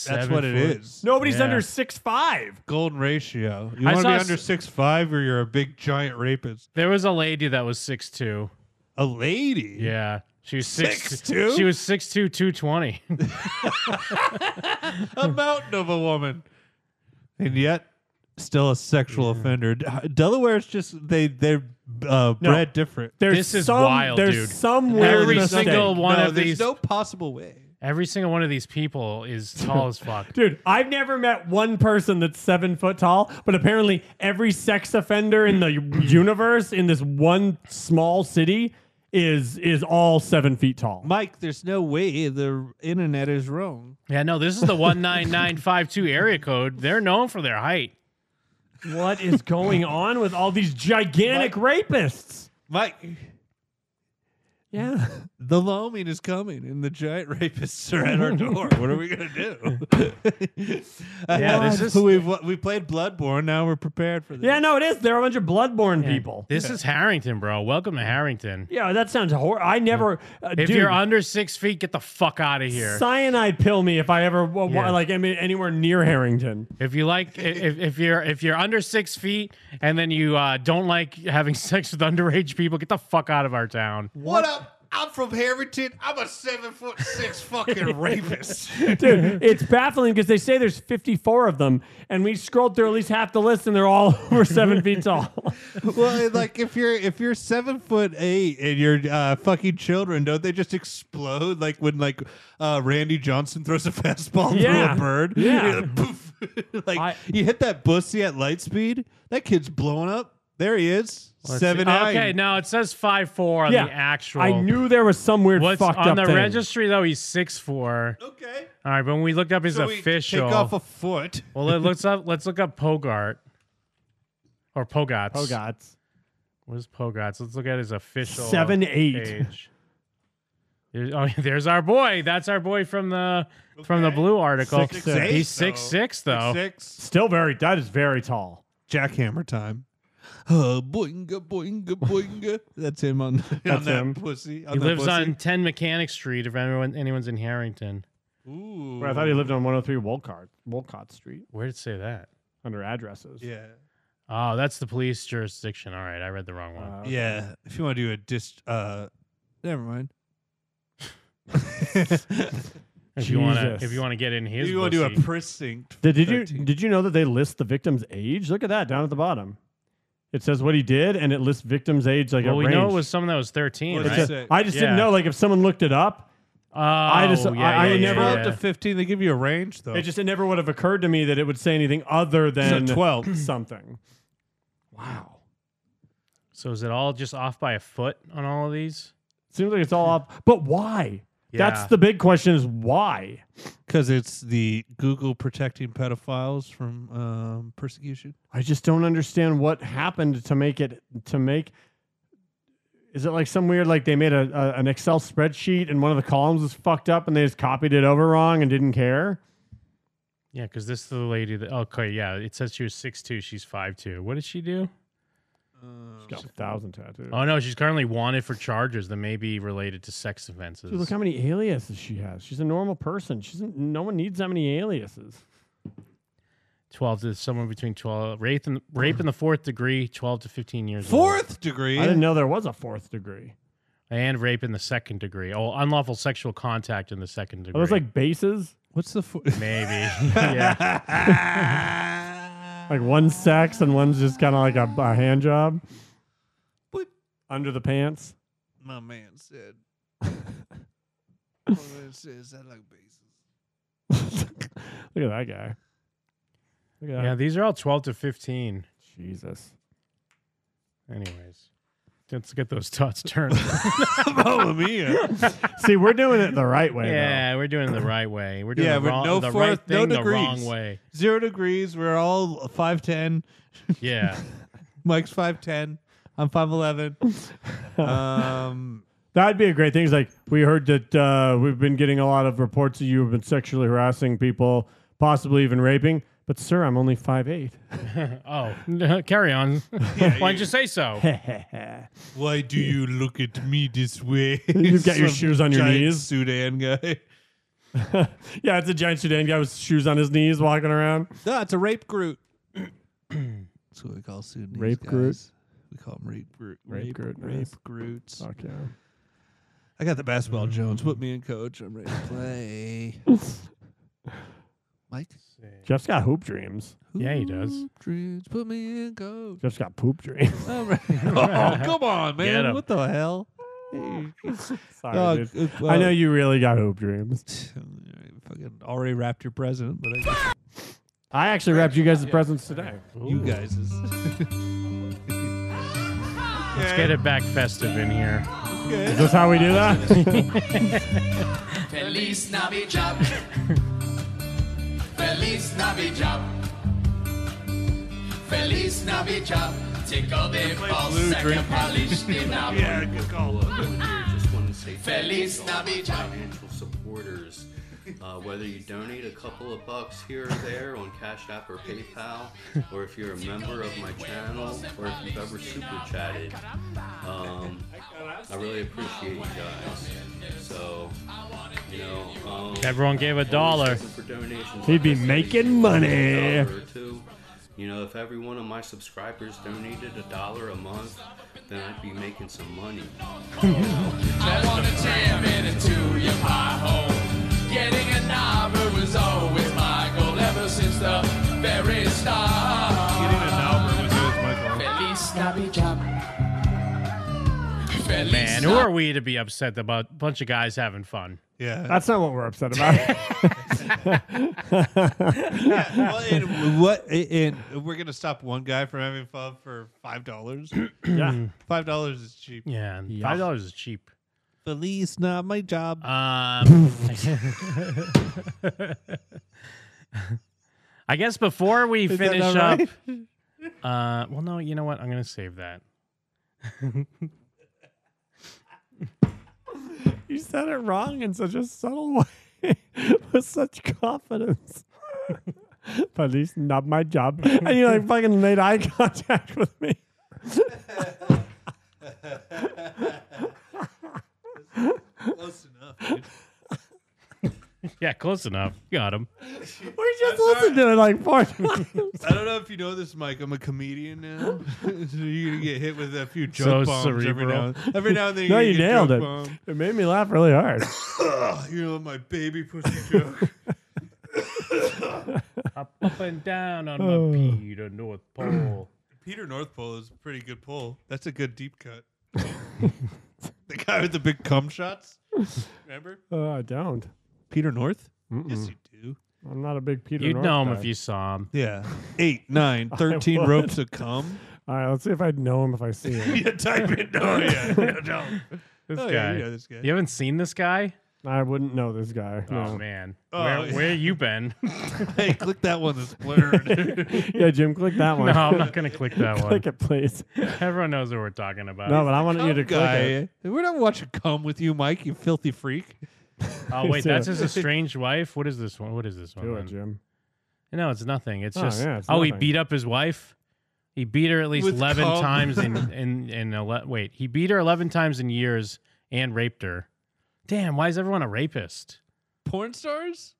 Speaker 11: That's what it is.
Speaker 9: Nobody's
Speaker 6: Yeah.
Speaker 9: under six five.
Speaker 11: Golden ratio. You
Speaker 6: I
Speaker 11: want to
Speaker 6: saw
Speaker 11: be
Speaker 6: s-
Speaker 11: under six five, or you're a big giant rapist.
Speaker 6: There was a lady that was six two.
Speaker 11: A lady.
Speaker 6: Yeah. She was six,
Speaker 11: 6'2"?
Speaker 6: She was 6'2", 220.
Speaker 11: a mountain of a woman, and yet still a sexual offender. D- uh, Delaware's just they they're uh, bred different.
Speaker 9: There's
Speaker 6: This is
Speaker 9: some,
Speaker 6: wild,
Speaker 9: there's
Speaker 6: dude.
Speaker 9: Some weird
Speaker 6: Every
Speaker 9: mistake.
Speaker 6: single one
Speaker 11: no,
Speaker 6: of
Speaker 11: there's
Speaker 6: these
Speaker 11: no possible way.
Speaker 6: Every single one of these people is tall as fuck.
Speaker 9: Dude, I've never met one person that's seven foot tall, but apparently every sex offender in the universe in this one small city is is all seven feet tall.
Speaker 11: Mike, there's no way the internet is wrong.
Speaker 6: Yeah, no, this is the 19952 area code. They're known for their height.
Speaker 9: What is going on with all these gigantic rapists?
Speaker 11: Mike.
Speaker 9: Yeah.
Speaker 11: The loaming is coming and the giant rapists are at our door. What are we going to do?
Speaker 9: Yeah, this is-
Speaker 11: we've, we played Bloodborne. Now we're prepared for this.
Speaker 9: Yeah, no, it is. There are a bunch of bloodborne people.
Speaker 6: This is Harrington, bro. Welcome to Harrington.
Speaker 9: Yeah, that sounds horrible. I never. Uh,
Speaker 6: If
Speaker 9: dude,
Speaker 6: you're under six feet, get the fuck out of here.
Speaker 9: cyanide pill me if I ever wa- wa-
Speaker 6: Yeah.
Speaker 9: like I mean, anywhere near Harrington.
Speaker 6: If you like, i- if, if you're if you're under six feet and then you uh, don't like having sex with underage people, get the fuck out of our town.
Speaker 11: What up? I'm from Harrington. I'm a seven foot six fucking rapist.
Speaker 9: Dude, it's baffling because they say there's 54 of them, and we scrolled through at least half the list, and they're all over seven feet tall.
Speaker 11: well, like if you're if you're seven foot eight and you're uh, fucking children, don't they just explode? Like when like uh, Randy Johnson throws a fastball
Speaker 9: Yeah.
Speaker 11: through a bird.
Speaker 9: Yeah.
Speaker 11: poof. like you hit that bussy at light speed. That kid's blowing up. There he is.
Speaker 6: Let's see.
Speaker 11: seven.
Speaker 6: Okay, no, it says five four on
Speaker 9: Yeah,
Speaker 6: the actual.
Speaker 9: I knew there was some weird
Speaker 6: What's
Speaker 9: fucked
Speaker 6: on
Speaker 9: up
Speaker 6: the
Speaker 9: thing.
Speaker 6: registry though? He's six four. Okay. All right, but when we looked up his
Speaker 11: So we take
Speaker 6: official,
Speaker 11: off a foot.
Speaker 6: well, let, let's up. Let's look up Pogart or Pogats.
Speaker 9: Oh, Pogats.
Speaker 6: What is Pogats? Let's look at his official
Speaker 9: Seven eight.
Speaker 6: age. There's, oh, there's our boy. That's our boy from the from the blue article.
Speaker 9: Six, six.
Speaker 6: He's six six
Speaker 9: Oh.
Speaker 6: though.
Speaker 9: Still very. That is very tall.
Speaker 11: Jackhammer time. Oh, boinga, boinga, boinga. That's him on, on that pussy. On
Speaker 6: he
Speaker 11: that
Speaker 6: lives
Speaker 11: pussy.
Speaker 6: on 10 Mechanic Street. If anyone anyone's in Harrington,
Speaker 11: Ooh.
Speaker 9: Well, I thought he lived on 103 Wolcott, Wolcott Street
Speaker 6: where did it say that?
Speaker 9: under addresses.
Speaker 11: Yeah.
Speaker 6: Oh, that's the police jurisdiction. All right, I read the wrong
Speaker 11: Uh,
Speaker 6: one.
Speaker 11: Yeah. If you want to do a dist, uh, never mind.
Speaker 6: If you want to,
Speaker 9: Jesus.
Speaker 6: if you want to get in his,
Speaker 11: If you wanna do a
Speaker 6: pussy.
Speaker 11: precinct.
Speaker 9: Did, did you did you know that they list the victim's age? Look at that down at the bottom. It says what he did, and it lists victim's age like
Speaker 6: well,
Speaker 9: a
Speaker 6: we
Speaker 9: range.
Speaker 6: know it was someone that was thirteen. Right?
Speaker 9: It's a- I just didn't know. Like if someone looked it up,
Speaker 6: Oh,
Speaker 9: I just
Speaker 6: yeah,
Speaker 9: I, I
Speaker 6: yeah,
Speaker 9: never
Speaker 6: yeah, yeah.
Speaker 11: 15. They give you a range, though.
Speaker 9: It just it never would have occurred to me that it would say anything other than
Speaker 11: 12.
Speaker 9: something.
Speaker 6: So is it all just off by a foot on all of these?
Speaker 9: Seems like it's all off. But why?
Speaker 6: Yeah.
Speaker 9: That's the big question: is why?
Speaker 11: Because it's the Google protecting pedophiles from um, persecution.
Speaker 9: I just don't understand what happened to make it to make. Is it like some weird like they made a, a an Excel spreadsheet and one of the columns was fucked up and they just copied it over wrong and didn't care?
Speaker 6: Yeah, because this is the lady that. Okay, yeah, it says she was six two. She's five two. What did she do?
Speaker 9: She's got a thousand tattoos.
Speaker 6: Oh no, she's currently wanted for charges that may be related to sex offenses.
Speaker 9: Dude, look how many aliases she has. She's a normal person. She's no one needs that many aliases.
Speaker 6: Twelve to someone between twelve rape in rape in the fourth degree, twelve to fifteen years. old.
Speaker 11: Fourth degree.
Speaker 9: I didn't know there was a fourth degree.
Speaker 6: and rape in the second degree. Oh, unlawful sexual contact in the second
Speaker 11: Oh,
Speaker 6: degree.
Speaker 9: Are those like bases?
Speaker 11: What's the four?
Speaker 6: Maybe. yeah.
Speaker 9: Like one's sex and one's just kind of like a, a hand job. Under the pants.
Speaker 11: My man said. My man says I like bases.
Speaker 9: Look at that guy. Look at that.
Speaker 6: Yeah, these are all 12 to 15.
Speaker 9: Jesus.
Speaker 6: Anyways, let's get those tots turned.
Speaker 11: Mamma mia.
Speaker 9: See, we're doing it the right way.
Speaker 6: Yeah, we're doing it the right way. We're doing
Speaker 11: yeah,
Speaker 6: the,
Speaker 11: but
Speaker 6: wrong,
Speaker 11: no
Speaker 6: the
Speaker 11: fourth,
Speaker 6: right
Speaker 11: no
Speaker 6: thing the
Speaker 11: degrees.
Speaker 6: wrong way.
Speaker 11: Zero degrees. We're all five ten.
Speaker 6: Yeah.
Speaker 11: Mike's five ten. I'm five eleven. um,
Speaker 9: That'd be a great thing. It's like we heard that uh, we've been getting a lot of reports that you have been sexually harassing people, possibly even raping. But sir, I'm only five eight.
Speaker 6: oh, carry on. Why'd you say so?
Speaker 11: Why do you look at me this way?
Speaker 9: You've got your
Speaker 11: Some
Speaker 9: shoes on your
Speaker 11: giant
Speaker 9: knees.
Speaker 11: Sudan guy.
Speaker 9: yeah, it's a giant Sudan guy with shoes on his knees walking around.
Speaker 11: No, it's a rape Groot. That's what we call Sudanese
Speaker 9: Rape
Speaker 11: guys.
Speaker 9: Groot?
Speaker 11: We call him rape Groot.
Speaker 9: Rape Groot,
Speaker 11: Rape
Speaker 9: nice.
Speaker 11: Groots.
Speaker 9: Fuck yeah.
Speaker 11: I got the basketball Jones. Put me in, coach. I'm ready to play. Mike.
Speaker 9: Jeff's got hoop dreams.
Speaker 6: Yeah, he does.
Speaker 11: Poop dreams. Put me in, coach.
Speaker 9: Jeff's got poop dreams.
Speaker 11: I'm ready. Oh, come on,
Speaker 6: Get
Speaker 11: man.
Speaker 6: 'em.
Speaker 11: What the hell?
Speaker 9: Sorry,
Speaker 11: Oh,
Speaker 9: dude.
Speaker 11: it-
Speaker 9: I
Speaker 11: well-
Speaker 9: know you really got hoop dreams.
Speaker 11: Fucking already wrapped your present, but I
Speaker 9: I actually wrapped you guys' presents today.
Speaker 11: you guys is.
Speaker 6: Let's get it back festive in here.
Speaker 11: Is
Speaker 9: this how we do that?
Speaker 12: Feliz Navidad. Feliz Navidad. Feliz Navidad. Tickle de
Speaker 2: Blue
Speaker 12: bolsa que
Speaker 2: drink.
Speaker 12: polish de
Speaker 2: Yeah,
Speaker 12: Navidad.
Speaker 2: good call. Just wanted to say thank you
Speaker 12: Feliz
Speaker 2: to all the
Speaker 12: Navidad.
Speaker 2: financial supporters. Uh, whether you donate a couple of bucks here or there on Cash App or PayPal, or if you're a member of my channel, or if you've ever super chatted, um, I really appreciate you guys. So, you know, um,
Speaker 6: Everyone gave a
Speaker 2: always
Speaker 6: dollar.
Speaker 2: looking for donations.
Speaker 9: He'd be
Speaker 2: Like I said,
Speaker 9: making
Speaker 2: you can
Speaker 9: money.
Speaker 2: donate a dollar or two. You know, if every one of my subscribers donated a dollar a month, then I'd be making some money.
Speaker 12: I wanna jam it into your pie hole. Getting a knobber was always my goal ever since the very start. Getting a knobber was always my goal. Feliz Navidad. Feliz
Speaker 6: Man, who are we to be upset about a bunch of guys having fun?
Speaker 11: Yeah.
Speaker 9: That's not what we're upset about.
Speaker 11: yeah, well, and what and we're gonna stop one guy from having fun for five dollars.
Speaker 6: Yeah.
Speaker 11: five dollars is cheap.
Speaker 6: Yeah, and five dollars is cheap.
Speaker 11: Feliz not my job.
Speaker 6: Um, I guess before we
Speaker 11: Is that
Speaker 6: finish
Speaker 11: not
Speaker 6: up,
Speaker 11: right?
Speaker 6: uh, well, no, you know what? I'm gonna save that.
Speaker 9: you said it wrong in such a subtle way with such confidence. Police, not my job. And you like fucking made eye contact with me.
Speaker 11: Close enough. dude.
Speaker 6: yeah, close enough. Got him.
Speaker 9: We just listened to it like four times.
Speaker 11: I don't know if you know this, Mike. I'm a comedian now. so you're gonna get hit with a few
Speaker 9: So
Speaker 11: joke bombs every
Speaker 9: cerebral.
Speaker 11: now and every now and then. You're
Speaker 9: no,
Speaker 11: gonna
Speaker 9: you
Speaker 11: get
Speaker 9: nailed
Speaker 11: joke
Speaker 9: it.
Speaker 11: bombed.
Speaker 9: It made me laugh really hard.
Speaker 11: Ugh, you know my baby pussy joke.
Speaker 6: up, up and down on
Speaker 9: Oh.
Speaker 6: my Peter North Pole.
Speaker 11: Peter North Pole is a pretty good pull. That's a good deep cut. the guy with the big cum shots. Remember?
Speaker 9: Uh, I don't.
Speaker 11: Peter North?
Speaker 9: Yes,
Speaker 11: you do.
Speaker 9: I'm not a big Peter.
Speaker 6: You'd
Speaker 9: North
Speaker 6: know him
Speaker 9: guy.
Speaker 6: if you saw him.
Speaker 11: Yeah. Eight, nine,
Speaker 9: I
Speaker 11: 13
Speaker 9: would.
Speaker 11: ropes of cum.
Speaker 9: All right, let's see if I'd know him if I see him.
Speaker 11: you type in. Oh, yeah. No, no.
Speaker 6: This
Speaker 11: oh,
Speaker 6: guy.
Speaker 11: Yeah, you know this guy.
Speaker 6: You haven't seen this guy?
Speaker 9: I wouldn't know this guy.
Speaker 6: Oh
Speaker 9: no.
Speaker 6: man,
Speaker 11: Oh,
Speaker 6: where
Speaker 11: yeah.
Speaker 6: where you been?
Speaker 11: hey, click that one that's blurred.
Speaker 9: Yeah, Jim, click that one.
Speaker 6: No, I'm not gonna click that one.
Speaker 9: click it, please.
Speaker 6: Everyone knows what we're talking about.
Speaker 9: No, but I want you
Speaker 11: Cum
Speaker 9: to click it.
Speaker 11: Oh, guy. We're not watching cum with you, Mike, you filthy freak.
Speaker 6: Oh wait,
Speaker 9: Yeah.
Speaker 6: that's his estranged wife. What is this one? What is this one?
Speaker 9: Do it,
Speaker 6: then?
Speaker 9: Jim.
Speaker 6: No, it's nothing. It's
Speaker 9: Oh,
Speaker 6: just
Speaker 9: yeah, it's
Speaker 6: oh, he
Speaker 9: nothing.
Speaker 6: beat up his wife. He beat her at least
Speaker 11: With
Speaker 6: eleven
Speaker 11: cum.
Speaker 6: times in in in ele- wait. He beat her eleven times in years and raped her. Damn, why is everyone a rapist?
Speaker 11: Porn stars?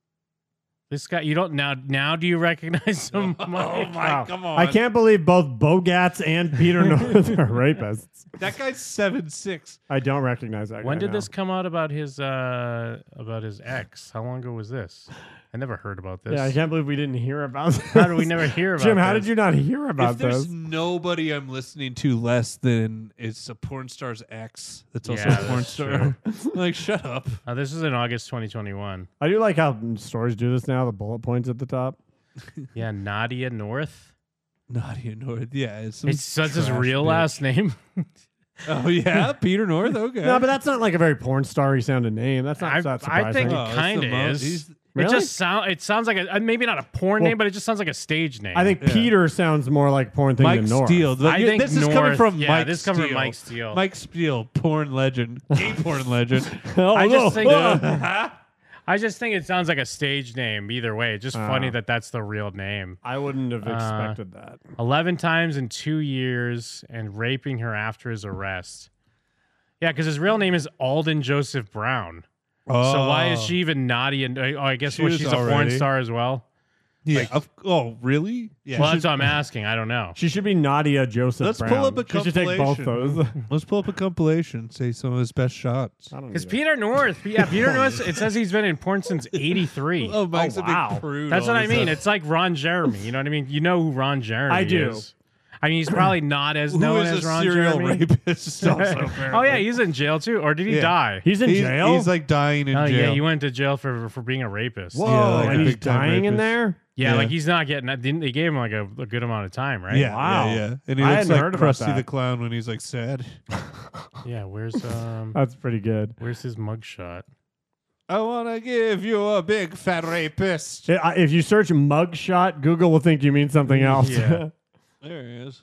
Speaker 6: This guy, you don't now. Now do you recognize him?
Speaker 11: Oh,
Speaker 6: Mike?
Speaker 11: Mike,
Speaker 9: Wow.
Speaker 11: come on.
Speaker 9: I can't believe both Bogats and Peter North are rapists.
Speaker 11: That guy's seven six.
Speaker 9: I don't recognize that.
Speaker 6: When
Speaker 9: guy
Speaker 6: did
Speaker 9: now.
Speaker 6: this come out about his uh about his ex? How long ago was this? I never heard about this.
Speaker 9: Yeah, I can't believe we didn't hear about. This.
Speaker 6: How did we never hear about
Speaker 9: Jim? How
Speaker 6: this?
Speaker 9: did you not hear about
Speaker 11: if there's
Speaker 9: this?
Speaker 11: nobody I'm listening to less than it's a porn star's ex that's also
Speaker 6: Yeah,
Speaker 11: a porn
Speaker 6: that's
Speaker 11: star. like, shut up.
Speaker 6: Uh, this is in August 2021.
Speaker 9: I do like how stories do this now. The bullet points at the top.
Speaker 6: Yeah, Nadia North.
Speaker 11: Nadia North. Yeah. It's, some
Speaker 6: It's that's his
Speaker 11: trash
Speaker 6: real
Speaker 11: bitch.
Speaker 6: last name.
Speaker 11: Oh, yeah. Peter North. Okay.
Speaker 9: No, but that's not like a very porn star sounding name. That's not
Speaker 6: I,
Speaker 9: that surprising.
Speaker 6: I think
Speaker 11: Oh,
Speaker 6: it
Speaker 11: it's the
Speaker 6: kind of
Speaker 11: mo-
Speaker 6: is.
Speaker 11: he's-
Speaker 6: It
Speaker 9: Really?
Speaker 6: just sound. It sounds like a uh, maybe not a porn
Speaker 9: Well,
Speaker 6: name, but it just sounds like a stage name.
Speaker 9: I think
Speaker 11: Yeah.
Speaker 9: Peter sounds more like porn thing
Speaker 11: Mike
Speaker 9: than North.
Speaker 11: Steele. The-
Speaker 6: I
Speaker 11: you-
Speaker 6: think
Speaker 11: this is coming
Speaker 6: North-
Speaker 11: from
Speaker 6: yeah,
Speaker 11: Mike
Speaker 6: this is
Speaker 11: Steele.
Speaker 6: coming from Mike Steele.
Speaker 11: Mike Steele, porn legend, gay porn legend.
Speaker 9: Oh,
Speaker 6: I just
Speaker 9: no.
Speaker 6: think-
Speaker 9: Ah.
Speaker 6: I just think it sounds like a stage name. Either way, it's just funny
Speaker 9: Ah.
Speaker 6: that that's the real name.
Speaker 9: I wouldn't have
Speaker 6: Uh,
Speaker 9: expected that.
Speaker 6: Eleven times in two years, and raping her after his arrest. Yeah, because his real name is Alden Joseph Brown. So why is
Speaker 11: Oh.
Speaker 6: she even naughty? And oh, I guess
Speaker 11: She
Speaker 6: what,
Speaker 11: was
Speaker 6: she's a porn
Speaker 11: already-
Speaker 6: star as well.
Speaker 11: Yeah. of- oh, really? Yeah.
Speaker 6: well, that's what I'm asking. I don't know.
Speaker 9: She should be Nadia Joseph.
Speaker 11: Let's
Speaker 9: Brown.
Speaker 11: pull up a
Speaker 9: She should take both
Speaker 11: compilation.
Speaker 9: those.
Speaker 11: Let's pull up a compilation. Say some of his best shots.
Speaker 9: I don't
Speaker 6: Because
Speaker 9: need
Speaker 6: Peter North, yeah, Peter North. It says he's been in porn since '83.
Speaker 11: Oh, Mike's
Speaker 9: wow.
Speaker 11: a big prude.
Speaker 6: That's
Speaker 11: all
Speaker 6: what
Speaker 11: of
Speaker 6: I
Speaker 11: a
Speaker 6: mean.
Speaker 11: sudden.
Speaker 6: It's like Ron Jeremy. You know what I mean? You know who Ron Jeremy
Speaker 9: I do.
Speaker 6: is. I mean, he's probably not as
Speaker 9: Who
Speaker 6: known
Speaker 9: is
Speaker 6: as
Speaker 9: a
Speaker 6: Ron
Speaker 9: serial
Speaker 6: Jeremy.
Speaker 9: rapist also,
Speaker 6: oh yeah,
Speaker 9: apparently.
Speaker 6: he's in jail too, or did he
Speaker 9: Yeah.
Speaker 6: die?
Speaker 9: He's in He's- jail? he's, like, dying in
Speaker 6: oh, Yeah,
Speaker 9: jail.
Speaker 6: he went to jail for for being a rapist.
Speaker 9: Whoa, Yeah, like and a he's big-time dying in rapist. there?
Speaker 6: Yeah,
Speaker 9: Yeah.
Speaker 6: like he's not getting. that- Didn't they gave him like a, a good amount of time, right?
Speaker 9: Yeah, Wow.
Speaker 11: Yeah, yeah. And he
Speaker 9: I
Speaker 11: looks
Speaker 9: hadn't
Speaker 11: like
Speaker 9: heard about
Speaker 11: Krusty the
Speaker 9: that.
Speaker 11: Clown when he's like sad.
Speaker 6: Yeah, where's um?
Speaker 9: That's pretty good.
Speaker 6: Where's his mugshot?
Speaker 11: I want to give you a big fat rapist.
Speaker 9: Yeah, I- If you search mugshot, Google will think you mean something else.
Speaker 11: Yeah. There he is.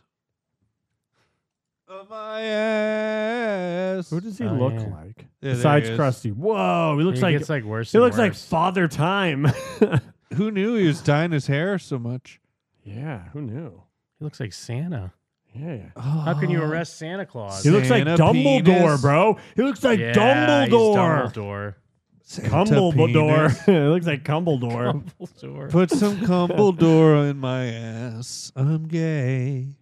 Speaker 11: Of my ass.
Speaker 9: Who does he
Speaker 11: Oh,
Speaker 9: look
Speaker 11: yeah.
Speaker 9: like?
Speaker 11: Yeah, there
Speaker 9: Besides
Speaker 11: he is.
Speaker 9: Krusty. Whoa, he looks like He looks like Father Time.
Speaker 11: who knew he was dyeing his hair so much?
Speaker 9: Yeah, who knew?
Speaker 6: He looks like Santa.
Speaker 9: Yeah.
Speaker 6: How can you arrest Santa Claus?
Speaker 9: He looks like Dumbledore, bro. He looks like
Speaker 6: Yeah, he's
Speaker 9: Dumbledore.
Speaker 6: Dumbledore.
Speaker 9: Cumbledore. it looks like Cumbledore.
Speaker 6: Dumbledore.
Speaker 11: Put some Dumbledore in my ass. I'm gay.
Speaker 6: I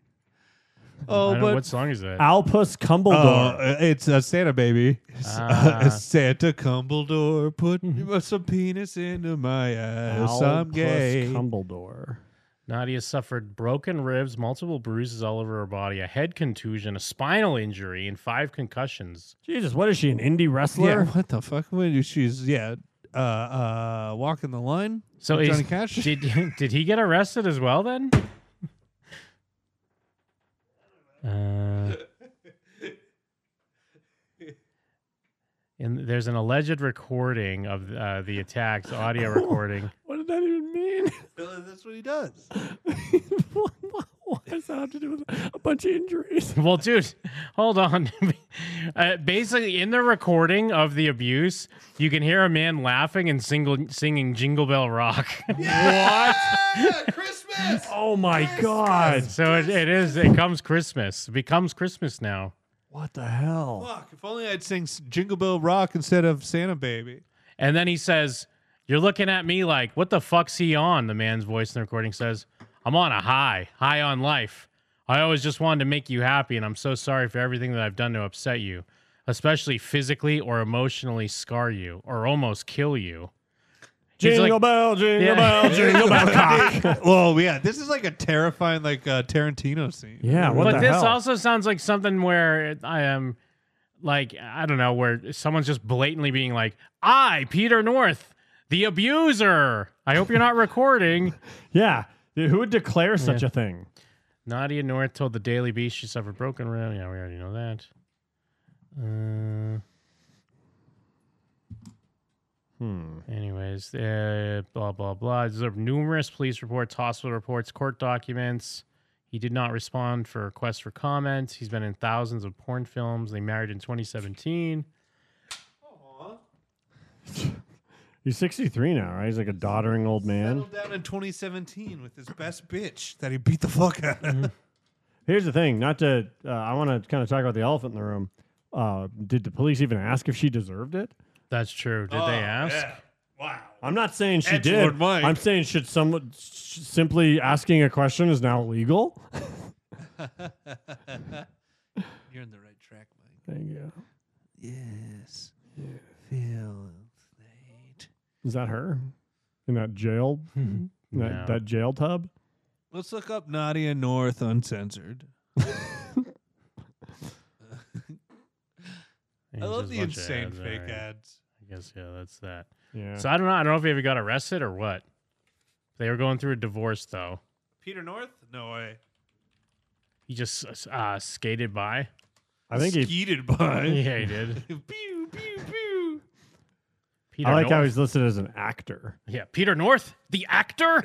Speaker 11: Oh,
Speaker 6: don't-
Speaker 11: but
Speaker 6: what song is that?
Speaker 9: Alpus Cumbledore.
Speaker 11: Oh, uh, it's a Santa baby. S- uh,
Speaker 9: Ah. Mm-hmm.
Speaker 11: Santa Cumbledore, put some penis into my ass. I'm
Speaker 6: Alpus
Speaker 11: gay.
Speaker 9: Cumbledore.
Speaker 6: Nadia suffered broken ribs, multiple bruises all over her body, a head contusion, a spinal injury, and five concussions.
Speaker 9: Jesus, what is she, an indie wrestler?
Speaker 11: Yeah, what the fuck? When she's yeah, uh, uh, walking the line.
Speaker 6: So
Speaker 11: with
Speaker 6: is,
Speaker 11: Johnny Cash.
Speaker 6: did did he get arrested as well then? Uh, and there's an alleged recording of uh, the attacks, audio
Speaker 11: Oh.
Speaker 6: recording.
Speaker 9: What did that even mean?
Speaker 11: That's what he does.
Speaker 9: what does that have to do with a bunch of injuries?
Speaker 6: well, dude, hold on. uh, basically, in the recording of the abuse, you can hear a man laughing and single singing "Jingle Bell Rock."
Speaker 11: what? Christmas.
Speaker 9: Oh my God!
Speaker 6: So it, it is. It comes Christmas. It becomes Christmas now.
Speaker 9: What the hell?
Speaker 11: Fuck! If only I'd sing s- Jingle Bell Rock instead of Santa Baby.
Speaker 6: And then he says, "You're looking at me like what the fuck's he on?" The man's voice in the recording says, "I'm on a high, high on life. I always just wanted to make you happy, and I'm so sorry for everything that I've done to upset you, especially physically or emotionally scar you or almost kill you." He's
Speaker 9: Jingle
Speaker 6: like-
Speaker 9: bell, jingle
Speaker 6: Yeah.
Speaker 9: bell, jingle bell cock.
Speaker 11: Whoa, yeah, this is like a terrifying like uh, Tarantino scene.
Speaker 9: Yeah, what
Speaker 6: but
Speaker 9: the
Speaker 6: this
Speaker 9: hell?
Speaker 6: also sounds like something where it- I am, like, I don't know, where someone's just blatantly being like, "I, Peter North, the abuser. I hope you're not recording."
Speaker 9: yeah, Dude, who would declare such
Speaker 6: Yeah.
Speaker 9: a thing?
Speaker 6: Nadia North told the Daily Beast she suffered broken rib. Yeah, we already know that. Uh,
Speaker 9: Hmm.
Speaker 6: Anyways, uh, blah blah blah. There are numerous police reports, hospital reports, court documents. He did not respond for requests for comment. He's been in thousands of porn films. They married in 2017.
Speaker 9: He's 63 now, right? He's like a doddering old man.
Speaker 11: Down in 2017 with his best bitch that he beat the fuck out
Speaker 9: Mm-hmm.
Speaker 11: of.
Speaker 9: Here's the thing. Not to, uh, I want to kind of talk about the elephant in the room. Uh, did the police even ask if she deserved it?
Speaker 6: That's true. Did
Speaker 9: Oh,
Speaker 6: they ask?
Speaker 9: I'm not saying she
Speaker 6: Edgelord
Speaker 9: did.
Speaker 6: Mike.
Speaker 9: I'm saying should someone sh- simply asking a question is now legal?
Speaker 11: You're in the right track,
Speaker 9: Mike. Thank you.
Speaker 11: Yes. Feel great.
Speaker 9: Is that her in that jail?
Speaker 6: Hmm.
Speaker 9: that,
Speaker 11: No.
Speaker 9: that jail tub?
Speaker 11: Let's look up Nadia North uncensored. I love
Speaker 6: Just
Speaker 11: the
Speaker 6: a bunch of
Speaker 11: insane
Speaker 6: ads,
Speaker 11: fake
Speaker 6: alright.
Speaker 11: ads.
Speaker 6: I guess yeah, that's that.
Speaker 9: Yeah.
Speaker 6: So I don't know. I don't know if he ever got arrested or what. They were going through a divorce though.
Speaker 11: Peter North? No way.
Speaker 6: He just uh, skated by.
Speaker 9: I think he-
Speaker 11: Skeeted by.
Speaker 6: yeah, he did.
Speaker 11: pew, pew, pew.
Speaker 6: Peter
Speaker 9: I like how
Speaker 6: North.
Speaker 9: he's listed as an actor.
Speaker 6: Yeah, Peter North, the actor.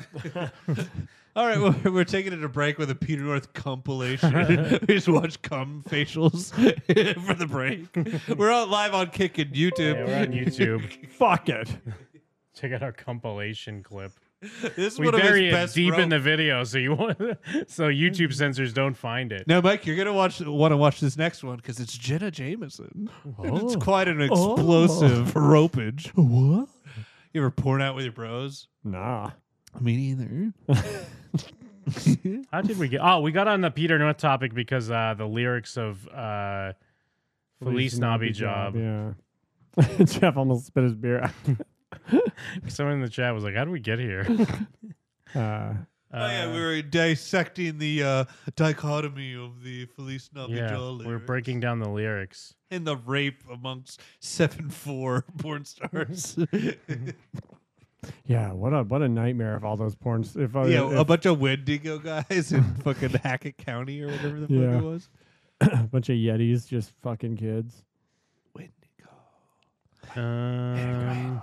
Speaker 11: All right, well, we're taking it a break with a Peter North compilation. we just watch cum facials for the break. We're out live on Kick and YouTube.
Speaker 6: Yeah, we're on YouTube.
Speaker 9: Fuck it.
Speaker 6: Check out our compilation clip.
Speaker 11: This is
Speaker 6: we
Speaker 11: one of his
Speaker 6: bury it
Speaker 11: best
Speaker 6: deep in
Speaker 11: rope.
Speaker 6: the video, so you want, so YouTube censors don't find it.
Speaker 11: Now, Mike, you're gonna watch want to watch this next one because it's Jenna Jameson. And it's
Speaker 6: Oh.
Speaker 11: quite an
Speaker 6: Oh.
Speaker 11: explosive ropage. What? You ever porn out with your bros?
Speaker 9: Nah.
Speaker 11: Me neither.
Speaker 6: How did we get? Oh, we got on the Peter North topic because uh, the lyrics of uh, "Felice Nobby Job."
Speaker 9: Yeah. Jeff almost spit his beer out.
Speaker 6: Someone in the chat was like, "How did we get here?"
Speaker 9: uh,
Speaker 11: oh yeah, we were dissecting the uh, dichotomy of the Felice
Speaker 6: yeah,
Speaker 11: Navidad
Speaker 6: we're breaking down the lyrics.
Speaker 11: and the rape amongst seven four porn stars.
Speaker 9: Yeah, what a what a nightmare of all those porns. If I-
Speaker 11: yeah, a
Speaker 9: if-
Speaker 11: bunch of Wendigo guys in fucking Hackett County or whatever the fuck
Speaker 9: Yeah.
Speaker 11: it was.
Speaker 9: a bunch of Yetis, just fucking kids.
Speaker 6: Um,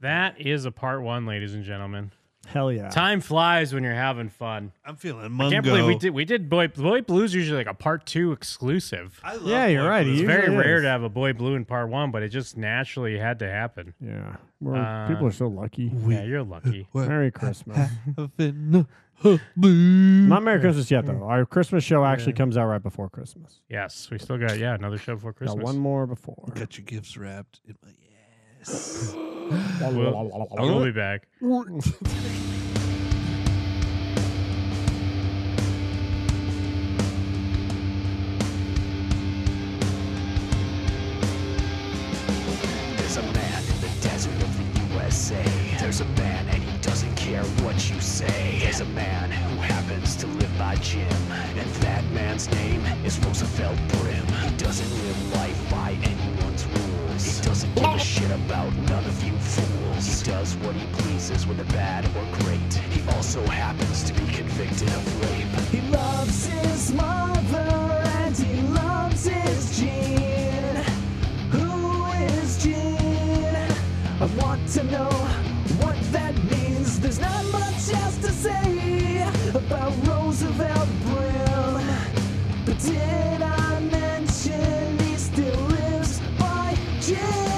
Speaker 6: that is a part one, ladies and gentlemen.
Speaker 9: Hell yeah.
Speaker 6: Time flies when you're having fun.
Speaker 11: I'm feeling
Speaker 6: I can't believe we
Speaker 11: mungo.
Speaker 6: did we did boy boy blues usually like a part two exclusive.
Speaker 11: I love
Speaker 9: Yeah, you're Boy right, it
Speaker 6: It's
Speaker 9: Blues.
Speaker 6: very
Speaker 9: usually
Speaker 6: rare
Speaker 9: is.
Speaker 6: to have a boy blue in part one, but it just naturally had to happen.
Speaker 9: Yeah, Um, We're- people are so lucky.
Speaker 6: yeah, you're lucky.
Speaker 9: Merry Christmas.
Speaker 11: Not
Speaker 9: Merry Christmas yet though. Our Christmas show actually comes out right before Christmas.
Speaker 6: Yes, we still got yeah another show before Christmas.
Speaker 9: Got one more before.
Speaker 11: Got your gifts wrapped in my ass.
Speaker 6: We'll, we'll be back.
Speaker 15: There's a man in the desert of the USA. There's a man and he doesn't care what you say. There's a man who happens to live by Jim. And that man's name is Roosevelt Brim. He doesn't live life by anyone's rules. He doesn't give a shit about none of you fools. He does what he pleases, whether bad or great. He also happens to be convicted of rape.
Speaker 4: He loves his mother and he loves his Jean. Who is Jean? I want to know what that means. There's not much else to say about Roosevelt Brill. But did I mention he still lives by Jim?